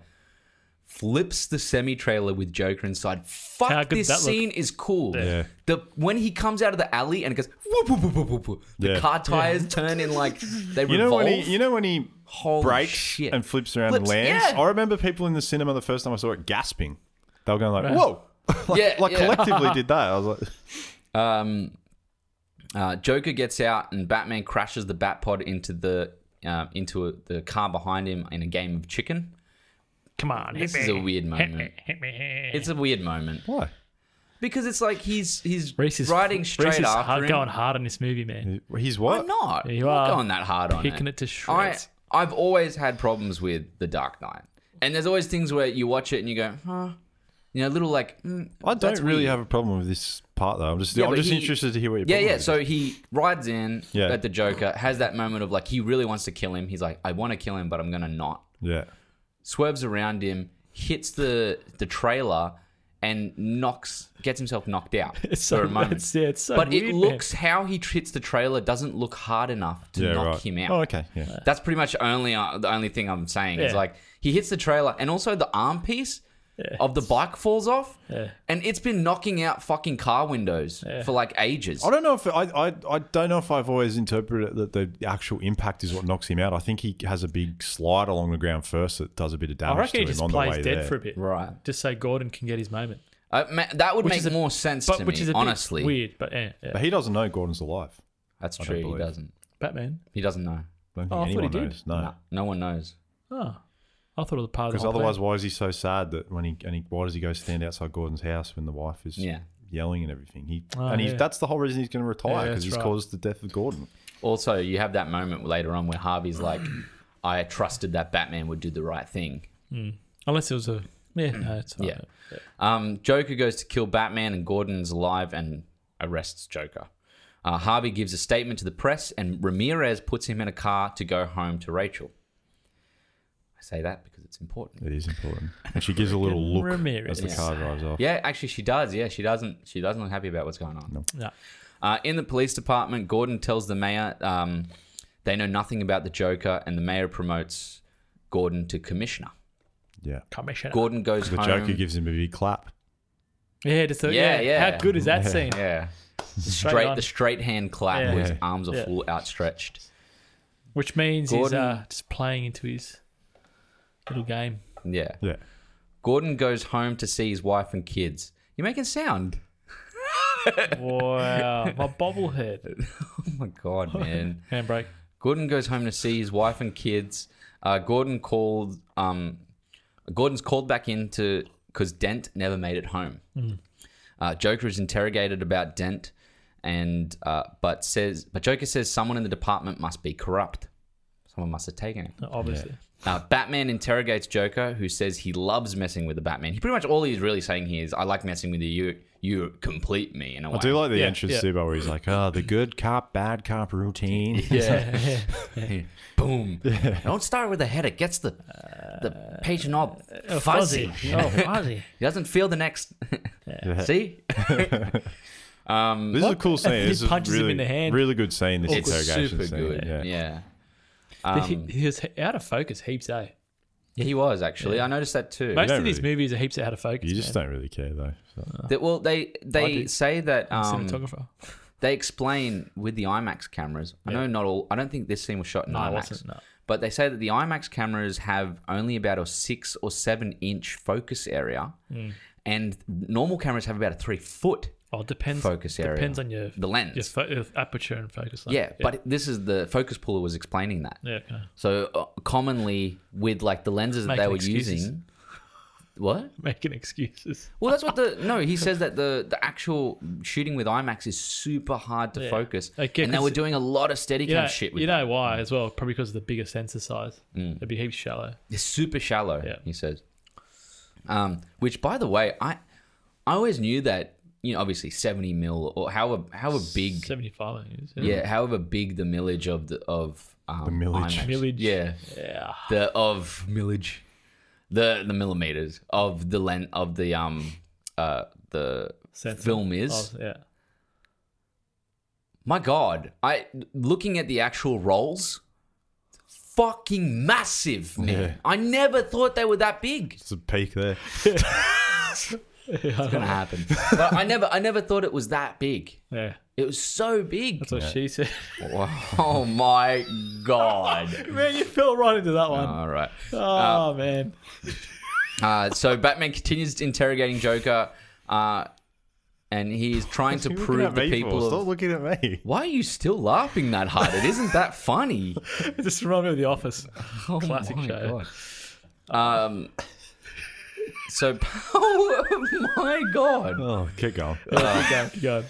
S1: flips the semi trailer with Joker inside. Fuck,
S2: How good did
S1: this
S2: that look?
S1: scene is cool.
S3: Yeah.
S1: The when he comes out of the alley and it goes whoop whoop whoop whoop whoop, whoop. The
S3: Yeah.
S1: car tires turn in like they
S3: You know
S1: revolve.
S3: when he you know when he
S1: Holy
S3: breaks
S1: shit.
S3: and flips around and
S1: Flips,
S3: lands.
S1: yeah.
S3: I remember people in the cinema the first time I saw it gasping. They were going like, "Whoa!" like,
S1: Yeah,
S3: like
S1: yeah.
S3: collectively did that. I was like,
S1: Um, uh, Joker gets out and Batman crashes the Batpod into the um, into the car behind him in a game of chicken.
S2: Come on,
S1: This
S2: hit
S1: is
S2: me,
S1: a weird
S2: hit
S1: moment.
S2: me, hit me.
S1: It's a weird moment
S3: "Why?"
S1: because it's like he's he's
S2: Reese is
S1: riding
S2: Reese
S1: straight
S2: is
S1: after
S2: hard,
S1: him.
S2: going hard on this movie, man.
S3: He's what?
S1: I'm not.
S2: Yeah, you
S1: I'm not
S2: are.
S1: going that hard on
S2: Picking
S1: it.
S2: it to
S1: I
S2: shreds.
S1: I've always had problems with the Dark Knight, and there's always things where you watch it and you go, huh, you know, little like. Mm,
S3: I don't
S1: that's
S3: really
S1: weird.
S3: have a problem with this part though. I'm just
S1: Yeah,
S3: I'm
S1: but
S3: just
S1: he-
S3: interested to hear what your
S1: Yeah,
S3: problem
S1: yeah.
S3: is.
S1: So he rides in
S3: Yeah.
S1: at the Joker, has that moment of like he really wants to kill him. He's like, I want to kill him, but I'm gonna not.
S3: yeah.
S1: swerves around him, hits the the trailer, and knocks gets himself knocked out
S2: It's so
S1: for a moment.
S2: It's, yeah, it's so
S1: but
S2: weird,
S1: it
S2: man.
S1: looks how he tr- hits the trailer doesn't look hard enough to
S3: yeah,
S1: knock
S3: right.
S1: him out.
S3: Oh, okay. Yeah.
S1: That's pretty much only uh, the only thing I'm saying is
S2: Yeah.
S1: like he hits the trailer, and also the arm piece. of the bike falls off,
S2: Yeah.
S1: and it's been knocking out fucking car windows for like ages.
S3: I don't know if I, I I don't know if I've always interpreted that the actual impact is what knocks him out. I think he has a big slide along the ground first that does a bit of damage
S2: I reckon
S3: to
S2: he
S3: him
S2: just
S3: on the way
S2: plays dead
S3: there.
S2: for a bit,
S1: Right.
S2: Just so Gordon can get his moment,
S1: Uh, ma- that would
S2: Which
S1: make
S2: is a-
S1: more sense
S2: but
S1: to
S2: which
S1: me,
S2: is a bit
S1: honestly.
S2: weird. But yeah, yeah.
S3: But he doesn't know Gordon's alive.
S1: That's
S3: I don't
S1: true. He
S3: believe.
S1: doesn't.
S2: Batman.
S1: He doesn't know.
S3: I don't think
S2: Oh, I thought he
S3: anyone
S2: did.
S3: knows. No,
S1: No, no one knows.
S2: Oh, I thought it was part of the
S3: because
S2: whole
S3: otherwise,
S2: plan.
S3: why is he so sad that when he and he, why does he go stand outside Gordon's house when the wife is
S1: Yeah.
S3: yelling and everything? He
S2: Oh,
S3: and he's,
S2: yeah.
S3: that's the whole reason he's going to retire
S2: Yeah,
S3: because
S2: that's
S3: he's
S2: right.
S3: caused the death of Gordon.
S1: Also, you have that moment later on where Harvey's like, "I trusted that Batman would do the right thing."
S2: unless it was a yeah, no, it's all
S1: Yeah.
S2: right.
S1: Um, Joker goes to kill Batman, and Gordon's alive and arrests Joker. Uh, Harvey gives a statement to the press, and Ramirez puts him in a car to go home to Rachel. I say that because it's important.
S3: It is important, and she gives a little look
S2: Ramirez.
S3: as the car drives off.
S1: Yeah, actually, she does. Yeah, she doesn't. She doesn't look happy about what's going on.
S2: No.
S1: Uh, in the police department, Gordon tells the mayor um, they know nothing about the Joker, and the mayor promotes Gordon to commissioner.
S3: Yeah,
S2: Commissioner.
S1: Gordon goes
S3: the
S1: home.
S3: Joker gives him a big clap.
S2: Yeah, just the,
S1: Yeah,
S2: yeah,
S1: yeah.
S2: How good is that scene?
S1: Yeah, the
S2: Straight
S1: straight
S2: on.
S1: the straight hand clap
S2: Yeah.
S1: where his
S3: Yeah.
S1: arms are
S2: Yeah.
S1: full outstretched.
S2: Which means he's
S1: Gordon-
S2: uh, just playing into his little game.
S1: Yeah.
S3: Yeah,
S1: Gordon goes home to see his wife and kids. You're making sound.
S2: Wow, my bobblehead
S1: Oh my god, man.
S2: handbrake.
S1: Gordon goes home to see his wife and kids. Uh, Gordon called. Um, Gordon's called back in to because Dent never made it home.
S3: Hmm.
S1: Uh, Joker is interrogated about Dent, and uh, but says but Joker says someone in the department must be corrupt. Someone must have taken it.
S2: Obviously,
S1: Uh, Batman interrogates Joker, who says he loves messing with the Batman. He pretty much all he's really saying here is, "I like messing with you. You, you complete me in a way."
S3: I do like the
S2: Yeah,
S3: entrance
S2: yeah.
S3: too, where he's like, "Ah, the good cop, bad cop routine."
S1: Yeah. Boom. Don't start with the head. It gets the the patient all
S3: Uh,
S1: fuzzy.
S2: Oh, fuzzy.
S1: He doesn't feel the next. See? um,
S3: This is a cool scene.
S2: He
S3: This is
S2: punches him
S3: really,
S2: in the hand.
S3: Really good scene. This
S1: it's
S3: interrogation
S1: super
S3: scene.
S1: good.
S3: Yeah. Um,
S1: Yeah. yeah. Um,
S2: he, he was out of focus heaps, eh?
S1: He was actually. I noticed that too.
S2: Most
S3: don't
S2: of these
S3: really-
S2: movies are heaps out of focus.
S3: You just
S2: man.
S3: don't really care though. So.
S1: That- well, they they
S2: do.
S1: say that um,
S2: Cinematographer.
S1: they explain with the IMAX cameras. I know not all. I don't think this scene was shot in
S2: No,
S1: IMAX.
S2: it wasn't. No.
S1: But they say that the IMAX cameras have only about a six or seven inch focus area, and normal cameras have about a three foot
S2: Oh, it depends.
S1: focus area.
S2: Depends on your
S1: the lens.
S2: your, fo- your aperture and focus. Like,
S1: yeah, but this is the focus puller was explaining that.
S2: yeah, okay.
S1: So uh, commonly with like the lenses that
S2: Making
S1: they were
S2: excuses.
S1: using. What?
S2: making excuses.
S1: Well, that's what the no. He says that the the actual shooting with IMAX is super hard to
S2: Yeah.
S1: focus,
S2: Like, yeah,
S1: and they
S2: 'cause
S1: were doing a lot of steady
S2: You know,
S1: shit. With
S2: you
S1: that. Mm.
S2: know why as well? Probably because of the bigger sensor size. It'd be heaps shallow.
S1: It's super shallow,
S2: Yeah.
S1: he says. Um, which, by the way, I I always knew that you know obviously seventy mil or however however big
S2: Seventy-five. I think it is,
S1: yeah however big the millage of the of um,
S3: The millage.
S1: IMAX-
S2: Millage.
S1: yeah
S2: Yeah.
S1: the of millage the the millimeters of the length of the um uh the
S2: Sensor.
S1: film is
S2: Oh, yeah.
S1: my god I looking at the actual rolls fucking massive man
S3: Yeah.
S1: I never thought they were that big
S3: It's a peak there.
S2: Yeah, I
S1: gonna
S2: know.
S1: happen. but I never, I never thought it was that big.
S2: yeah.
S1: It was so big.
S2: That's what she said.
S1: Oh my god!
S2: man, you fell right into that one.
S1: All right.
S2: oh man.
S1: Uh, so Batman continues interrogating Joker, uh, and he's trying to
S3: You're looking
S1: prove
S3: at
S1: the
S3: me for?
S1: people.
S3: Stop
S1: Of,
S3: looking at me.
S1: why are you still laughing that hard? It isn't that funny.
S2: It just reminded me of The Office.
S1: Oh
S2: Classic show.
S1: God. Um. So, oh my god.
S3: Oh, keep going.
S2: Keep going, keep going.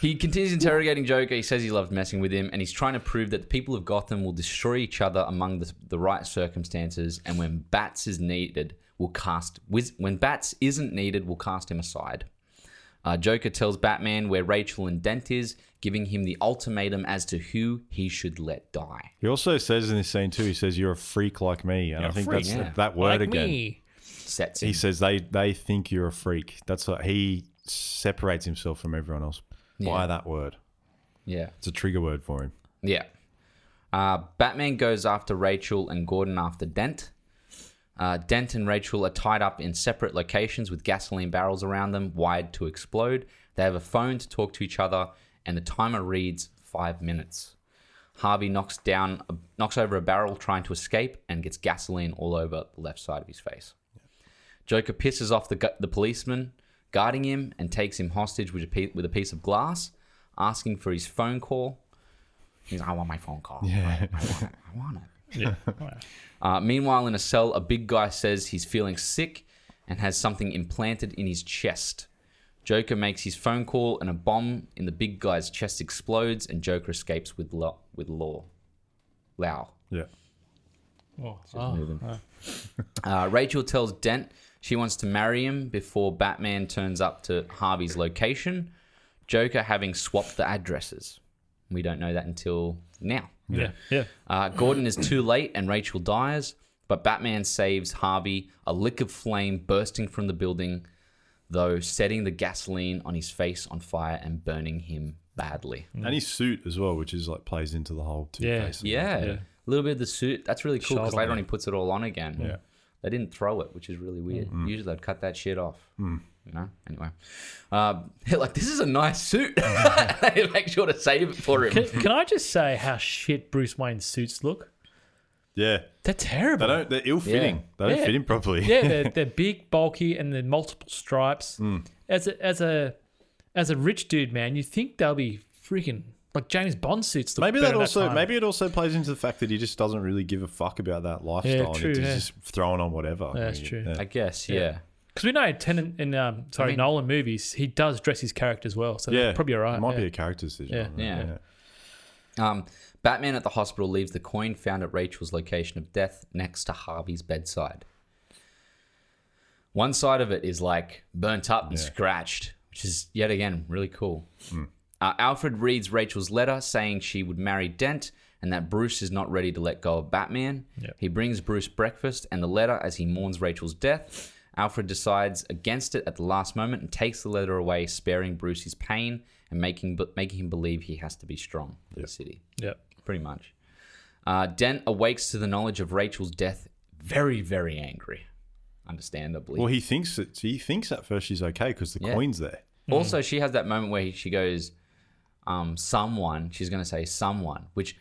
S1: He continues interrogating Joker. He says he loved messing with him, and he's trying to prove that the people of Gotham will destroy each other among the, the right circumstances. And when Bats is needed, will cast wiz- when Bats isn't needed, will cast him aside. Uh, Joker tells Batman where Rachel and Dent is, giving him the ultimatum as to who he should let die.
S3: He also says in this scene too. He says you're a freak like me, and I think
S2: freak,
S3: that's
S1: yeah.
S3: that word again.
S2: me.
S1: Sets him.
S3: He says they they think you're a freak. That's what he separates himself from everyone else by that word.
S1: yeah,
S3: It's a trigger word for him.
S1: yeah. Uh, Batman goes after Rachel and Gordon after Dent. Uh, Dent and Rachel are tied up in separate locations with gasoline barrels around them, wired to explode. They have a phone to talk to each other, and the timer reads five minutes. Harvey knocks down, knocks over a barrel trying to escape, and gets gasoline all over the left side of his face. Joker pisses off the, gu- the policeman guarding him and takes him hostage with a, pe- with a piece of glass, asking for his phone call. He's like, I want my phone call. I, I want it. I want it.
S2: Yeah. Alright.
S1: Uh, meanwhile, in a cell, a big guy says he's feeling sick and has something implanted in his chest. Joker makes his phone call, and a bomb in the big guy's chest explodes, and Joker escapes with lo- with law. Lao.
S3: Yeah.
S2: Oh, oh, alright.
S1: Uh, Rachel tells Dent she wants to marry him before Batman turns up to Harvey's location. Joker having swapped the addresses. We don't know that until now.
S2: Yeah. Yeah.
S1: Uh, Gordon is too late and Rachel dies, but Batman saves Harvey, a lick of flame bursting from the building, though setting the gasoline on his face on fire and burning him badly.
S2: Mm-hmm.
S3: And his suit as well, which is like plays into the whole two
S2: Yeah.
S3: faces.
S1: Yeah.
S2: Yeah.
S1: A little bit of the suit. That's really cool because
S2: Shot on
S1: later on
S2: it.
S1: he puts it all on again.
S3: Yeah.
S1: They didn't throw it, which is really weird.
S2: Mm.
S1: Usually they'd cut that shit off. You know? Anyway. Uh, like, this is a nice suit. they make sure to save it for him.
S2: Mm-hmm. Can, can I just say how shit Bruce Wayne's suits look?
S3: Yeah.
S2: They're terrible.
S3: They don't. They're ill fitting.
S1: Yeah.
S3: They don't
S2: Yeah.
S3: fit him properly.
S2: yeah, they're, they're big, bulky, and they're multiple stripes.
S3: Hmm.
S2: As a as a as a rich dude, man, you think they'll be freaking like James Bond suits. look
S3: Maybe
S2: better
S3: that also.
S2: time.
S3: maybe it also plays into the fact that he just doesn't really give a fuck about that lifestyle. and
S2: true,
S3: He's
S2: yeah.
S3: just throwing on whatever.
S2: Yeah, that's true.
S1: I guess, yeah.
S2: because we know Tennant in um sorry Nolan movies, he does dress his character as well, so
S3: Yeah,
S2: yeah, probably alright.
S3: Might be
S2: yeah.
S3: a character decision.
S2: Yeah.
S3: on that,
S1: Yeah. Um, Batman at the hospital leaves the coin found at Rachel's location of death next to Harvey's bedside. One side of it is like burnt up and scratched, which is yet again really cool. Uh, Alfred reads Rachel's letter saying she would marry Dent and that Bruce is not ready to let go of Batman.
S2: Yep.
S1: He brings Bruce breakfast and the letter as he mourns Rachel's death. Alfred decides against it at the last moment and takes the letter away, sparing Bruce his pain and making making him believe he has to be strong for the city
S2: Yep.
S1: pretty much. Uh, Dent awakes to the knowledge of Rachel's death, very, very angry, understandably.
S3: Well, he thinks that he thinks at first she's okay because the
S1: Yeah.
S3: coin's there.
S1: also, she has that moment where she goes, um, someone, she's going to say someone, which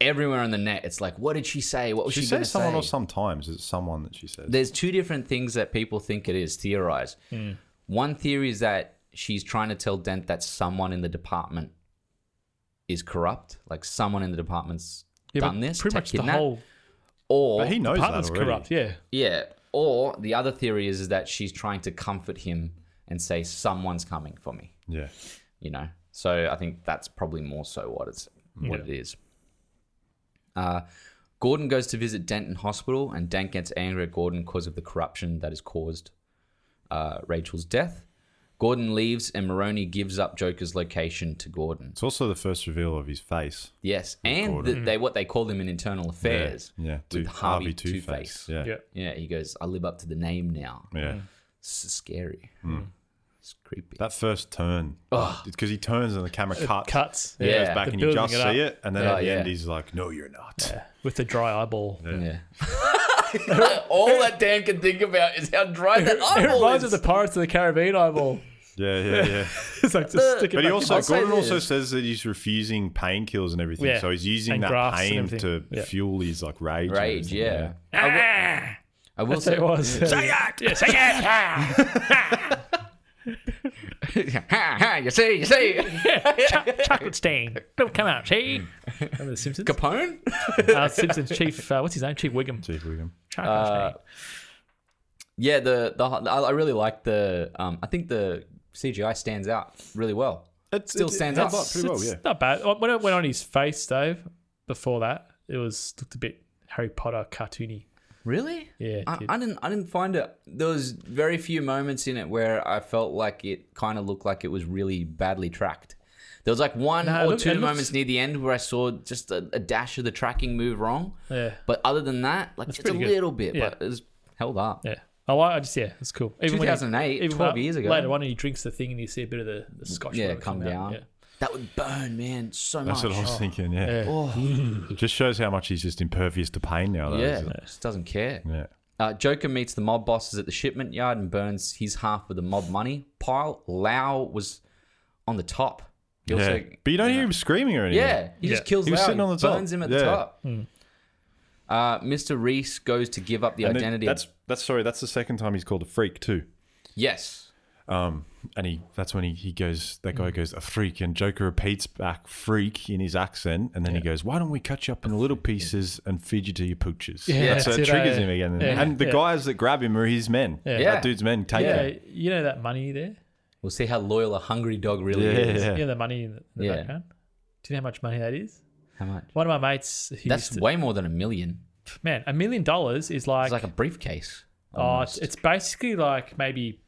S1: everywhere on the net, it's like, what did she say? What was
S3: She,
S1: she, going to
S3: says
S1: say?
S3: someone, or sometimes it's someone that she says.
S1: There's two different things that people think it is, theorize.
S3: Mm.
S1: One theory is that she's trying to tell Dent that someone in the department is corrupt, like someone in the department's
S2: Yeah, but
S1: done this,
S2: pretty
S1: to
S2: much the
S1: kidnap,
S2: whole
S1: or
S3: but he knows that
S2: department's
S3: already.
S2: corrupt. Yeah,
S1: Yeah. Or the other theory is, is that she's trying to comfort him and say, someone's coming for me,
S3: Yeah.
S1: you know? So I think that's probably more so what it's what it is. Uh, Gordon goes to visit Denton Hospital, and Dent gets angry at Gordon because of the corruption that has caused uh, Rachel's death. Gordon leaves, and Maroni gives up Joker's location to Gordon.
S3: It's also the first reveal of his face.
S1: Yes, and
S3: Gordon. Mm.
S1: that they what they call him in internal affairs.
S3: Yeah.
S1: with
S3: Two-
S1: Harvey, Two
S3: Two-Face.
S1: Face.
S3: Yeah.
S2: yeah. Mm.
S3: Yeah.
S1: yeah, he goes, "I live up to the name now." It's scary.
S2: Hmm.
S1: It's creepy.
S3: That first turn, because he turns and the camera cuts.
S2: Cuts.
S3: He goes
S1: Yeah.
S3: back
S2: They're
S3: and you
S2: building
S3: just
S2: it up.
S3: see it, and then
S1: Yeah,
S3: at the
S1: Oh, yeah.
S3: end he's like, "No, you're not."
S2: Yeah. With the dry eyeball.
S1: yeah. All that Dan can think about is how dry that
S2: It
S1: eyeball
S2: reminds
S1: is.
S2: of the Pirates of the Caribbean eyeball.
S3: Yeah, yeah, yeah.
S2: it's like just stick it
S3: But he
S2: back
S3: also
S1: I'll say
S3: Gordon also
S1: this.
S3: says that he's refusing painkillers and everything,
S2: Yeah.
S3: so he's using
S2: And
S3: that
S2: graphs and
S3: pain
S2: everything.
S3: to
S2: Yeah.
S3: fuel his like rage. and
S1: Rage,
S3: everything,
S1: yeah. I will, I will say
S2: in. Ah! it was.
S3: Yes.
S1: ha, ha, you see, you see.
S2: chocolate stain. Don't come out, see? Remember the Simpsons?
S1: Capone?
S2: uh, Simpsons chief, uh, what's his name? Chief Wiggum.
S3: Chief Wiggum.
S2: Chocolate stain.
S1: Yeah, the the I I really like the um I think the CGI stands out really well.
S3: It
S1: Still stands
S3: holds
S1: up.
S3: up oh, pretty well,
S2: It's
S3: yeah.
S2: Not bad. Uh, When it went on his face, Dave, before that, it was looked a bit Harry Potter cartoony.
S1: Really?
S2: Yeah, it
S1: I,
S2: did.
S1: I didn't I didn't find it there was very few moments in it where I felt like it kind of looked like it was really badly tracked. There was like one
S2: No, it
S1: or
S2: looked-
S1: two
S2: it looks-
S1: moments near the end where I saw just a, a dash of the tracking move wrong.
S2: Yeah.
S1: But other than that, like just a
S2: pretty good.
S1: little bit,
S2: Yeah.
S1: but it was held up.
S2: Yeah. I like, I just, yeah, it's cool. Even when he-
S1: 2008, 12
S2: when-
S1: years ago.
S2: Later on, he drinks the thing and you see a bit of the, the scotch.
S1: Yeah,
S2: whatever
S1: come
S2: coming
S1: down.
S2: out.
S1: That would burn, man, so
S3: That's
S1: much.
S3: what I was thinking. Yeah.
S2: Yeah.
S1: Oh,
S3: Just shows how much he's just impervious to pain now. Though,
S1: yeah,
S3: isn't it?
S1: just doesn't care.
S3: Yeah.
S1: Uh, Joker meets the mob bosses at the shipment yard and burns his half of the mob money pile. Lao was on the top. He also-
S3: But you don't hear him screaming or anything.
S1: yeah, he just
S2: Yeah. Hmm.
S1: kills
S3: He was
S1: Lao
S3: sitting
S1: and
S3: on the top.
S1: burns him at
S3: Yeah.
S1: the top. Uh, Mr. Reese goes to give up the
S3: And then
S1: identity.
S3: That's that's sorry. That's the second time he's called a freak too.
S1: yes.
S3: Um, and he that's when he, he goes. That
S2: Hmm.
S3: guy goes a freak, and Joker repeats back freak in his accent, and then he goes, "Why don't we cut you up in little pieces and feed you to your pooches?"
S2: Yeah,
S3: so
S2: that's
S3: it
S2: it,
S3: triggers
S2: eh?
S3: him again.
S2: Yeah.
S3: And the
S2: Yeah.
S3: guys that grab him are his men.
S2: Yeah.
S1: Yeah.
S3: That dude's men take
S2: Yeah,
S3: him.
S2: you know that money there.
S1: We'll see how loyal a hungry dog really
S3: Yeah,
S1: is.
S2: You
S3: yeah.
S2: know the money in the, in the
S1: Yeah.
S2: background. Do you know how much money that is?
S1: How much?
S2: One of my mates. He
S1: That's
S2: used to-
S1: way more than a million.
S2: man. A million dollars is like,
S1: It's like a briefcase.
S2: oh, it's, it's basically like maybe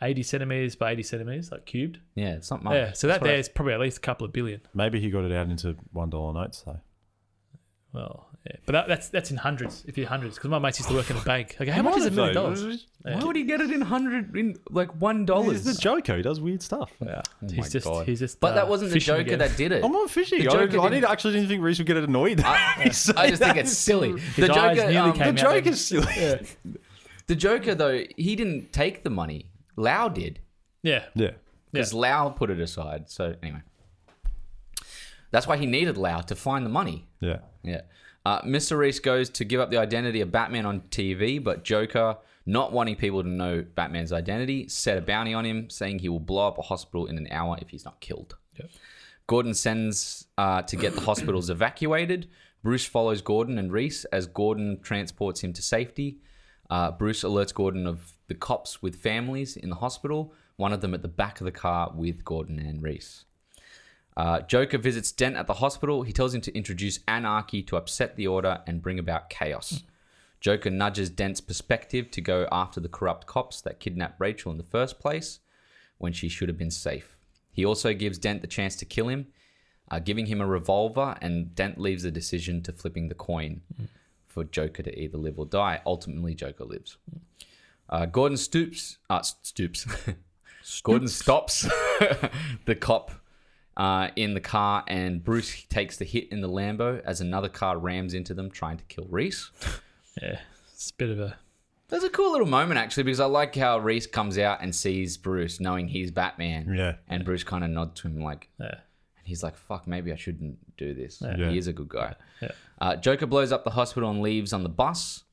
S2: eighty centimeters by eighty centimeters, like cubed.
S1: Yeah, it's not much.
S2: yeah. So
S1: That's
S2: that
S1: what I-
S2: there is probably at least a couple of billion.
S3: Maybe he got it out into one dollar notes though.
S2: Well, yeah. but that, that's that's in hundreds. If you're hundreds, because my mates used to work in a bank. Like, how much is a million dollars?
S1: Why would he get it in hundred in like one
S3: He's the
S1: dollars?
S3: Joker. He does weird stuff.
S2: Yeah.
S1: Oh my
S2: he's just
S1: God.
S2: he's just.
S1: But
S2: uh,
S1: that wasn't the
S2: fishing
S1: Joker
S2: again.
S1: that did it.
S3: I'm not fishing.
S1: The
S3: I,
S1: Joker
S3: don't- I
S1: didn't-
S3: didn't, actually didn't think Reese would get annoyed. I,
S1: I just think it's silly. The
S2: His eyes
S1: Joker,
S2: nearly
S1: um,
S2: came
S3: the
S2: out.
S3: Joker's silly.
S1: the Joker though, he didn't take the money. Lau did
S2: Yeah.
S3: yeah.
S1: because Lau put it aside. So anyway, that's why he needed Lau to find the money.
S3: Yeah.
S1: Yeah. Uh, Mr. Reese goes to give up the identity of Batman on TV, but Joker, not wanting people to know Batman's identity, set a bounty on him, saying he will blow up a hospital in an hour if he's not killed.
S2: Yep.
S1: Gordon sends uh, to get the hospitals evacuated. Bruce follows Gordon and Reese as Gordon transports him to safety. Uh, Bruce alerts Gordon of the cops with families in the hospital, one of them at the back of the car with Gordon and Reese. Uh, Joker visits Dent at the hospital. He tells him to introduce anarchy to upset the order and bring about chaos. Joker nudges Dent's perspective to go after the corrupt cops that kidnapped Rachel in the first place when she should have been safe. He also gives Dent the chance to kill him, uh, giving him a revolver, and Dent leaves the decision to flipping the coin for Joker to either live or die. Ultimately, Joker lives. Uh, Gordon stoops. Uh, stoops. Gordon stops the cop uh, in the car, and Bruce takes the hit in the Lambo as another car rams into them, trying to kill Reese.
S2: Yeah. It's a bit of a.
S1: That's a cool little moment, actually, because I like how Reese comes out and sees Bruce, knowing he's Batman.
S3: Yeah.
S1: And Bruce kind of nods to him, like,
S2: Yeah.
S1: and he's like, fuck, maybe I shouldn't do this.
S3: Yeah.
S1: He is a good guy.
S2: Yeah.
S1: Uh, Joker blows up the hospital and leaves on the bus.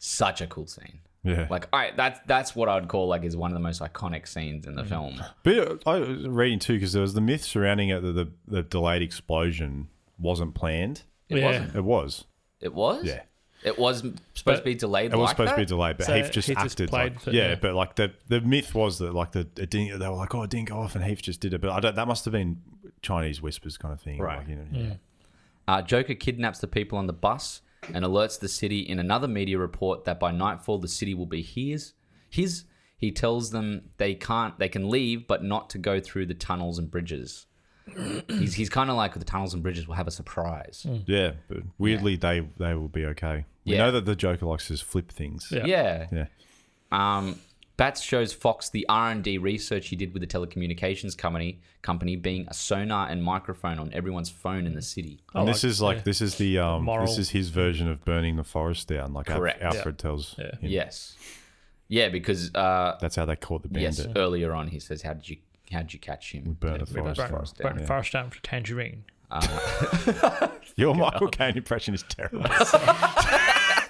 S1: Such a cool scene.
S3: Yeah.
S1: Like, all right, that's that's what I would call like is one of the most iconic scenes in the
S2: Mm.
S1: film.
S3: But uh, I was reading too because there was the myth surrounding it that the, the delayed explosion wasn't planned.
S1: It
S2: Yeah.
S1: wasn't.
S3: It was.
S1: It was.
S3: Yeah.
S1: It was supposed to be delayed.
S3: It
S1: like
S3: was supposed to be
S1: that?
S3: delayed, but
S2: So
S3: Heath just
S2: he just
S3: acted.
S2: played
S3: like,
S2: with it,
S3: yeah,
S2: yeah.
S3: but like the the myth was that like the it didn't, they were like, oh, it didn't go off, and Heath just did it. But I don't, that must have been Chinese whispers kind of thing,
S1: Right.
S3: Like, you know, yeah.
S1: Uh, Joker kidnaps the people on the bus and alerts the city in another media report that by nightfall the city will be his. His. He tells them they can't. They can leave, but not to go through the tunnels and bridges. he's he's kind of like the tunnels and bridges will have a surprise.
S3: Yeah, but weirdly they they will be okay. We
S1: Hmm. Yeah.
S3: know that the Joker likes to just flip things.
S2: Yeah.
S1: Yeah.
S3: Yeah.
S1: Um, Bats shows Fox the R&D research he did with the telecommunications company, company being a sonar and microphone on everyone's phone in the city.
S3: And
S2: I
S3: this
S2: like-
S3: is like
S2: yeah.
S3: this is the um
S2: moral-
S3: this is his version of burning the forest down, like Alf-
S1: Correct. Yeah.
S3: Alfred tells.
S2: Yeah.
S3: him.
S1: Yes. Yeah, because uh,
S3: That's how they caught the bandit.
S1: yes, earlier on he says, "How did you how did you catch him?"
S3: Burn the
S2: Bur-
S3: forest
S2: bur-
S3: down.
S2: burn the forest down for tangerine.
S3: Your Michael Caine impression is terrible.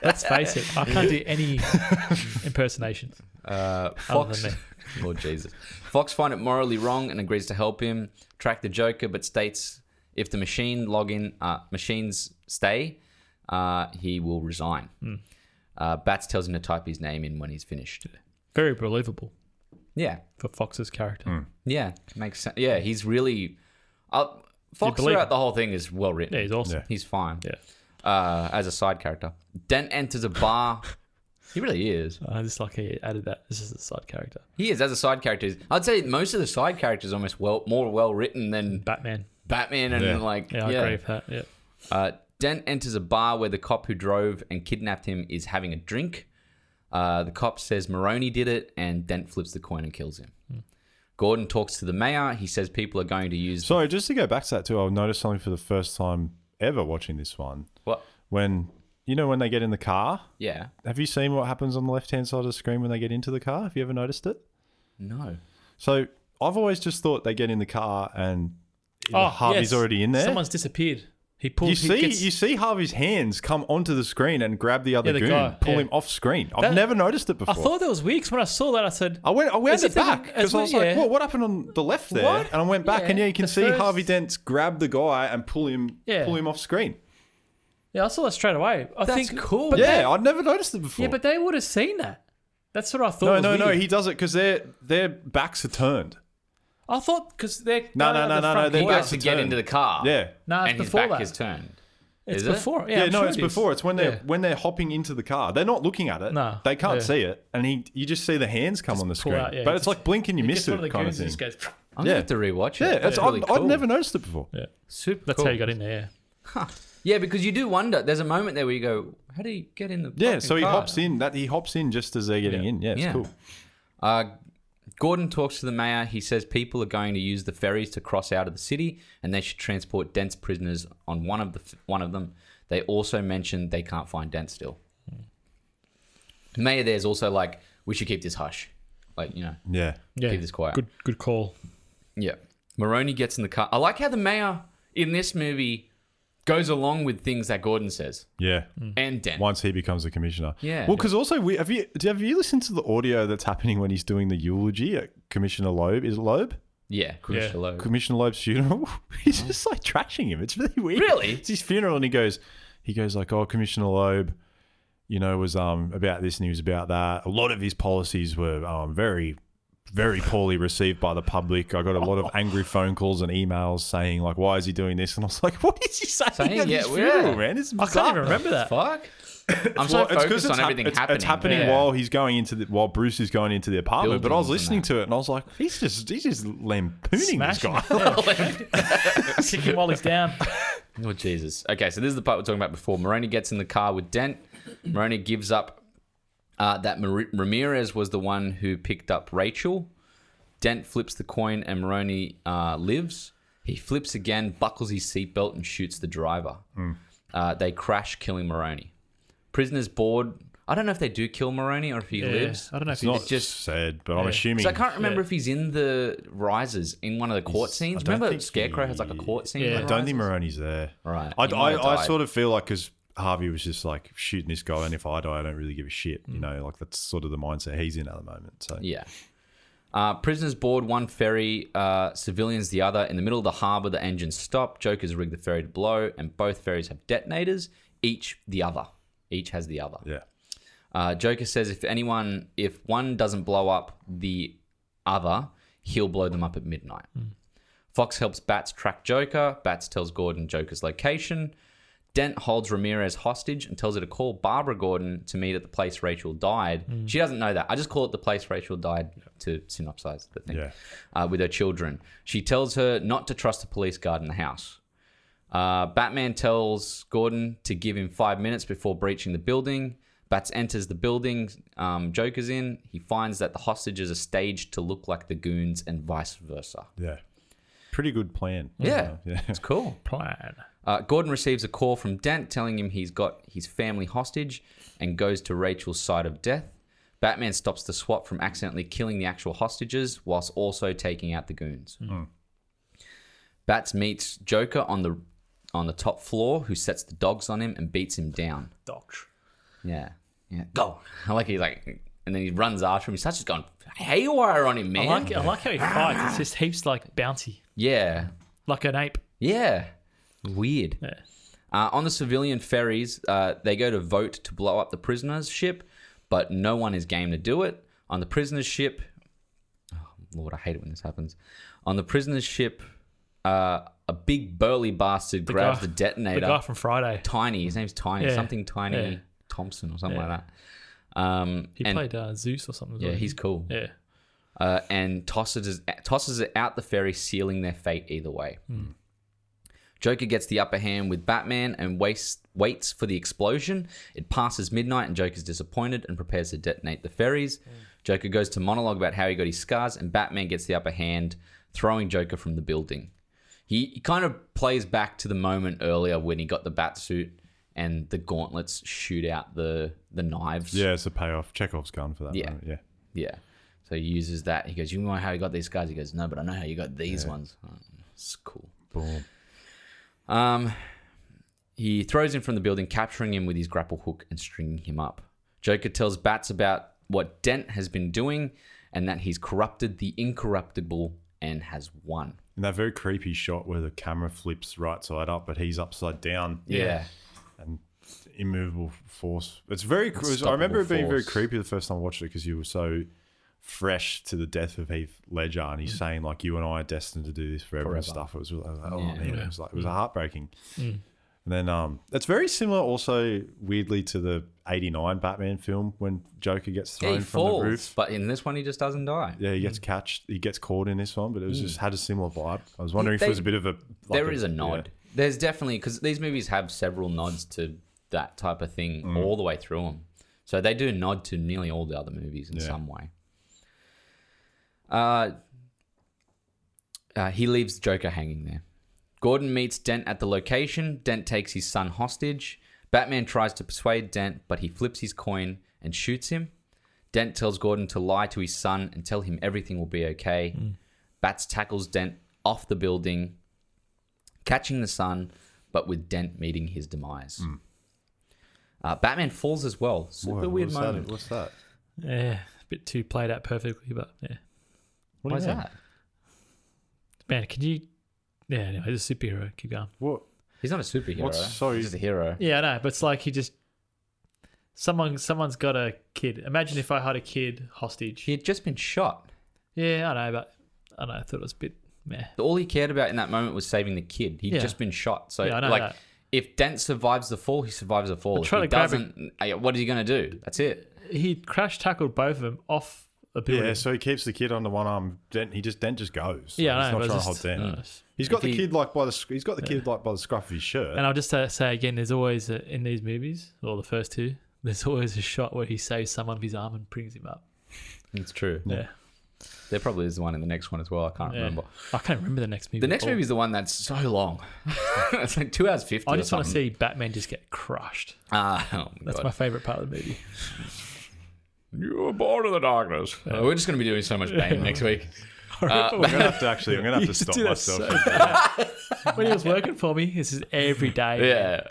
S2: Let's face it, I can't do any impersonations.
S1: Uh,
S2: Other
S1: Fox,
S2: than
S1: Lord Jesus, Fox find it morally wrong and agrees to help him track the Joker, but states if the machine login uh, machines stay, uh, he will resign. Uh, Bats tells him to type his name in when he's finished.
S2: Very believable
S1: Yeah,
S2: for Fox's character.
S3: Hmm.
S1: yeah, makes sense. Yeah, he's really. Uh, Fox
S2: believe
S1: throughout
S2: him?
S1: the whole thing is well written.
S2: Yeah, he's awesome.
S3: Yeah.
S1: He's fine.
S2: Yeah.
S1: Uh, as a side character, Dent enters a bar. he really is.
S2: I just like he added that. This is a side character.
S1: He is as a side character. I'd say most of the side characters are almost well more well written than
S2: Batman.
S1: Batman and
S3: Yeah.
S1: like
S2: Yeah,
S1: yeah.
S2: I agree with that. Yeah.
S1: Uh, Dent enters a bar where the cop who drove and kidnapped him is having a drink. Uh, the cop says Maroni did it, and Dent flips the coin and kills him.
S2: Hmm.
S1: Gordon talks to the mayor. He says people are going to use
S3: Sorry, just to go back to that too, I noticed something for the first time ever watching this one.
S1: what
S3: When you know when they get in the car?
S1: Yeah.
S3: Have you seen what happens on the left hand side of the screen when they get into the car? Have you ever noticed it?
S1: No.
S3: So I've always just thought they get in the car and
S2: Oh,
S3: Harvey's
S2: yes.
S3: already in there.
S2: Someone's disappeared. He pulls.
S3: you
S2: he
S3: see,
S2: gets-
S3: you see Harvey's hands come onto the screen and grab the other
S2: Yeah, the
S3: goon,
S2: guy,
S3: pull
S2: yeah.
S3: him off screen. I've
S2: That-
S3: never noticed it
S2: I
S3: before.
S2: thought that was weird 'cause when I saw that, I said,
S3: I went, I went
S2: As if
S3: it
S2: there's a-
S3: back because
S2: as
S3: I
S2: well-
S3: was
S2: yeah.
S3: like, "Well, what happened on the left there?"
S2: What?
S3: And I went back,
S2: Yeah,
S3: and yeah, you can
S2: the
S3: see
S2: first-
S3: Harvey Dent grab the guy and pull him,
S2: Yeah.
S3: pull him off screen.
S2: "Yeah, I saw that straight away." I
S1: That's
S2: think
S1: cool.
S2: But
S3: yeah,
S2: they-
S3: I'd never noticed it before.
S2: yeah, but they would have seen that. That's what I thought.
S3: no,
S2: was
S3: no, no,
S2: weird.
S3: he does it because their their backs are turned.
S2: I thought because they're
S3: No, no, no,
S2: the
S3: no,
S2: front
S3: no,
S1: He
S3: Well,
S2: corner.
S3: that's
S1: wants to
S3: the
S1: get
S3: turn.
S1: into the car.
S3: Yeah,
S2: Nah, it's
S1: and his
S2: before
S1: back
S2: that.
S1: is turned.
S2: It's
S1: is it?
S2: before. Ah. Yeah,
S3: yeah,
S2: I'm
S3: no,
S2: sure
S3: it's
S2: it is.
S3: before. It's when they're
S2: Yeah.
S3: when they're hopping into the car. They're not looking at it.
S2: No,
S3: they can't
S2: yeah.
S3: see it, and he you just see the hands come on the
S2: pull
S3: screen.
S2: out, yeah,
S3: but
S2: you
S3: it's
S2: can
S3: like blink and you
S2: Gets
S3: miss
S2: one of the
S3: it kind of
S2: goons and
S3: thing.
S2: just goes.
S1: I'm
S3: Yeah.
S1: gonna have to rewatch it.
S3: Yeah, that's,
S1: That's really
S3: I'd,
S1: cool.
S3: I'd never noticed it before.
S2: Yeah,
S1: Super.
S2: that's
S1: cool.
S2: how he got in there.
S1: Yeah, because you do wonder. There's a moment there where you go, "How do you get in the?"
S3: Yeah,
S1: fucking
S3: so he
S1: car?
S3: hops in. That he hops in just as they're getting in. Yeah, it's
S1: Yeah.
S3: cool.
S1: Uh, Gordon talks to the mayor. He says people are going to use the ferries to cross out of the city, and they should transport Dent's prisoners on one of the one of them. They also mention they can't find Dent still. The mayor there's also like, "We should keep this hush," like you know,
S3: Yeah,
S2: Yeah,
S1: keep this quiet.
S2: Good, good call.
S1: Yeah. Maroney gets in the car. I like how the mayor in this movie goes along with things that Gordon says
S3: yeah.
S2: Mm.
S1: and Dent.
S3: Once he becomes the commissioner.
S1: Yeah.
S3: Well, because also we have you do- have you listened to the audio that's happening when he's doing the eulogy at Commissioner Loeb? Is it Loeb?
S1: Yeah, Chris
S2: Yeah.
S1: Lowe.
S3: Commissioner Loeb's funeral. he's just like trashing him. It's really weird.
S1: Really?
S3: It's his funeral, and he goes, he goes like, "Oh, Commissioner Loeb, you know, was um about this and he was about that. A lot of his policies were um very." Very poorly received by the public. I got a lot of angry phone calls and emails saying, like, why is he doing this? And I was like, what is he saying,
S1: Saying,
S3: at
S1: yeah,
S3: his
S1: yeah.
S3: funeral, man? It's
S2: I
S3: bizarre.
S2: can't even remember that.
S1: Fuck. I'm so
S3: Well, it's 'cause
S1: focused
S3: it's
S1: on
S3: hap-
S1: everything
S3: it's,
S1: happening.
S3: It's happening
S2: Yeah.
S3: while he's going into the while Bruce is going into the apartment. but I was
S1: Buildings and
S3: listening to it and I was like, he's just he's just lampooning
S2: Smashing
S3: this guy.
S2: Kick him while he's down.
S1: Oh Jesus. Okay, so this is the part we're talking about before. Maroney gets in the car with Dent. Maroney gives up uh, that Mar- Ramirez was the one who picked up Rachel. Dent flips the coin and Maroney uh, lives. He flips again, buckles his seatbelt, and shoots the driver.
S3: Hmm.
S1: Uh, they crash, killing Maroney. Prisoners board. I don't know if they do kill Maroney or if he
S2: Yeah,
S1: lives.
S2: I don't know if
S3: it's
S2: he
S3: not
S1: just-
S3: just said, but I'm
S2: Yeah.
S3: assuming.
S1: So I can't remember
S2: Yeah.
S1: if he's in the Rises in one of the court
S3: He's-
S1: scenes.
S3: I don't
S1: Remember,
S3: think
S1: Scarecrow
S3: he-
S1: has like a court scene.
S2: Yeah.
S1: in
S2: I
S3: I
S1: The
S3: don't think
S1: Rises?
S3: Maroney's there.
S1: Right.
S3: I,
S1: He might have
S3: I, I
S1: died.
S3: sort of feel like because Harvey was just like shooting this guy, and if I die, I don't really give a shit. You know, like that's sort of the mindset he's in at the moment. So
S1: Hmm. Yeah. Uh, prisoners board one ferry, uh, civilians the other. In the middle of the harbor, the engines stop. Jokers rig the ferry to blow, and both ferries have detonators, each the other. Each has the other.
S3: yeah.
S1: Uh, Joker says if anyone, if one doesn't blow up the other, he'll blow them up at midnight. Fox helps Bats track Joker. Bats tells Gordon Joker's location. Dent holds Ramirez hostage and tells her to call Barbara Gordon to meet at the place Rachel died. She doesn't know that. I just call it the place Rachel died to synopsize the thing
S3: Yeah.
S1: uh, with her children. She tells her not to trust the police guard in the house. Uh, Batman tells Gordon to give him five minutes before breaching the building. Bats enters the building. Um, Joker's in. He finds that the hostages are staged to look like the goons and vice versa.
S3: Yeah. Pretty good plan.
S1: Yeah,
S3: Yeah.
S1: it's cool.
S2: Plan.
S1: Uh, Gordon receives a call from Dent telling him he's got his family hostage and goes to Rachel's side of death. Batman stops the SWAT from accidentally killing the actual hostages whilst also taking out the goons.
S2: Hmm.
S1: Bats meets Joker on the on the top floor, who sets the dogs on him and beats him down.
S2: Doc.
S1: Yeah, yeah, go. I like he's like, and then he runs after him. He starts just going haywire on him,
S2: I
S1: man.
S2: like, I like how he fights. It's just heaps like bouncy,
S1: yeah,
S2: like an ape.
S1: yeah, weird.
S2: Yeah.
S1: Uh, on the civilian ferries, uh, they go to vote to blow up the prisoners' ship, but no one is game to do it. On the prisoners' ship, oh, Lord, I hate it when this happens. On the prisoners' ship, uh, a big burly bastard grabs
S2: guy-
S1: the
S2: The
S1: detonator.
S2: guy from Friday.
S1: Tiny, his name's Tiny,
S2: Yeah,
S1: something Tiny
S2: yeah.
S1: Thompson or something
S2: Yeah.
S1: like that. Um,
S2: He
S1: and,
S2: played uh, Zeus or something. as
S1: yeah,
S2: well.
S1: he's cool.
S2: Yeah.
S1: Uh, and tosses tosses it out the ferry, sealing their fate either way. Joker gets the upper hand with Batman and waits, waits for the explosion. It passes midnight and Joker's disappointed and prepares to detonate the ferries. Joker goes to monologue about how he got his scars and Batman gets the upper hand, throwing Joker from the building. He, he kind of plays back to the moment earlier when he got the bat suit and the gauntlets shoot out the the knives.
S3: Yeah, it's a payoff. Chekhov's gun for that.
S1: Yeah.
S3: moment, yeah.
S1: Yeah. So he uses that. He goes, "You know how you got these guys?" He goes, "No, but I know how you got these ones." Oh, it's cool.
S3: Boom.
S1: Um, he throws him from the building, capturing him with his grapple hook and stringing him up. Joker tells Bats about what Dent has been doing and that he's corrupted the incorruptible and has won.
S3: And that very creepy shot where the camera flips right side up, but he's upside down.
S1: Yeah.
S3: and immovable force. It's very. cr- I remember it being very
S1: force.
S3: creepy the first time I watched it because you were so fresh to the death of Heath Ledger, and he's saying like, "You and I are destined to do this forever, and
S1: Mm. Forever.
S3: stuff." It was, I was like, oh
S1: Yeah. Mm.
S3: man, it was like it was heartbreaking. And then um, it's very similar, also weirdly, to the '89 Batman film when Joker gets
S1: Yeah,
S3: thrown
S1: he
S3: from
S1: falls,
S3: the roof.
S1: but Mm. in this one he just doesn't die.
S3: Yeah, he gets catched. He gets caught in this one, but it was just had a similar vibe. I was wondering
S1: Mm.
S3: if
S1: They-
S3: it was a bit of a. Like
S1: there is a nod. There's definitely because these movies have several nods to that type of thing
S3: Mm.
S1: all the way through them. So they do nod to nearly all the other movies in
S3: Yeah.
S1: some way. Uh, uh, he leaves Joker hanging there. Gordon meets Dent at the location. Dent takes his son hostage. Batman tries to persuade Dent, but he flips his coin and shoots him. Dent tells Gordon to lie to his son and tell him everything will be okay.
S3: Mm.
S1: Bats tackles Dent off the building, catching the son, but with Dent meeting his demise. Uh, Batman falls as well.
S3: Yeah.
S1: Super
S3: Whoa,
S1: weird
S3: what's that?
S1: moment.
S3: What's that?
S2: Yeah, a bit too played out perfectly, but yeah.
S3: What
S1: Why
S3: is
S1: is that?
S2: Man, can you? Yeah, anyway, he's a superhero. Keep going.
S3: What?
S1: He's not a superhero.
S3: What's- sorry.
S1: He's just a hero.
S2: Yeah, I know, but it's like he just someone someone's got a kid. Imagine if I had a kid hostage.
S1: He had just been shot.
S2: Yeah, I know, but I don't know. I thought it was a bit meh.
S1: All he cared about in that moment was saving the kid. He'd
S2: Yeah.
S1: just been shot. So,
S2: Yeah, I know
S1: like,
S2: that.
S1: if Dent survives the fall, he survives the fall. If
S2: try
S1: he
S2: to grab it.
S1: doesn't, eh, what are you going to do? That's it.
S2: He crash tackled both of them off a building.
S3: Yeah, so he keeps the kid under one arm. Dent, he just Dent just goes.
S2: Yeah, I know, but
S3: he's not trying
S2: it's
S3: to hold
S2: just- uh,
S3: Dent.
S2: no, it's-
S3: he's got
S1: if
S3: the
S1: he-
S3: kid like by the sc- he's got the kid like by the scruff of his shirt.
S2: And I'll just say, say again, there's always a, in these movies, or the first two, there's always a shot where he saves someone with his arm and brings him up.
S1: It's true.
S2: Yeah,
S1: There probably is one in the next one as well. I can't
S2: yeah.
S1: remember.
S2: I can't remember the next movie.
S1: The next
S2: at all.
S1: movie is the one that's so long. it's like two hours fifty.
S2: I
S1: or
S2: just want to
S1: something.
S2: see Batman just get crushed.
S1: Ah, oh my
S2: That's
S1: god!
S2: my favorite part of the movie.
S1: you were born in the darkness. Uh, we're just going to be doing so much pain next week.
S3: I'm gonna have to actually. I'm gonna have to
S2: used to
S3: stop
S2: do that
S3: myself.
S2: so when he was working for me, this is every day.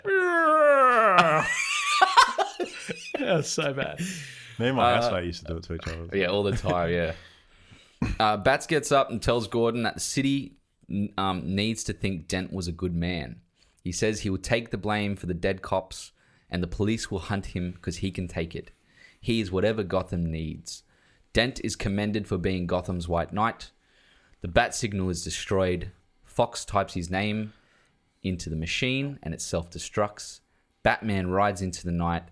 S1: Yeah.
S2: That was so bad.
S3: Me and my housemate used to do it to each other.
S1: Yeah, all the time. Yeah. Uh, Bats gets up and tells Gordon that the city n- um, needs to think Dent was a good man. He says he will take the blame for the dead cops, and the police will hunt him because he can take it. He is whatever Gotham needs. Dent is commended for being Gotham's White Knight. The bat signal is destroyed. Fox types his name into the machine and it self destructs. Batman rides into the night,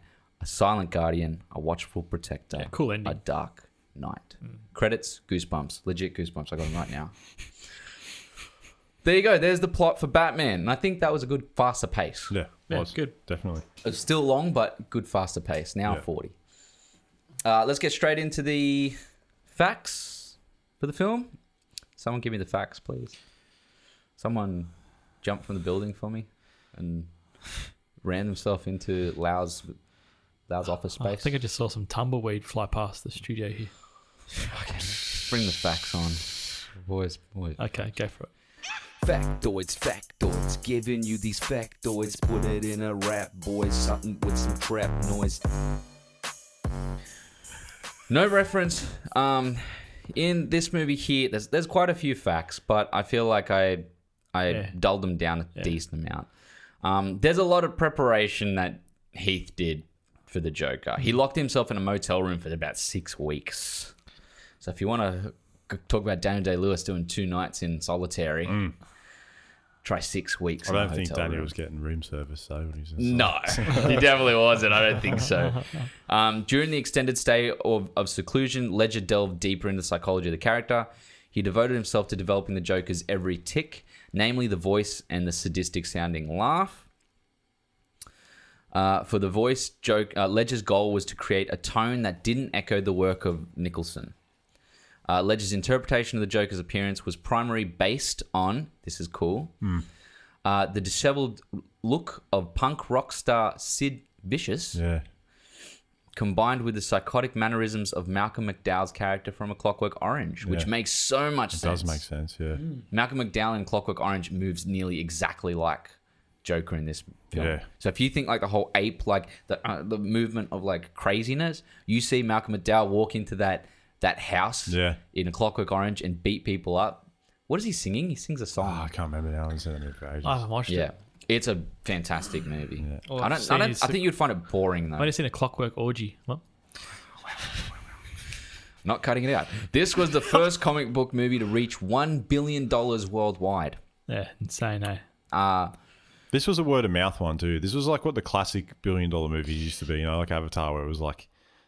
S1: a silent guardian, a watchful protector.
S2: cool ending. Hmm.
S1: A dark night. Credits, goosebumps. Legit goosebumps. I got them right now. There you go. There's the plot for Batman. And I think that was a good, faster pace.
S3: Yeah,
S2: Yeah,
S3: was,
S2: good.
S3: Definitely.
S1: It's still long, but good, faster pace. Now
S3: Yeah.
S1: 40. Uh, let's get straight into the facts for the film. Someone give me the facts, please. Someone jump from the building for me and ran himself into Lau's, Lau's office
S2: Oh, I
S1: space.
S2: think I just saw some tumbleweed fly past the studio here.
S1: Bring the facts on. Boys, boys.
S2: Okay, go for it.
S4: Factoids, factoids, giving you these factoids. Put it in a rap, boys, something with some trap noise.
S1: No reference. Um, in this movie here, there's there's quite a few facts, but I feel like I I
S2: Yeah.
S1: dulled them down a decent amount. Um, there's a lot of preparation that Heath did for the Joker. He
S3: Mm-hmm.
S1: locked himself in a motel room for about six weeks. So if you want to g- talk about Daniel Day Lewis doing two nights in solitary, try six weeks.
S3: Mm. I
S1: in a
S3: don't think
S1: hotel
S3: Daniel
S1: room.
S3: was getting room service though when he was inside.
S1: No, he definitely wasn't. I don't think so. Um, during the extended stay of, of seclusion, Ledger delved deeper into the psychology of the character. He devoted himself to developing the Joker's every tick, namely the voice and the sadistic sounding laugh. Uh, for the voice joke, uh, Ledger's goal was to create a tone that didn't echo the work of Nicholson. Uh,
S3: Hmm.
S1: Ledger's interpretation of the Joker's appearance was primarily based on this is cool uh, the disheveled look of punk rock star Sid Vicious,
S3: Yeah.
S1: combined with the psychotic mannerisms of Malcolm McDowell's character from A Clockwork Orange, which
S3: Yeah.
S1: makes so much
S3: It
S1: sense.
S3: does make sense, yeah.
S2: Mm.
S1: Malcolm McDowell in Clockwork Orange moves nearly exactly like Joker in this film.
S3: Yeah.
S1: So if you think like the whole ape, like the uh, the movement of like craziness, you see Malcolm McDowell walk into that that house
S3: Yeah.
S1: in a Clockwork Orange and beat people up. What is he singing? He sings a
S3: Oh,
S1: song.
S3: I can't remember now. I haven't seen that movie for ages.
S2: I haven't watched
S1: yeah.
S2: it.
S1: It's a fantastic movie.
S2: All
S1: I
S2: I've
S1: don't. I,
S2: seen
S1: don't
S2: is
S1: I
S2: the-
S1: think you'd find it boring though.
S2: I've only seen a Clockwork Orgy. What?
S1: Not cutting it out. This was the first comic book movie to reach one billion dollars worldwide.
S2: Yeah, insane, eh?
S1: Uh,
S3: This was a word of mouth one too. This was like what the classic billion dollar movies used to be, you know, like Avatar, where it was like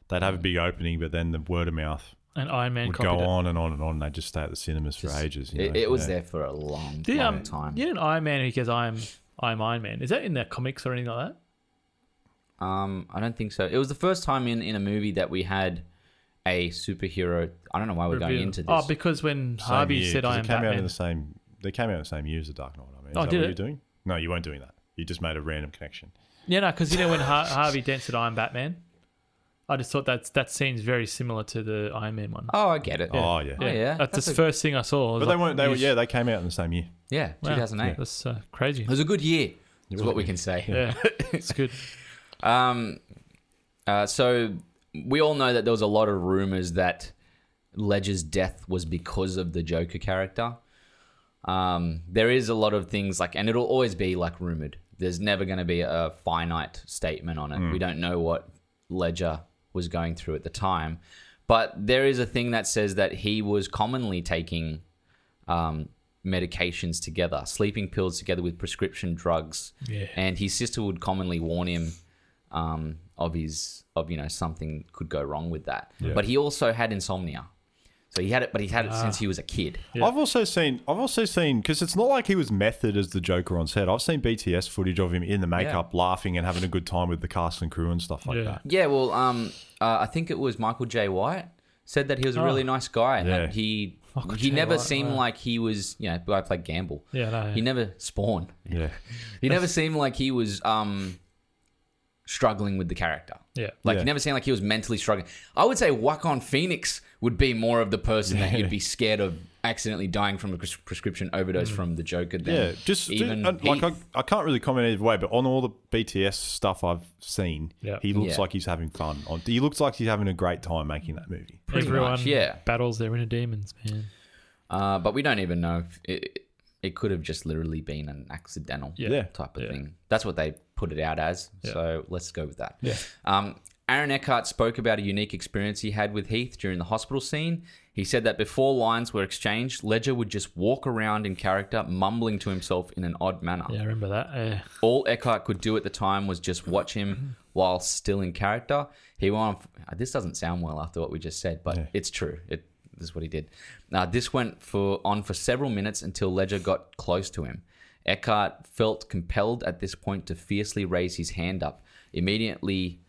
S3: they'd have a big opening, but then the word of mouth
S2: And Iron Man
S3: would
S2: copied
S3: go
S2: it.
S3: on and on and on. And they'd just stay at the cinemas for ages. You
S1: it,
S3: know?
S1: it was
S3: yeah.
S1: there for a long,
S2: Did,
S1: long
S2: um,
S1: time.
S2: You know, Iron Man who says I'm I'm Iron Man. Is that in their comics or anything like that?
S1: Um, I don't think so. It was the first time in, in a movie that we had a superhero. I don't know why we're going
S2: Reveal.
S1: into this.
S2: Oh, because when
S3: Same
S2: Harvey
S3: year,
S2: said
S3: 'cause
S2: I
S3: it
S2: am
S3: came out in
S2: Batman.
S3: the same. They came out in the same year as the Dark Knight. I mean, is
S2: Oh,
S3: that
S2: did
S3: what
S2: it?
S3: you're doing? No, you weren't doing that. You just made a random connection.
S2: Yeah, no, because you know when Har- Harvey Dent said I'm Batman, I just thought that's that seems very similar to the Iron Man one.
S1: oh, I get it. Yeah,
S3: Oh yeah,
S1: yeah.
S2: that's,
S1: that's
S2: the
S1: a-
S2: first thing I saw. I was
S3: but they
S2: like,
S3: weren't. They were.
S2: yes.
S3: Yeah, they came out in the same year.
S2: Wow,
S1: 2008. It
S2: That's uh, crazy.
S1: was a good year. Is
S3: was
S1: what
S3: a
S1: we
S3: good
S1: can say.
S2: Yeah, it's good.
S1: Um, uh, so we all know that there was a lot of rumors that Ledger's death was because of the Joker character. Um, there is a lot of things like, and it'll always be like rumored. There's never going to be a finite statement on it. We don't know what Ledger was going through at the time, but there is a thing that says that he was commonly taking um, medications together, sleeping pills together with prescription drugs,
S2: Yeah.
S1: and his sister would commonly warn him um, of his of you know something could go wrong with that. But he also had insomnia, so he had it. But he had it since he was a
S2: Ah.
S1: kid.
S3: I've also seen. I've also seen because it's not like he was method as the Joker on set. I've seen BTS footage of him in the makeup, laughing and having a good time with the cast and crew and stuff like
S2: Yeah.
S3: that.
S1: Yeah, well, um, uh, I think it was Michael J. White said that he was a really nice guy. and
S3: Yeah.
S1: that he
S2: Ah. Michael
S1: he
S2: J.
S1: never
S2: White,
S1: seemed
S2: wow.
S1: like he was you know I played Gamble.
S2: Yeah, no,
S1: He never spawned.
S3: Yeah,
S1: He never seemed like he was um struggling with the character.
S2: yeah.
S1: Like
S3: Yeah.
S1: he never seemed like he was mentally struggling. I would say Wakon Phoenix would be more of the person that you'd be scared of accidentally dying from a pres- prescription
S2: Mm.
S1: overdose from the Joker. Than
S3: yeah. Just
S1: even
S3: uh, like I,
S1: Heath.
S3: I can't really comment either way, but on all the BTS stuff I've seen,
S2: Yeah.
S3: he looks
S1: Yeah.
S3: like he's having fun. On he looks like he's having a great time making that movie.
S1: pretty
S2: Everyone
S1: much, yeah.
S2: battles their inner demons, man.
S1: Uh, but we don't even know if it, it could have just literally been an accidental
S2: Yeah.
S3: Yeah.
S1: type of
S2: Yeah.
S1: thing. That's what they put it out as.
S2: Yeah.
S1: So let's go with that.
S2: Yeah.
S1: Um, Aaron Eckhart spoke about a unique experience he had with Heath during the hospital scene. He said that before lines were exchanged, Ledger would just walk around in character, mumbling to himself in an odd manner.
S2: Yeah, I remember that. Yeah.
S1: All Eckhart could do at the time was just watch him while still in character. He went on. f- uh, This doesn't sound well after what we just said, but it's true. It, this is what he did. Uh, this went for on for several minutes until Ledger got close to him. Eckhart felt compelled at this point to fiercely raise his hand up. Immediately,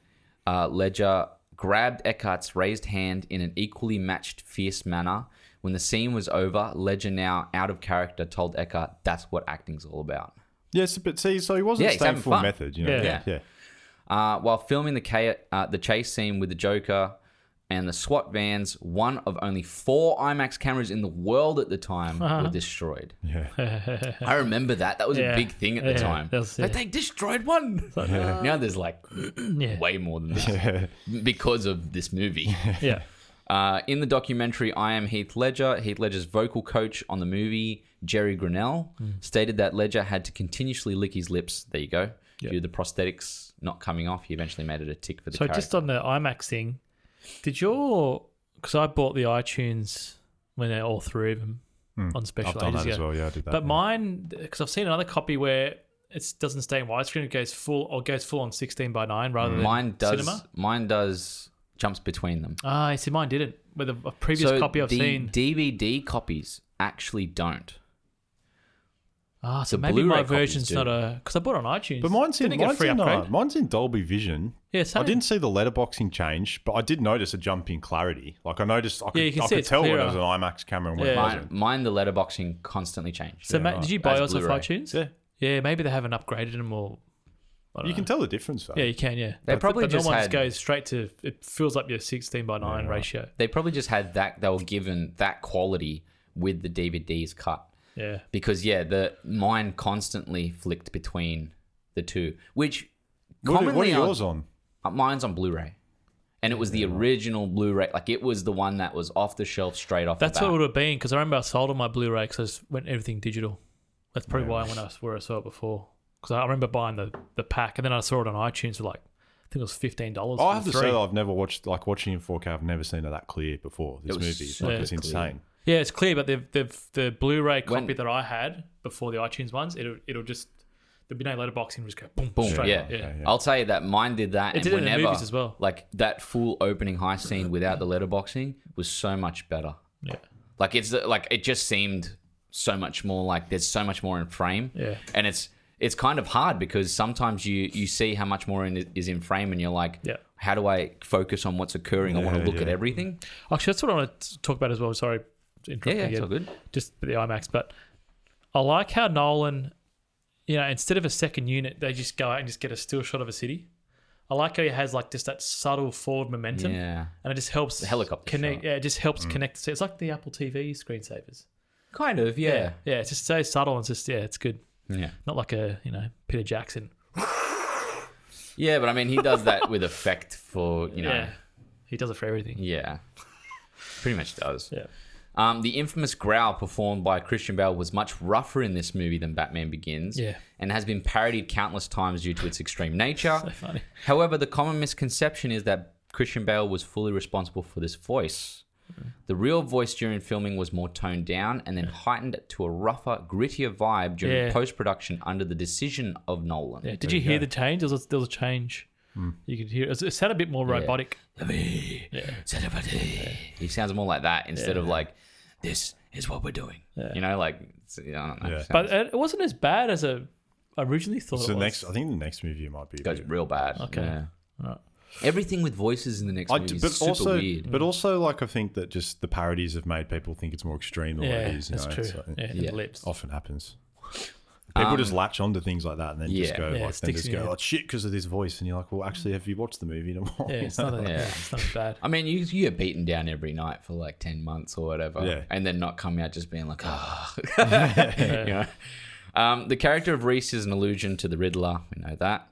S1: uh, Ledger grabbed Eckhart's raised hand in an equally matched fierce manner. When the scene was over, Ledger, now out of character, told Eckhart, "That's what acting's all about."
S3: Yes, but see, so he wasn't
S1: Yeah, he's
S3: staying
S1: having
S3: full
S1: fun.
S3: method. You know,
S2: Yeah.
S3: yeah,
S1: Yeah.
S3: yeah.
S1: Uh, while filming the, cha- uh, the chase scene with the Joker and the SWAT vans, one of only four IMAX cameras in the world at the time were destroyed. I remember that. That was a
S2: Uh-huh. Yeah.
S1: big thing at the
S2: Yeah,
S1: time.
S2: that was-
S1: Like,
S2: yeah.
S1: they destroyed one. Now there's like
S2: Yeah.
S1: way more than that because of this movie.
S2: Yeah.
S1: Uh, in the documentary I Am Heath Ledger, Heath Ledger's vocal coach on the movie, Jerry Grinnell,
S2: Hmm.
S1: stated that Ledger had to continuously lick his lips. There you go. Due to the prosthetics not coming off, he eventually made it a tick for the
S2: So
S1: character.
S2: just on the IMAX thing, did your because I bought the iTunes when they're all three of them on special
S3: I've done
S2: ages
S3: that as
S2: ago.
S3: well. Yeah, I did that.
S2: But
S3: yeah.
S2: mine, because I've seen another copy where it doesn't stay in widescreen; it goes full or goes full on sixteen by nine rather than
S1: mine does
S2: cinema.
S1: mine does jumps between them.
S2: Ah, I see, mine didn't. With a, a previous copy I've
S1: the
S2: seen.
S1: DVD copies actually don't.
S2: ah, so
S1: the
S2: maybe
S1: Blu-ray
S2: my
S1: copies
S2: version's
S1: do.
S2: not a because I bought it on iTunes.
S3: But mine's in,
S2: didn't it get
S3: mine's,
S2: a free
S3: in uh,
S2: upgrade.
S3: mine's in Dolby Vision.
S2: Yeah,
S3: I
S2: same.
S3: didn't see the letterboxing change, but I did notice a jump in clarity. Like I noticed, I could,
S2: you can
S3: I
S2: see
S3: could
S2: it's
S3: tell when
S2: clearer.
S3: it was an IMAX camera and when
S2: Yeah.
S3: it
S1: Mine,
S3: wasn't.
S1: mine the letterboxing constantly changed.
S2: So, mate, did you buy
S1: As
S2: yours off
S1: Blu-ray.
S2: iTunes?
S3: Yeah,
S2: Yeah, maybe they haven't upgraded them or. I don't
S3: You can
S2: know.
S3: tell the difference though.
S2: yeah, you can. Yeah,
S1: They probably
S2: but the
S1: just
S2: one
S1: had-
S2: goes straight to. It fills up your sixteen by nine ratio.
S1: They probably just had that. They were given that quality with the DVDs cut
S2: Yeah,
S1: because yeah, the mine constantly flicked between the two, which
S3: What, are-
S1: commonly
S3: what are
S1: on-
S3: yours on?
S1: uh, mine's on Blu-ray, and it was the original Blu-ray. Like it was the one that was off the shelf straight off.
S2: that's
S1: the
S2: what it
S1: bat.
S2: would have been because I remember I sold all my Blu-ray because I just went everything digital. That's probably why when I s- where I saw it before because I remember buying the the pack and then I saw it on iTunes for like I think it was fifteen dollars.
S3: Oh, I have to say, that I've never watched like watching in 4K. I've never seen it that clear before. This
S1: was
S3: movie, It's
S1: so
S3: like it's
S1: clear.
S3: insane.
S2: Yeah, it's clear, but they've, they've, the Blu-ray copy
S1: When-
S2: that I had before the iTunes ones, it'll it'll just there'll be no letterboxing, it'll just go boom,
S1: Boom,
S2: straight
S1: yeah.
S2: up. Yeah.
S3: Okay,
S1: I'll tell you that mine did that. and
S2: did it in the
S1: whenever,
S2: movies as well.
S1: Like that full opening high scene without the letterboxing was so much better.
S2: yeah,
S1: Like it's like it just seemed so much more like there's so much more in frame.
S2: Yeah.
S1: And it's it's kind of hard because sometimes you you see how much more in, is in frame and you're like,
S2: Yeah.
S1: how do I focus on what's occurring? I want to
S3: Yeah,
S1: look at
S3: yeah.
S1: everything.
S2: Actually, that's what I want to talk about as well. Sorry, to
S1: Yeah,
S2: interrupt
S1: yeah,
S2: you
S1: it's all
S2: again.
S1: good.
S2: Just the IMAX, but I like how Nolan, you know, instead of a second unit, they just go out and just get a still shot of a city. I like how he has like just that subtle forward momentum,
S1: Yeah,
S2: and it just helps the
S1: helicopter
S2: connect.
S1: shot. Mm.
S2: Yeah, it just helps connect. So it's like the Apple TV screensavers.
S1: kind of. Yeah,
S2: yeah, it's just so subtle and it's just yeah, it's good.
S1: yeah,
S2: Not like a you know Peter Jackson.
S1: yeah. But I mean, he does that with effect for you know.
S2: Yeah, he does it for everything.
S1: Yeah. Pretty much does.
S2: Yeah.
S1: Um, the infamous growl performed by Christian Bale was much rougher in this movie than Batman Begins
S2: Yeah.
S1: and has been parodied countless times due to its extreme nature.
S2: So funny.
S1: However, the common misconception is that Christian Bale was fully responsible for this voice. The real voice during filming was more toned down and then heightened to a rougher, grittier vibe during
S2: Yeah.
S1: post production under the decision of Nolan.
S2: Yeah. Did you hear the change? There was, there was a change.
S1: Mm.
S2: You could hear it. It sounded a bit more robotic. Yeah.
S1: He sounds more like that instead of like, this is what we're doing. You know, like, it's- I don't know.
S3: Yeah.
S1: It
S2: But uh, it it wasn't as bad as I originally thought.
S3: So
S2: it was.
S3: next, I think the next movie might be. a
S1: goes
S3: bit-
S1: real bad.
S2: Okay.
S1: Yeah.
S2: Alright.
S1: Everything with voices in the next
S3: I
S1: movie
S3: d-
S1: is
S3: but
S1: super
S3: also,
S1: weird.
S3: but also, like I think that just the parodies have made people think it's more extreme than
S2: yeah,
S3: what it is. You
S2: that's
S3: know? uh,
S2: true.
S3: So
S2: yeah,
S1: Yeah.
S2: The lips.
S3: Often happens. People just latch onto things like that and then just
S1: Yeah.
S3: go
S2: Yeah, it
S3: like, then
S2: sticks
S3: just
S2: in your
S3: go,
S2: head.
S3: oh shit, because of this voice, and you're like, well, actually, have you watched the movie? No more.
S2: Yeah, it's not that.
S1: Yeah.
S2: yeah, it's not as bad.
S1: I mean, you you get beaten down every night for like ten months or whatever,
S3: Yeah.
S1: and then not come out just being like, ah. you know? um, the character of Reese is an allusion to the Riddler. We know that.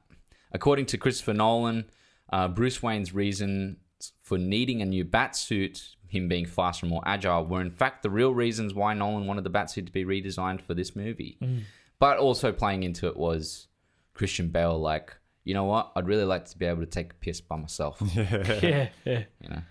S1: According to Christopher Nolan, uh, Bruce Wayne's reasons for needing a new bat suit, him being faster and more agile, were in fact the real reasons why Nolan wanted the bat suit to be redesigned for this movie. But also playing into it was Christian Bale, like, you know what? I'd really like to be able to take a piss by myself.
S2: yeah, yeah.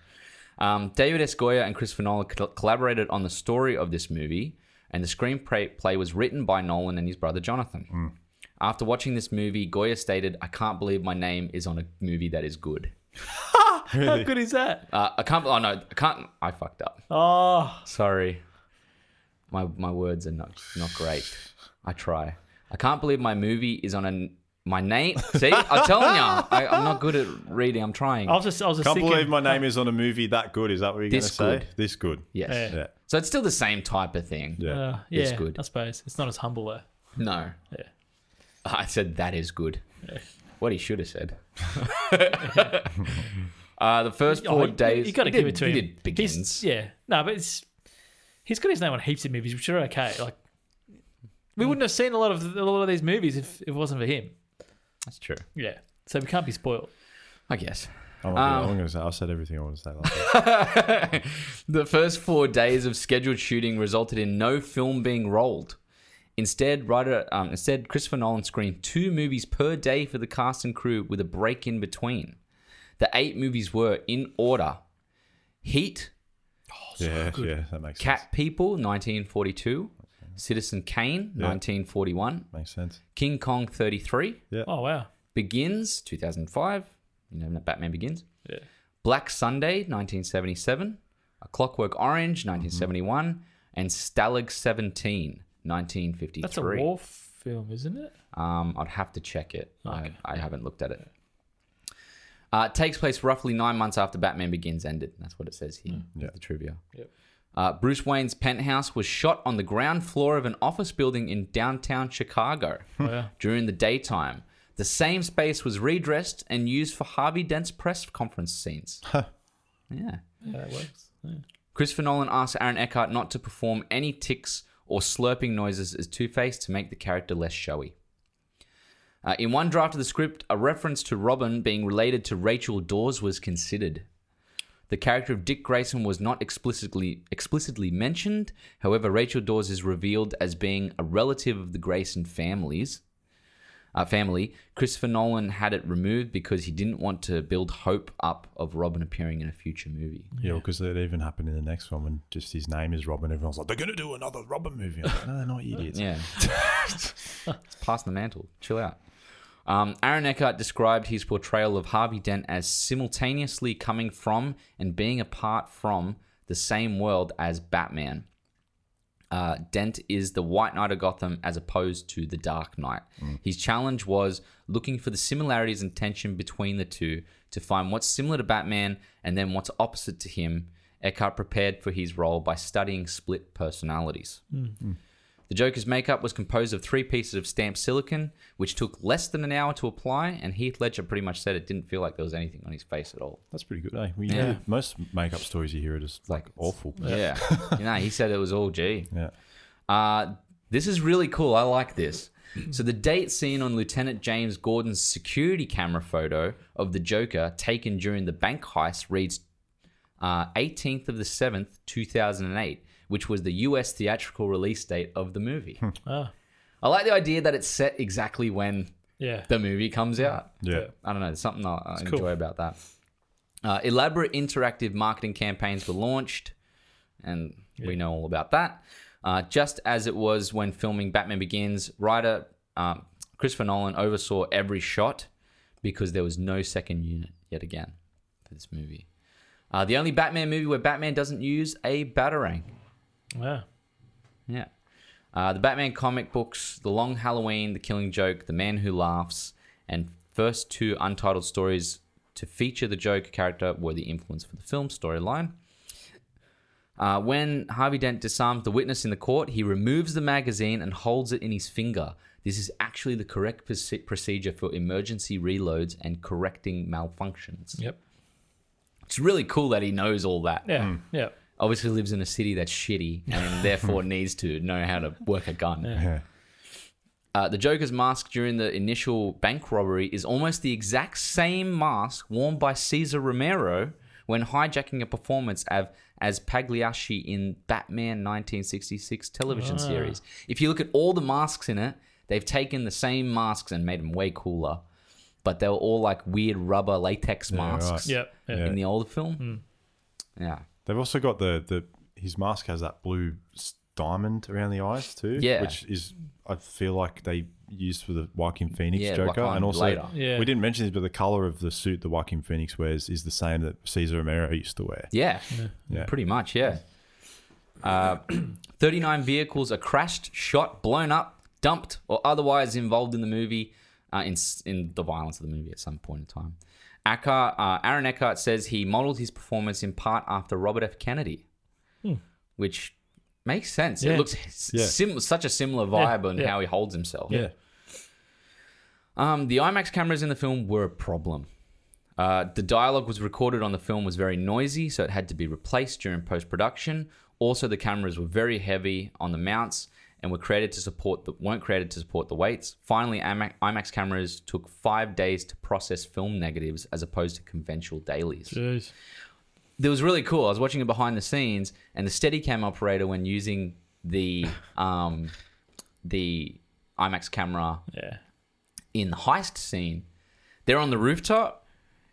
S1: Um, David S. Goyer and Christopher Nolan col- collaborated on the story of this movie, and the screenplay play was written by Nolan and his brother Jonathan. After watching this movie, Goyer stated, "I can't believe my name is on a movie that is good.
S2: How good is that?
S1: Uh, I can't. Oh no, I can't. I fucked up.
S2: Oh,
S1: Sorry, my my words are not not great. I try. I can't believe my movie is on a my name. See, I'm telling you, I, I'm not good at reading. I'm trying.
S2: I was just, I was just
S3: Can't
S2: thinking,
S3: believe my name is on a movie that good. Is that what you're going to
S1: This
S3: say?
S1: good.
S3: This good.
S1: yes.
S2: Yeah.
S3: Yeah.
S1: So it's still the same type of thing.
S3: Yeah.
S2: Uh, yeah,
S1: It's good.
S2: I suppose it's not as humble though.
S1: No.
S2: Yeah.
S1: I said that is good. What he should have said. uh, the first
S2: Oh,
S1: four
S2: you-
S1: days.
S2: You got to
S1: he
S2: give
S1: did-
S2: it to
S1: he
S2: him.
S1: did begins.
S2: He's, yeah, no, but it's he's got his name on heaps of movies, which are okay. Like we wouldn't have seen a lot of a lot of these movies if, if it wasn't for him.
S1: That's true.
S2: Yeah, so we can't be spoiled.
S1: I guess.
S3: I'm,
S1: uh,
S3: I'm going to say. I said everything I want to say. Like
S2: Oh,
S3: that.
S1: The first four days of scheduled shooting resulted in no film being rolled. Instead, writer, um, instead, Christopher Nolan screened two movies per day for the cast and crew with a break in between. The eight movies were, in order, Heat,
S3: yeah, yeah, that makes
S1: Cat People, 1942, Citizen Kane, 1941,
S3: sense. Makes sense.
S1: King Kong 33,
S2: Oh wow,
S1: Begins 2005, you know, Batman Begins.
S2: Yeah.
S1: Black Sunday 1977, A Clockwork Orange
S2: Mm-hmm.
S1: 1971, and Stalag 17 1953.
S2: that's a war film, isn't it?
S1: Um, I'd have to check it. I, I haven't looked at it. Uh, it takes place roughly nine months after Batman Begins ended. That's what it says here.
S3: Yeah.
S1: The trivia.
S2: Yep.
S1: Uh, Bruce Wayne's penthouse was shot on the ground floor of an office building in downtown Chicago
S2: Wow.
S1: during the daytime. The same space was redressed and used for Harvey Dent's press conference scenes. Yeah.
S2: Yeah, that works. Yeah.
S1: Christopher Nolan asked Aaron Eckhart not to perform any ticks or slurping noises as Two Face to make the character less showy. Uh, in one draft of the script, a reference to Robin being related to Rachel Dawes was considered. The character of Dick Grayson was not explicitly explicitly mentioned. However, Rachel Dawes is revealed as being a relative of the Grayson families. Uh, family. Christopher Nolan had it removed because he didn't want to build hope up of Robin appearing in a future movie.
S3: Yeah, because it even happened in the next one when just his name is Robin. Everyone's like, they're going to do another Robin movie. I'm like, no, they're not idiots.
S1: Yeah. it's passing the mantle. Chill out. Um, Aaron Eckhart described his portrayal of Harvey Dent as simultaneously coming from and being apart from the same world as Batman. Uh, Dent is the White Knight of Gotham as opposed to the Dark Knight. His challenge was looking for the similarities and tension between the two to find what's similar to Batman and then what's opposite to him. Eckhart prepared for his role by studying split personalities. The Joker's makeup was composed of three pieces of stamped silicone, which took less than an hour to apply, and Heath Ledger pretty much said it didn't feel like there was anything on his face at all.
S3: That's pretty good, eh? Well,
S1: Yeah.
S3: yeah. most makeup stories you hear are just
S1: Like,
S3: like awful.
S1: Yeah. you know, he said it was all G.
S3: Yeah.
S1: Uh, this is really cool. I like this. So, the date seen on Lieutenant James Gordon's security camera photo of the Joker taken during the bank heist reads uh, 18th of the 7th, 2008, which was the US theatrical release date of the movie.
S2: Ah,
S1: I like the idea that it's set exactly when
S2: yeah.
S1: the movie comes out.
S3: Yeah.
S1: I don't know. There's something I, I enjoy
S2: cool.
S1: about that. Uh, elaborate interactive marketing campaigns were launched, and we know all about that. Uh, just as it was when filming Batman Begins, writer um, Christopher Nolan oversaw every shot because there was no second unit yet again for this movie. Uh, the only Batman movie where Batman doesn't use a batarang.
S2: Wow.
S1: Yeah. Uh, the Batman comic books, The Long Halloween, The Killing Joke, The Man Who Laughs, and first two untitled stories to feature the Joker character were the influence for the film storyline. Uh, when Harvey Dent disarms the witness in the court, he removes the magazine and holds it in his finger. This is actually the correct proce- procedure for emergency reloads and correcting malfunctions.
S2: Yep.
S1: It's really cool that he knows all that
S2: Yeah.
S3: Hmm.
S2: Yeah.
S1: obviously lives in a city that's shitty and therefore needs to know how to work a gun.
S3: Yeah.
S1: Uh, the Joker's mask during the initial bank robbery is almost the exact same mask worn by Cesar Romero when hijacking a performance of, as Pagliacci in Batman 1966 television series. If you look at all the masks in it, they've taken the same masks and made them way cooler. But they were all like weird rubber latex
S3: right.
S1: masks
S2: Yep. Yeah.
S1: in the older film. Yeah.
S3: They've also got the, the his mask has that blue s- diamond around the eyes too.
S1: Yeah.
S3: Which is I feel like they used for the Joaquin Phoenix
S1: Yeah,
S3: Joker,
S1: Joaquin
S3: and also
S1: later.
S2: Yeah.
S3: we didn't mention this, but the color of the suit that Joaquin Phoenix wears is the same that Caesar Romero used to wear.
S1: Yeah,
S3: Yeah.
S1: pretty much. Yeah. Uh, 39 vehicles are crashed, shot, blown up, dumped, or otherwise involved in the movie, uh, in, s- in the violence of the movie at some point in time. Eckhart, uh, Aaron Eckhart says he modeled his performance in part after Robert F. Kennedy, which makes sense.
S2: Hmm. Yeah.
S1: It looks s-
S3: Yeah.
S1: sim- such a similar vibe on
S2: yeah.
S1: how he holds himself.
S3: Yeah.
S1: Um, the IMAX cameras in the film were a problem. Uh, the dialogue was recorded on the film was very noisy, so it had to be replaced during post production. Also, the cameras were very heavy on the mounts and were created to support the weren't created to support the weights. Finally, IMA- IMAX cameras took five days to process film negatives as opposed to conventional dailies
S2: Jeez.
S1: that was really cool. I was watching it behind the scenes, and the Steadicam operator, when using the um, the IMAX camera
S2: Yeah.
S1: in the heist scene, they're on the rooftop,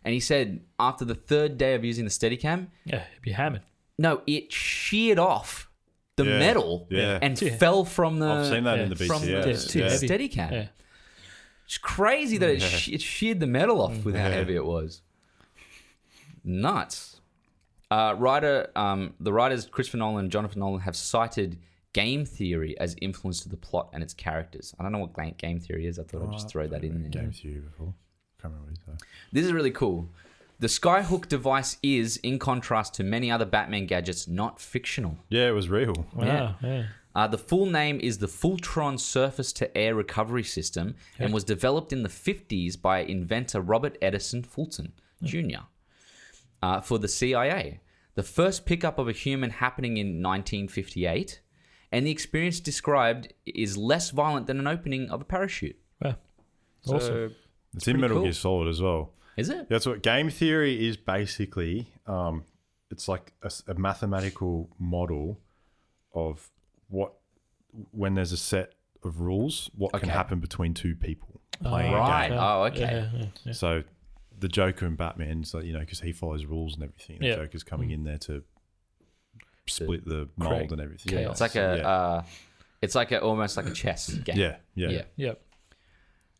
S1: and he said after the third day of using the Steadicam,
S2: Yeah. It'd be hammered.
S1: no, it sheared off the
S3: Yeah.
S1: metal
S3: Yeah.
S1: and
S2: Yeah.
S1: fell from the.
S3: I've seen that in the
S2: yeah, from
S1: the-
S3: BTS.
S1: the
S2: Yeah.
S3: yeah.
S1: Steadicam.
S2: Yeah.
S1: It's crazy that it, she- it sheared the metal off with how
S3: Yeah.
S1: heavy it was. Nuts. Uh, writer, um, the writers Christopher Nolan and Jonathan Nolan have cited game theory as influence to the plot and its characters. I don't know what ga- game theory is. I thought I'd just throw that in there.
S3: Game theory before. Can't remember what it is, though.
S1: This is really cool. The Skyhook device is, in contrast to many other Batman gadgets, not fictional.
S3: Yeah, it was real.
S2: Wow. Yeah. Ah, yeah.
S1: Uh, the full name is the Fultron Surface to Air Recovery System and was developed in the 50s by inventor Robert Edison Fulton
S3: Hmm.
S1: Jr. Uh, for the CIA. The first pickup of a human happening in 1958, and the experience described is less violent than an opening of a parachute.
S2: Wow. Awesome.
S3: It's in Metal
S1: cool.
S3: Gear Solid as well.
S1: Is it?
S3: That's what game theory is basically. Um, it's like a, s- a mathematical model of what when there's a set of rules, what
S1: Okay.
S3: can happen between two people playing a
S1: Right.
S3: game.
S1: Oh, okay.
S2: Yeah, yeah, yeah.
S3: So the Joker and Batman, so you know, because he follows rules and everything. The
S2: Yeah.
S3: Joker's coming in there to split the mold
S1: create
S3: and everything.
S1: It's
S2: chaos.
S1: like a, uh, it's like a, almost like a chess game.
S3: yeah, yeah, yeah.
S1: Yeah.
S2: Yep.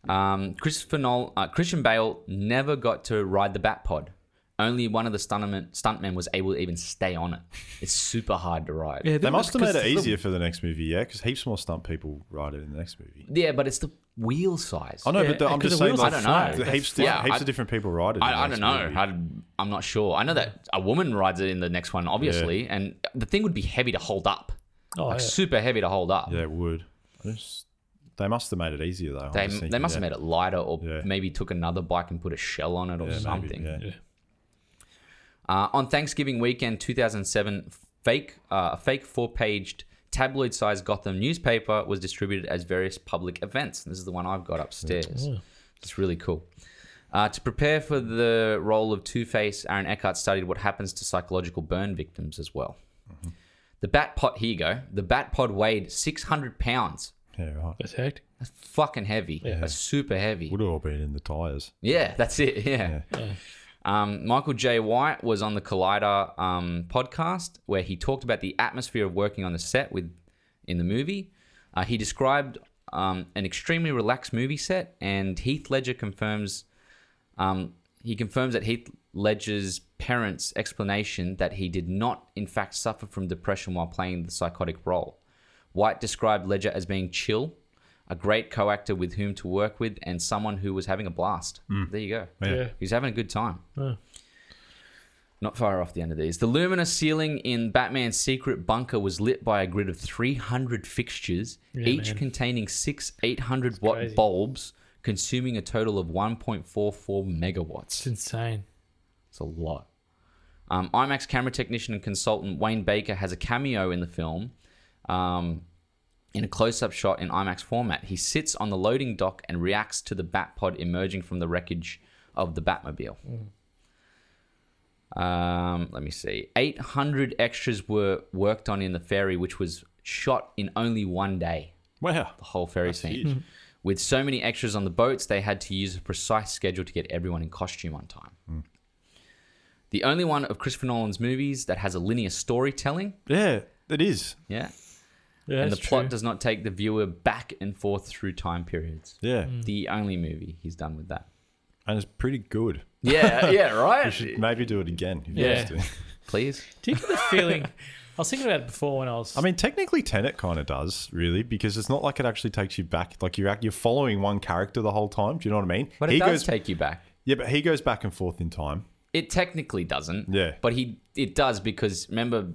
S1: Um, Christopher Nolan, uh, Christian Bale never got to ride the Batpod. Only one of the stuntmen, stuntmen was able to even stay on it. It's super hard to ride. Yeah,
S3: They must have made it
S2: Because-
S3: easier for the next movie, yeah, because heaps more stunt people ride it in the next movie.
S1: but it's the wheel size.
S3: I know,
S2: Yeah,
S3: but the, I'm
S2: and 'cause
S3: just
S2: the
S3: saying,
S2: wheels
S3: like,
S1: are flat.
S3: the heaps,
S1: They're
S3: different-
S1: flat.
S3: heaps
S1: I-
S3: of different people ride it. in the
S1: I, I don't
S3: next
S1: know.
S3: movie.
S1: I, I'm not sure. I know that a woman rides it in the next one, obviously, and the thing would be heavy to hold up,
S2: Oh,
S1: like
S2: yeah.
S1: super heavy to hold up.
S3: Yeah, it would. I just- they must have made it easier though. I'm
S1: They,
S3: just
S1: they
S3: thinking,
S1: must have
S3: yeah,
S1: made it lighter, or
S3: Yeah.
S1: maybe took another bike and put a shell on it, or
S3: yeah, maybe,
S1: something.
S3: yeah.
S2: Yeah.
S1: Uh, on Thanksgiving weekend 2007, fake uh, a fake four-paged tabloid-sized Gotham newspaper was distributed as various public events. This is the one I've got upstairs. It's really cool. Uh, to prepare for the role of Two Face, Aaron Eckhart studied what happens to psychological burn victims as well. The bat pot, here you go. The bat pod weighed 600 pounds.
S3: Yeah, right.
S2: That's hectic.
S1: That's fucking heavy. That's super heavy.
S3: Would have all been in the tires.
S1: Yeah, that's it. Yeah. Um, Michael J. White was on the Collider um, podcast where he talked about the atmosphere of working on the set with in the movie. Uh, he described um, an extremely relaxed movie set, and Heath Ledger confirms um, he confirms that Heath Ledger's parents' explanation that he did not, in fact, suffer from depression while playing the psychotic role. White described Ledger as being chill, a great co actor with whom to work with, and someone who was having a blast. There you go.
S3: Yeah.
S2: Yeah.
S1: He's having a good time.
S2: Yeah.
S1: Not far off the end of these. The luminous ceiling in Batman's secret bunker was lit by a grid of 300 fixtures, each
S2: man.
S1: containing six 800 watt
S2: crazy.
S1: bulbs, consuming a total of 1.44 megawatts.
S2: It's insane.
S1: It's a lot. Um, IMAX camera technician and consultant Wayne Baker has a cameo in the film um, in a close up shot in IMAX format. He sits on the loading dock and reacts to the Batpod emerging from the wreckage of the Batmobile. Um, let me see. 800 extras were worked on in the ferry, which was shot in only one day
S3: Wow.
S1: the whole ferry scene. With so many extras on the boats, they had to use a precise schedule to get everyone in costume on time.
S3: Hmm.
S1: The only one of Christopher Nolan's movies that has a linear storytelling,
S3: Yeah, it is.
S1: yeah,
S2: Yeah,
S1: and the
S2: that's
S1: plot
S2: true.
S1: does not take the viewer back and forth through time periods.
S3: Yeah,
S1: The only movie he's done with that.
S3: and it's pretty good.
S1: Yeah, yeah,
S3: We
S1: right.
S3: should maybe do it again. if
S2: Yeah.
S3: you guys do.
S1: Please,
S2: Do you get the feeling? I was thinking about it before when I was.
S3: I mean, technically, Tenet kind of does, really, because it's not like it actually takes you back. Like you're act- you're following one character the whole time. Do you know what I mean?
S1: but it
S3: he
S1: does
S3: goes,
S1: take you back.
S3: yeah, but he goes back and forth in time.
S1: It technically doesn't.
S3: Yeah.
S1: but he it does because remember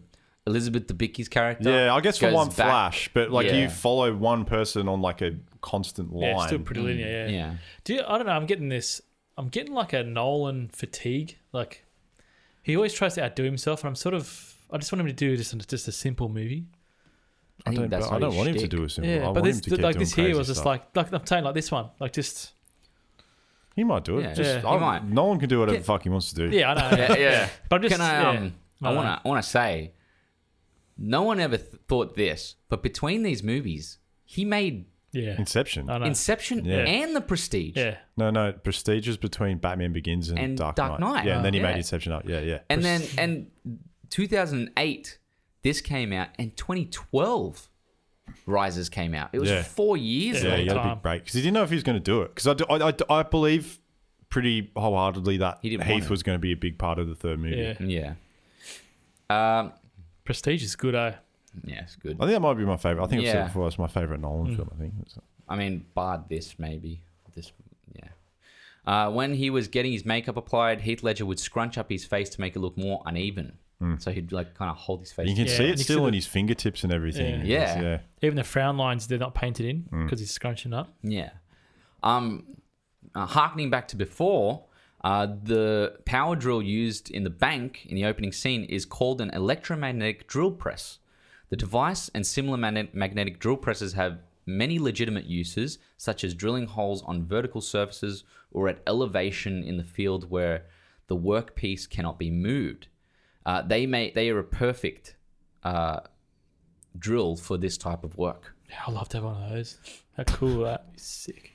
S1: Elizabeth Debicki's character.
S3: Yeah, I guess for
S1: goes
S3: one
S1: back-
S3: flash, but like
S1: Yeah.
S3: you follow one person on like a constant line.
S2: yeah, it's still pretty linear.
S3: Mm.
S2: Yeah.
S1: Yeah,
S2: Do you, Mm. I don't know. I'm getting this. I'm getting like a Nolan fatigue. Like he always tries to outdo himself, and I'm sort of. I just want him to do just just a simple movie.
S1: I, think
S3: don't,
S1: that's
S3: but I
S1: not
S3: don't
S1: his
S3: want him
S1: shtick.
S3: to do a simple. I
S2: Yeah,
S3: want
S2: but this
S3: him to keep
S2: like
S3: doing
S2: this here
S3: crazy
S2: was just
S3: stuff.
S2: like like I'm saying like this one like just
S3: he might do it.
S1: Yeah.
S3: just
S1: Yeah, he
S3: I-
S1: might.
S3: no one can do whatever the fuck he wants to do.
S2: yeah I know
S1: yeah, yeah.
S2: But I'm just-
S1: can I?
S2: yeah.
S1: Um, I
S2: No.
S1: want to. I want to say, no one ever th- thought this, but between these movies, he made
S2: yeah
S3: Inception.
S2: I know
S1: Inception
S3: Yeah.
S1: and The Prestige.
S2: yeah
S3: No, no, Prestige is between Batman Begins and,
S1: And
S3: Dark,
S1: Dark
S3: Knight.
S1: Knight.
S3: Yeah,
S1: Oh,
S3: and then he
S1: yeah.
S3: made Inception up. Yeah, yeah.
S1: And then and 2008, this came out, and 2012, Rises came out. It was
S3: Yeah.
S1: four years.
S3: yeah,
S1: later.
S3: he had a
S2: time.
S3: big break because he didn't know if he was going to do it. Because I, do- I, I, I believe pretty wholeheartedly that
S1: He didn't want
S3: Heath
S1: it.
S3: was going to be a big part of the third movie.
S2: yeah
S1: yeah. Um,
S2: Prestige is good eh
S1: yeah, it's good.
S3: I think that might be my favorite. I think I've said
S1: Yeah.
S3: it before. Mm. It's my favorite Nolan film. I think. It's-
S1: I mean, bar this maybe. This, yeah. Uh, when he was getting his makeup applied, Heath Ledger would scrunch up his face to make it look more uneven. So he'd like kind of hold his face.
S3: Hmm. You can
S2: Yeah,
S3: see
S2: you
S3: it
S2: can
S3: still
S2: see
S3: in
S2: the-
S3: his fingertips and everything.
S1: Yeah.
S3: It's-
S1: Yeah.
S3: yeah.
S2: Even the frown lines, they're not painted in
S3: Mm.
S2: because he's scrunching up.
S1: Yeah. Um, uh, harkening back to before, uh, the power drill used in the bank in the opening scene is called an electromagnetic drill press. The device and similar magne- magnetic drill presses have many legitimate uses, such as drilling holes on vertical surfaces or at elevation in the field where the workpiece cannot be moved. Uh, they may they are a perfect uh, drill for this type of work.
S2: Yeah, I'd love to have one of those. How cool would that be? Sick.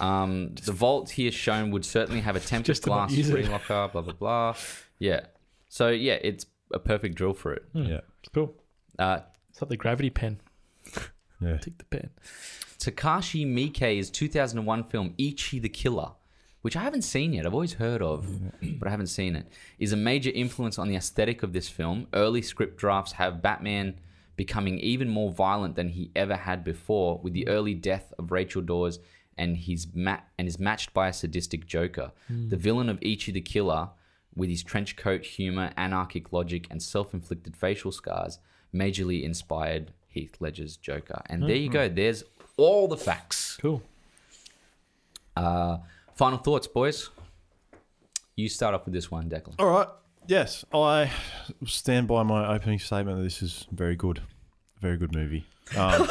S1: Um, the vault here shown would certainly have a tempered
S2: Just to not
S1: glass
S2: use it.
S1: screen locker, blah blah blah. Yeah. So yeah, it's a perfect drill for it.
S2: Hmm.
S3: Yeah.
S2: Cool.
S1: Uh,
S2: It's like the gravity pen.
S3: Yeah.
S2: Take the pen.
S1: Takashi Miike's 2001 film Ichi the Killer, which I haven't seen yet. I've always heard of,
S2: Mm-hmm.
S1: but I haven't seen it. Is a major influence on the aesthetic of this film. Early script drafts have Batman becoming even more violent than he ever had before with the early death of Rachel Dawes and he's ma- and is matched by a sadistic Joker.
S2: Hmm.
S1: The villain of Ichi the Killer with his trench coat humor, anarchic logic, and self-inflicted facial scars, majorly inspired Heath Ledger's Joker. And there you go. There's all the facts.
S2: Cool.
S1: Uh, final thoughts, boys. You start off with this one, Declan.
S3: All right. Yes, I stand by my opening statement that this is very good, very good movie.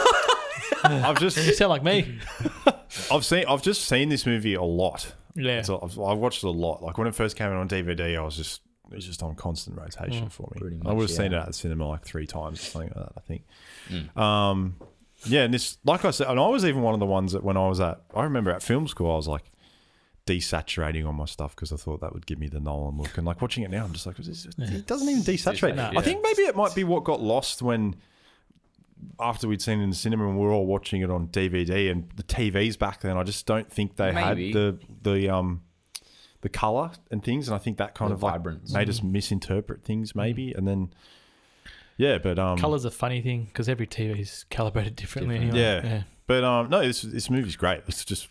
S3: Um, I've
S2: You
S3: just
S2: sound like me.
S3: I've seen I've just seen this movie a lot.
S2: Yeah.
S3: So I've, I watched it a lot. Like when it first came out on DVD, I was just it was just on constant rotation for me.
S1: pretty
S3: I
S1: much,
S3: would have seen it
S1: yeah. Mm.
S3: at the cinema like three times or something like that. I think. Um, yeah, and this, like I said, and I was even one of the ones that when I was at, I remember at film school, I was like desaturating on my stuff because I thought that would give me the Nolan look. And like watching it now, I'm just like, this, it doesn't even desaturate.
S2: Desaturate,
S3: I think maybe it might be what got lost when after we'd seen it in the cinema and we were all watching it on DVD and the TVs back then, I just don't think they
S1: Maybe.
S3: had the the um the color and things, and I think that kind
S1: The
S3: of like
S1: vibrance. Mm.
S3: made us misinterpret things maybe, and then yeah, but um,
S2: Color's a funny thing because every TV is calibrated differently.
S3: yeah.
S2: Anyway. yeah.
S3: But um, no, this this movie's great. It's just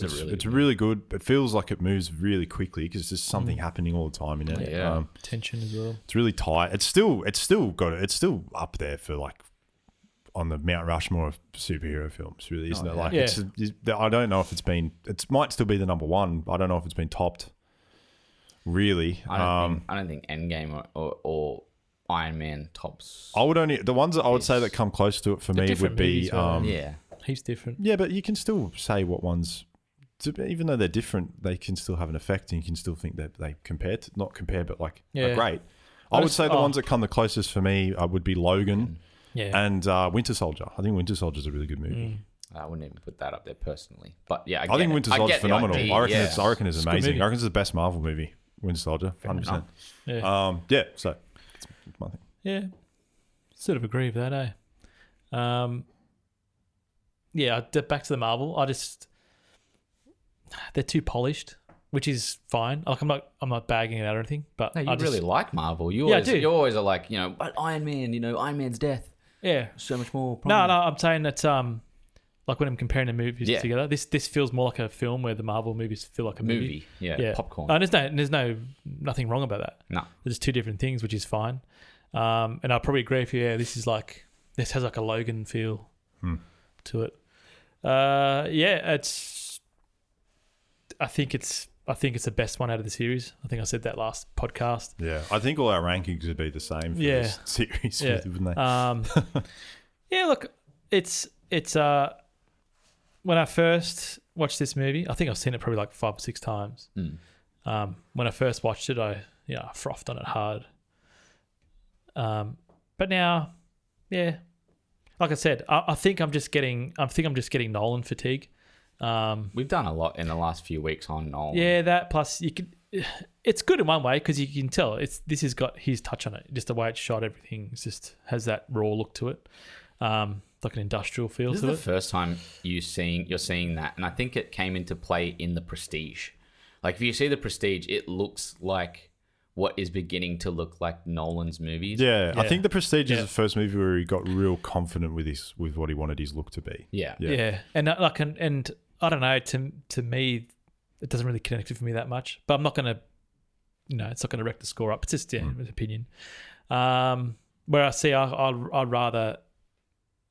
S1: a
S3: it's,
S1: really
S3: it's
S1: good
S3: really good. It feels like it moves really quickly because there's something happening all the time in it.
S1: Mm. Yeah.
S3: Um,
S2: Tension as well.
S3: it's really tight. It's still it's still got it's still up there for like on the Mount Rushmore of superhero films. Really, isn't it? Like
S2: Oh, Yeah.
S3: it's, it's I don't know if it's been it might still be the number one. I don't know if it's been topped. Really,
S1: I don't,
S3: um,
S1: think, I don't think Endgame or, or, or Iron Man tops.
S3: I would only the ones that I would say
S1: Yes.
S3: that come close to it for
S2: They're
S3: me would
S2: different
S3: be
S2: movies, right?
S3: um,
S1: yeah.
S2: He's different.
S3: Yeah, but you can still say what ones, to- even though they're different, they can still have an effect, and you can still think that they compare, to, not compare, but like
S2: Yeah.
S3: are great.
S2: I
S3: I would
S2: just-
S3: say the
S2: oh.
S3: ones that come the closest for me uh, would be Logan
S2: Yeah. Mm.
S3: and uh, Winter Soldier. I think Winter Soldier is a really good movie.
S1: I wouldn't even put that up there personally. But yeah, I,
S3: I
S1: get
S3: think
S1: it.
S3: Winter
S1: I
S3: Soldier's
S1: get the
S3: phenomenal.
S1: idea,
S3: I reckon
S1: yeah.
S3: it's I reckon it's
S2: a good
S3: amazing.
S2: movie.
S3: I reckon it's the best Marvel movie. Winter Soldier, hundred percent.
S2: Yeah.
S3: Um, yeah, so it's- it's my thing.
S2: yeah. Sort of agree with that, eh? Um, yeah, I- d- back to the Marvel. I just they're too polished, which is fine. Like I'm not I'm not bagging it out or anything, but
S1: No, you
S2: I just,
S1: really like Marvel. You
S2: Yeah, I
S1: always,
S2: do.
S1: you always are like, you know, but Iron Man, you know, Iron Man's death,
S2: yeah.
S1: so much more.
S2: No,
S1: prominent."
S2: no, I'm saying that um, like when I'm comparing the movies
S1: Yeah.
S2: together, this this feels more like a film where the Marvel movies feel like a movie.
S1: movie, yeah, popcorn.
S2: And there's no there's no nothing wrong about that.
S1: no,
S2: There's two different things, which is fine. Um, and I probably agree with you. Yeah, this is like this has like a Logan feel to it. Uh, yeah, it's. I think it's I think it's the best one out of the series. I think I said that last podcast.
S3: Yeah, I think all our rankings would be the same for
S2: Yeah.
S3: this series,
S2: Yeah.
S3: wouldn't they?
S2: Um, yeah, look, it's it's uh, when I first watched this movie, I think I've seen it probably like five or six times.
S1: Mm.
S2: Um, when I first watched it, I yeah I frothed on it hard. Um, but now, yeah, like I said, I, I think I'm just getting I think I'm just getting Nolan fatigue. Um,
S1: we've done a lot in the last few weeks on Nolan.
S2: yeah, that plus you can. It's good in one way because you can tell it's this has got his touch on it. Just the way it's shot, everything it's just has that raw look to it, um, like an industrial feel
S1: This is
S2: to
S1: the
S2: it.
S1: first time you seeing you're seeing that, and I think it came into play in the Prestige. Like if you see the Prestige, it looks like what is beginning to look like Nolan's movies.
S3: Yeah, I
S2: Yeah.
S3: think The Prestige
S2: Yeah.
S3: is the first movie where he got real confident with his with what he wanted his look to be.
S1: yeah,
S3: Yeah.
S2: yeah. and uh, like and, and I don't know. To to me, it doesn't really connect with me that much. But I'm not going to, you know, it's not going to wreck the score up. It's just yeah,
S3: Mm.
S2: an opinion. Um, where I see, I, I'd, I'd rather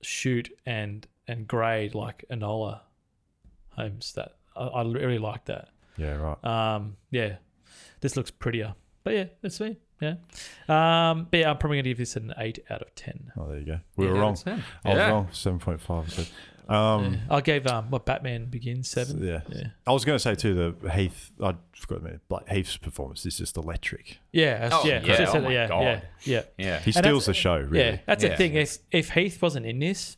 S2: shoot and and grade like Enola Holmes. That I, I really like that.
S3: Yeah, right.
S2: Um, yeah, this looks prettier. But yeah, that's me. Yeah. Um, but yeah, I'm probably going to give this an 8 out of 10.
S3: Oh, there you go. We
S1: Yeah,
S3: were wrong.
S1: that's him.
S3: I was
S1: Yeah.
S3: wrong. Seven point five. So, um,
S2: I gave, um, what, Batman Begins 7?
S3: yeah.
S2: Yeah.
S3: I was going to say too the Heath. I forgot to mention Bla- Heath's performance is just electric.
S2: Yeah.
S1: Oh,
S2: yeah.
S1: yeah.
S2: just-
S1: Oh my
S2: yeah,
S1: God.
S2: yeah. Yeah.
S1: Yeah.
S3: He
S2: that's-
S3: steals the show. Really.
S2: Yeah, that's
S1: Yeah.
S2: the thing. If if Heath wasn't in this,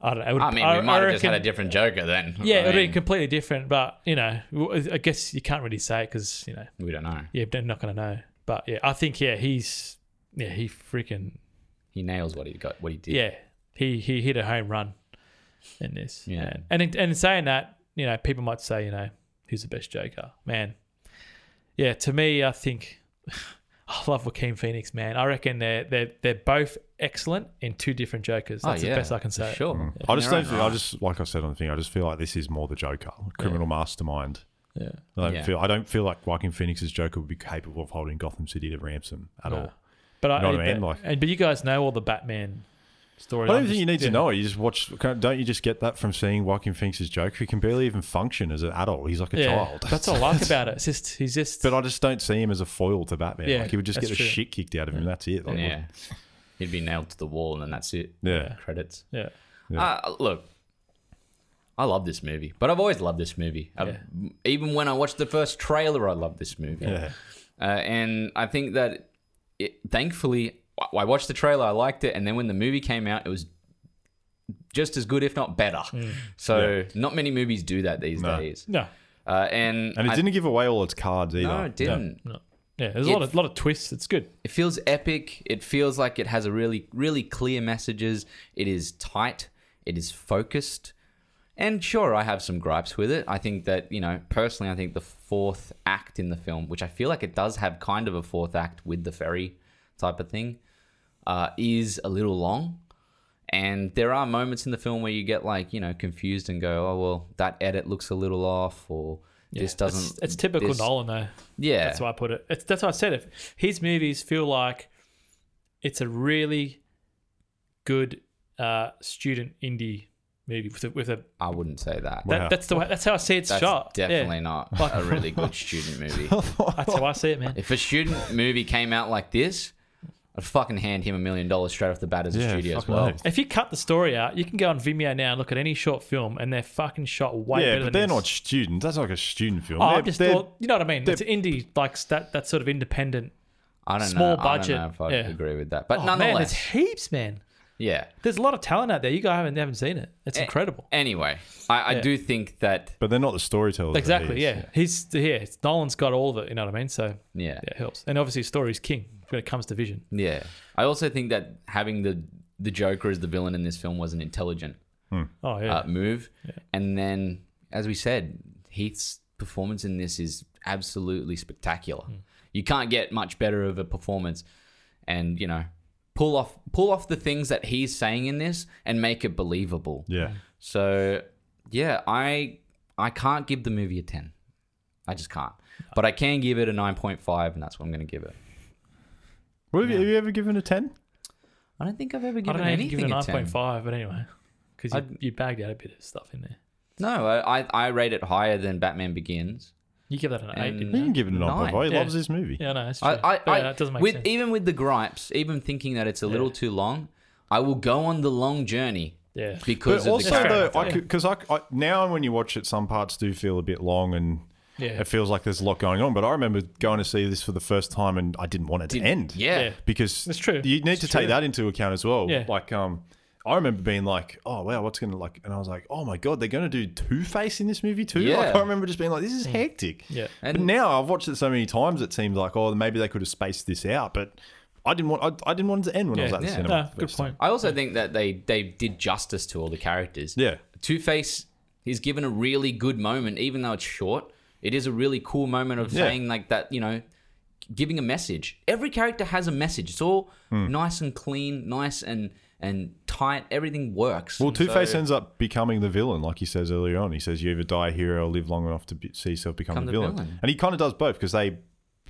S2: I don't know. It would,
S1: I mean, we might have just
S2: reckon-
S1: had a different Joker then.
S2: Yeah, it
S1: I
S2: would be
S1: mean,
S2: completely different. But you know, w- I guess you can't really say it because you know,
S1: we don't know.
S2: yeah, they're not gonna know. But yeah, I think yeah, he's yeah, he freaking
S1: He nails what he got, what he did.
S2: yeah, he he hit a home run in this.
S1: Yeah.
S2: man. and in, and in saying that, you know, people might say, you know, who's the best Joker, man? Yeah, to me, I think I love Joaquin Phoenix, man. I reckon they're they're they're both excellent in two different Jokers.
S3: Oh,
S2: That's the best I can
S1: for
S2: say.
S1: Sure.
S3: I just
S1: You're
S3: don't.
S1: right,
S3: Think, I
S1: right.
S3: just like I said on the thing. I just feel like this is more the Joker, criminal mastermind.
S2: Yeah,
S3: I don't
S1: Yeah.
S3: feel. I don't feel like Joaquin Phoenix's Joker would be capable of holding Gotham City to ransom at
S2: No.
S3: all.
S2: but I,
S3: You know what I mean?
S2: but,
S3: Like-
S2: and- but you guys know all the Batman stories.
S3: I don't
S2: I'm
S3: think
S2: just-
S3: you need
S2: yeah.
S3: to know it. You just watch. can't- Don't you just get that from seeing Joaquin Phoenix's Joker? He can barely even function as an adult. He's like a
S2: Yeah,
S3: child.
S2: that's all I like about it. It's just he's just
S3: But I just don't see him as a foil to Batman.
S2: Yeah,
S3: like he would just get
S2: that's
S3: the
S2: true.
S3: shit kicked out of him. That's
S2: Mm.
S3: it. Like,
S1: Yeah. He'd be nailed to the wall, and then that's it.
S3: yeah.
S1: Credits.
S2: yeah.
S1: Uh, look, I love this movie, but I've always loved this movie. I've, even when I watched the first trailer, I loved this movie.
S3: Yeah.
S1: Uh, and I think that it, thankfully, I- I watched the trailer, I liked it, and then when the movie came out, it was just as good, if not better. So not many movies do that these
S3: Mm. No.
S1: days.
S2: No,
S1: Uh, and
S3: And it
S1: I-
S3: didn't give away all its cards either.
S1: no, it didn't.
S2: no, yeah. There's a lot of lot of twists. It's good.
S1: It feels epic. It feels like it has a really, really clear messages. It is tight. It is focused. And sure, I have some gripes with it. I think that, you know, personally, I think the fourth act in the film, which I feel like it does have kind of a fourth act with the ferry type of thing, uh, is a little long. And there are moments in the film where you get like, you know, confused and go, oh, well, that edit looks a little off or this
S2: That's-
S1: doesn't.
S2: It's typical
S1: this-
S2: Nolan, though.
S1: Yeah.
S2: That's why I put it. It's, that's why I said it. His movies feel like it's a really good uh, student indie movie with a, with a
S1: I wouldn't say that.
S2: that,
S3: Wow.
S2: that's the way, that's how I see it's
S1: That's
S2: shot. Yeah.
S1: definitely not
S2: Like-
S1: a really good student movie.
S2: that's how I see it, man.
S1: if a student movie came out like this, I'd fucking hand him a million dollars straight off the bat as a
S3: Yeah,
S1: studio as
S3: fucking
S1: well.
S3: oath.
S2: If you cut the story out, you can go on Vimeo now and look at any short film, and they're fucking shot way
S3: yeah,
S2: better
S3: but
S2: than
S3: they're
S2: this.
S3: not students. That's like a student film.
S2: Oh,
S3: they're,
S2: I just
S3: they're-
S2: thought, you know what I mean?
S3: they're-
S2: It's indie, like that, that sort of independent.
S1: I don't
S2: Small
S1: know.
S2: budget,
S1: I don't know if I
S2: yeah.
S1: agree with that, but
S2: Oh, man,
S1: nonetheless,
S2: there's heaps, man.
S1: yeah.
S2: There's a lot of talent out there. You guys haven't, haven't seen it. It's
S3: Eh.
S2: incredible.
S1: Anyway, I, I
S2: Yeah.
S1: do think that
S3: but they're not the storytellers. that
S2: Exactly.
S3: he is.
S2: Yeah. He's yeah. It's, Nolan's got all of it. You know what I mean? So
S1: yeah,
S2: yeah, it helps. And obviously, story's king when it comes to vision.
S1: yeah, I also think that having the the Joker as the villain in this film was an intelligent
S2: Oh yeah.
S1: uh, move. And then, as we said, Heath's performance in this is absolutely spectacular.
S2: Hmm.
S1: You can't get much better of a performance, and you know, pull off pull off the things that he's saying in this and make it believable.
S3: Yeah.
S1: So, yeah, I I can't give the movie a ten. I just can't. But I can give it a nine point five, and that's what I'm going to give it.
S3: What have, you, have you ever given a 10?
S1: I don't think I've ever
S2: I don't
S1: given
S2: know. if You give it
S1: anything
S2: a
S1: a
S2: nine
S1: ten.
S2: point five, but anyway, because you,
S1: I'd-
S2: you bagged out a bit of stuff in there.
S1: No, I, I I rate it higher than Batman Begins.
S2: You give that an eight,
S1: And-
S2: didn't
S3: You can
S2: you?
S3: give it a 9.5. He
S2: Yeah.
S3: loves this movie.
S2: Yeah, no, that's true.
S1: I, I,
S2: But
S1: I
S2: yeah, that doesn't make
S1: with,
S2: sense.
S1: Even with the gripes, even thinking that it's a little too long, I will go on the long journey
S2: Yeah.
S1: because
S3: But
S1: of
S3: also,
S1: the gripes.
S3: though,
S2: enough,
S3: I
S2: yeah.
S3: could- 'cause I, I, now when you watch it, some parts do feel a bit long and
S2: Yeah.
S3: it feels like there's a lot going on. But I remember going to see this for the first time and I didn't want it to end.
S1: yeah.
S2: Yeah.
S3: because
S2: That's true.
S3: You need
S2: It's
S3: to
S2: true.
S3: take that into account as well.
S2: Yeah.
S3: Like, um, I remember being like, "Oh wow, what's gonna like?" And I was like, "Oh my god, they're gonna do Two Face in this movie too."
S1: Yeah.
S3: Like, I remember just being like, "This
S2: Hmm.
S3: is hectic."
S2: Yeah.
S3: but
S1: And-
S3: now I've watched it so many times, it seems like, "Oh, maybe they could have spaced this out," but I didn't want. I, I didn't want it to end when I was
S2: Yeah.
S3: at the
S1: Yeah.
S3: cinema.
S2: No,
S3: the
S2: good
S3: first time.
S2: point.
S1: I also think that they they did justice to all the characters.
S3: Yeah.
S1: Two Face is given a really good moment, even though it's short. It is a really cool moment of
S3: Yeah.
S1: saying like that, you know,
S3: Hmm.
S1: giving a message. Every character has a message. It's all nice and clean, nice and and tight. Everything works.
S3: Well, Two Face ends up becoming the villain, like he says earlier on. He says, "You either die a hero or live long enough to be, see yourself become
S1: Become
S3: the
S1: the
S3: villain.
S1: villain.
S3: And he kind of does both because they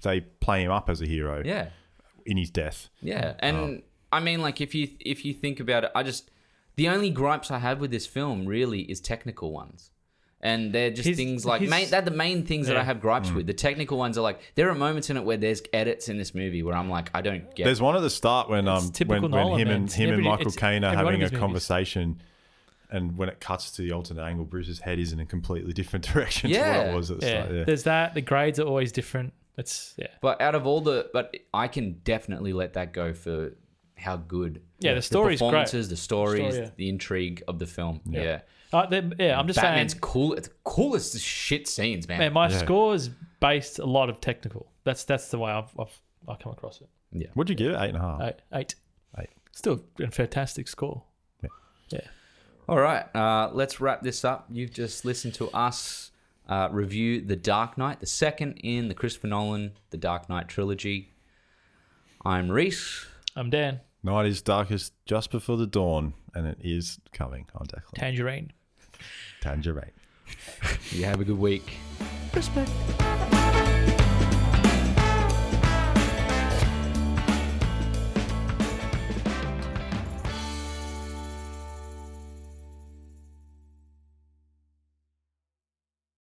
S3: they play him up as a hero
S1: yeah.
S3: in his death.
S1: Yeah, and I mean, like if you if you think about it, I just the only gripes I have with this film really is technical ones, and they're just
S2: His-
S1: things like
S2: his-
S1: main, they're the main things that I
S2: Yeah. Mm.
S1: have gripes with. The technical ones are like there are moments in it where there's edits in this movie where I'm like I don't get.
S3: There's one at the start when um
S2: typical
S3: when, when
S2: Nolan,
S3: him
S2: man.
S3: and
S2: It's
S3: him and
S2: every-
S3: Michael
S2: it's
S3: Caine are
S2: every one of
S3: having a
S2: his movies.
S3: conversation, and when it cuts to the alternate angle, Bruce's head is in a completely different direction to what
S1: Yeah.
S3: it was at the
S2: yeah.
S3: start. Yeah.
S2: There's that. The grades are always different. It's yeah.
S1: but out of all the, but I can definitely let that go for how good.
S2: Yeah, the story's great.
S1: performances, the stories,
S2: Story, yeah.
S1: the intrigue of the film. Yeah,
S2: Uh, they- yeah, I'm just
S1: Batman's
S2: saying.
S1: cool. It's coolest shit scenes, man.
S2: Man, my
S3: Yeah.
S2: score is based a lot of technical. That's that's the way I've I've I come across it.
S3: What'd you give it? Eight and a half.
S2: Eight, eight.
S3: Oh. Eight.
S2: Still a fantastic score.
S1: All right, uh, let's wrap this up. You've just listened to us uh, review The Dark Knight, the second in the Christopher Nolan The Dark Knight trilogy. I'm Reese.
S2: I'm Dan
S3: Night is darkest just before the dawn, and it is coming. I'm Declan.
S2: Tangerine.
S3: Tangerine.
S1: You have a good week.
S2: Respect.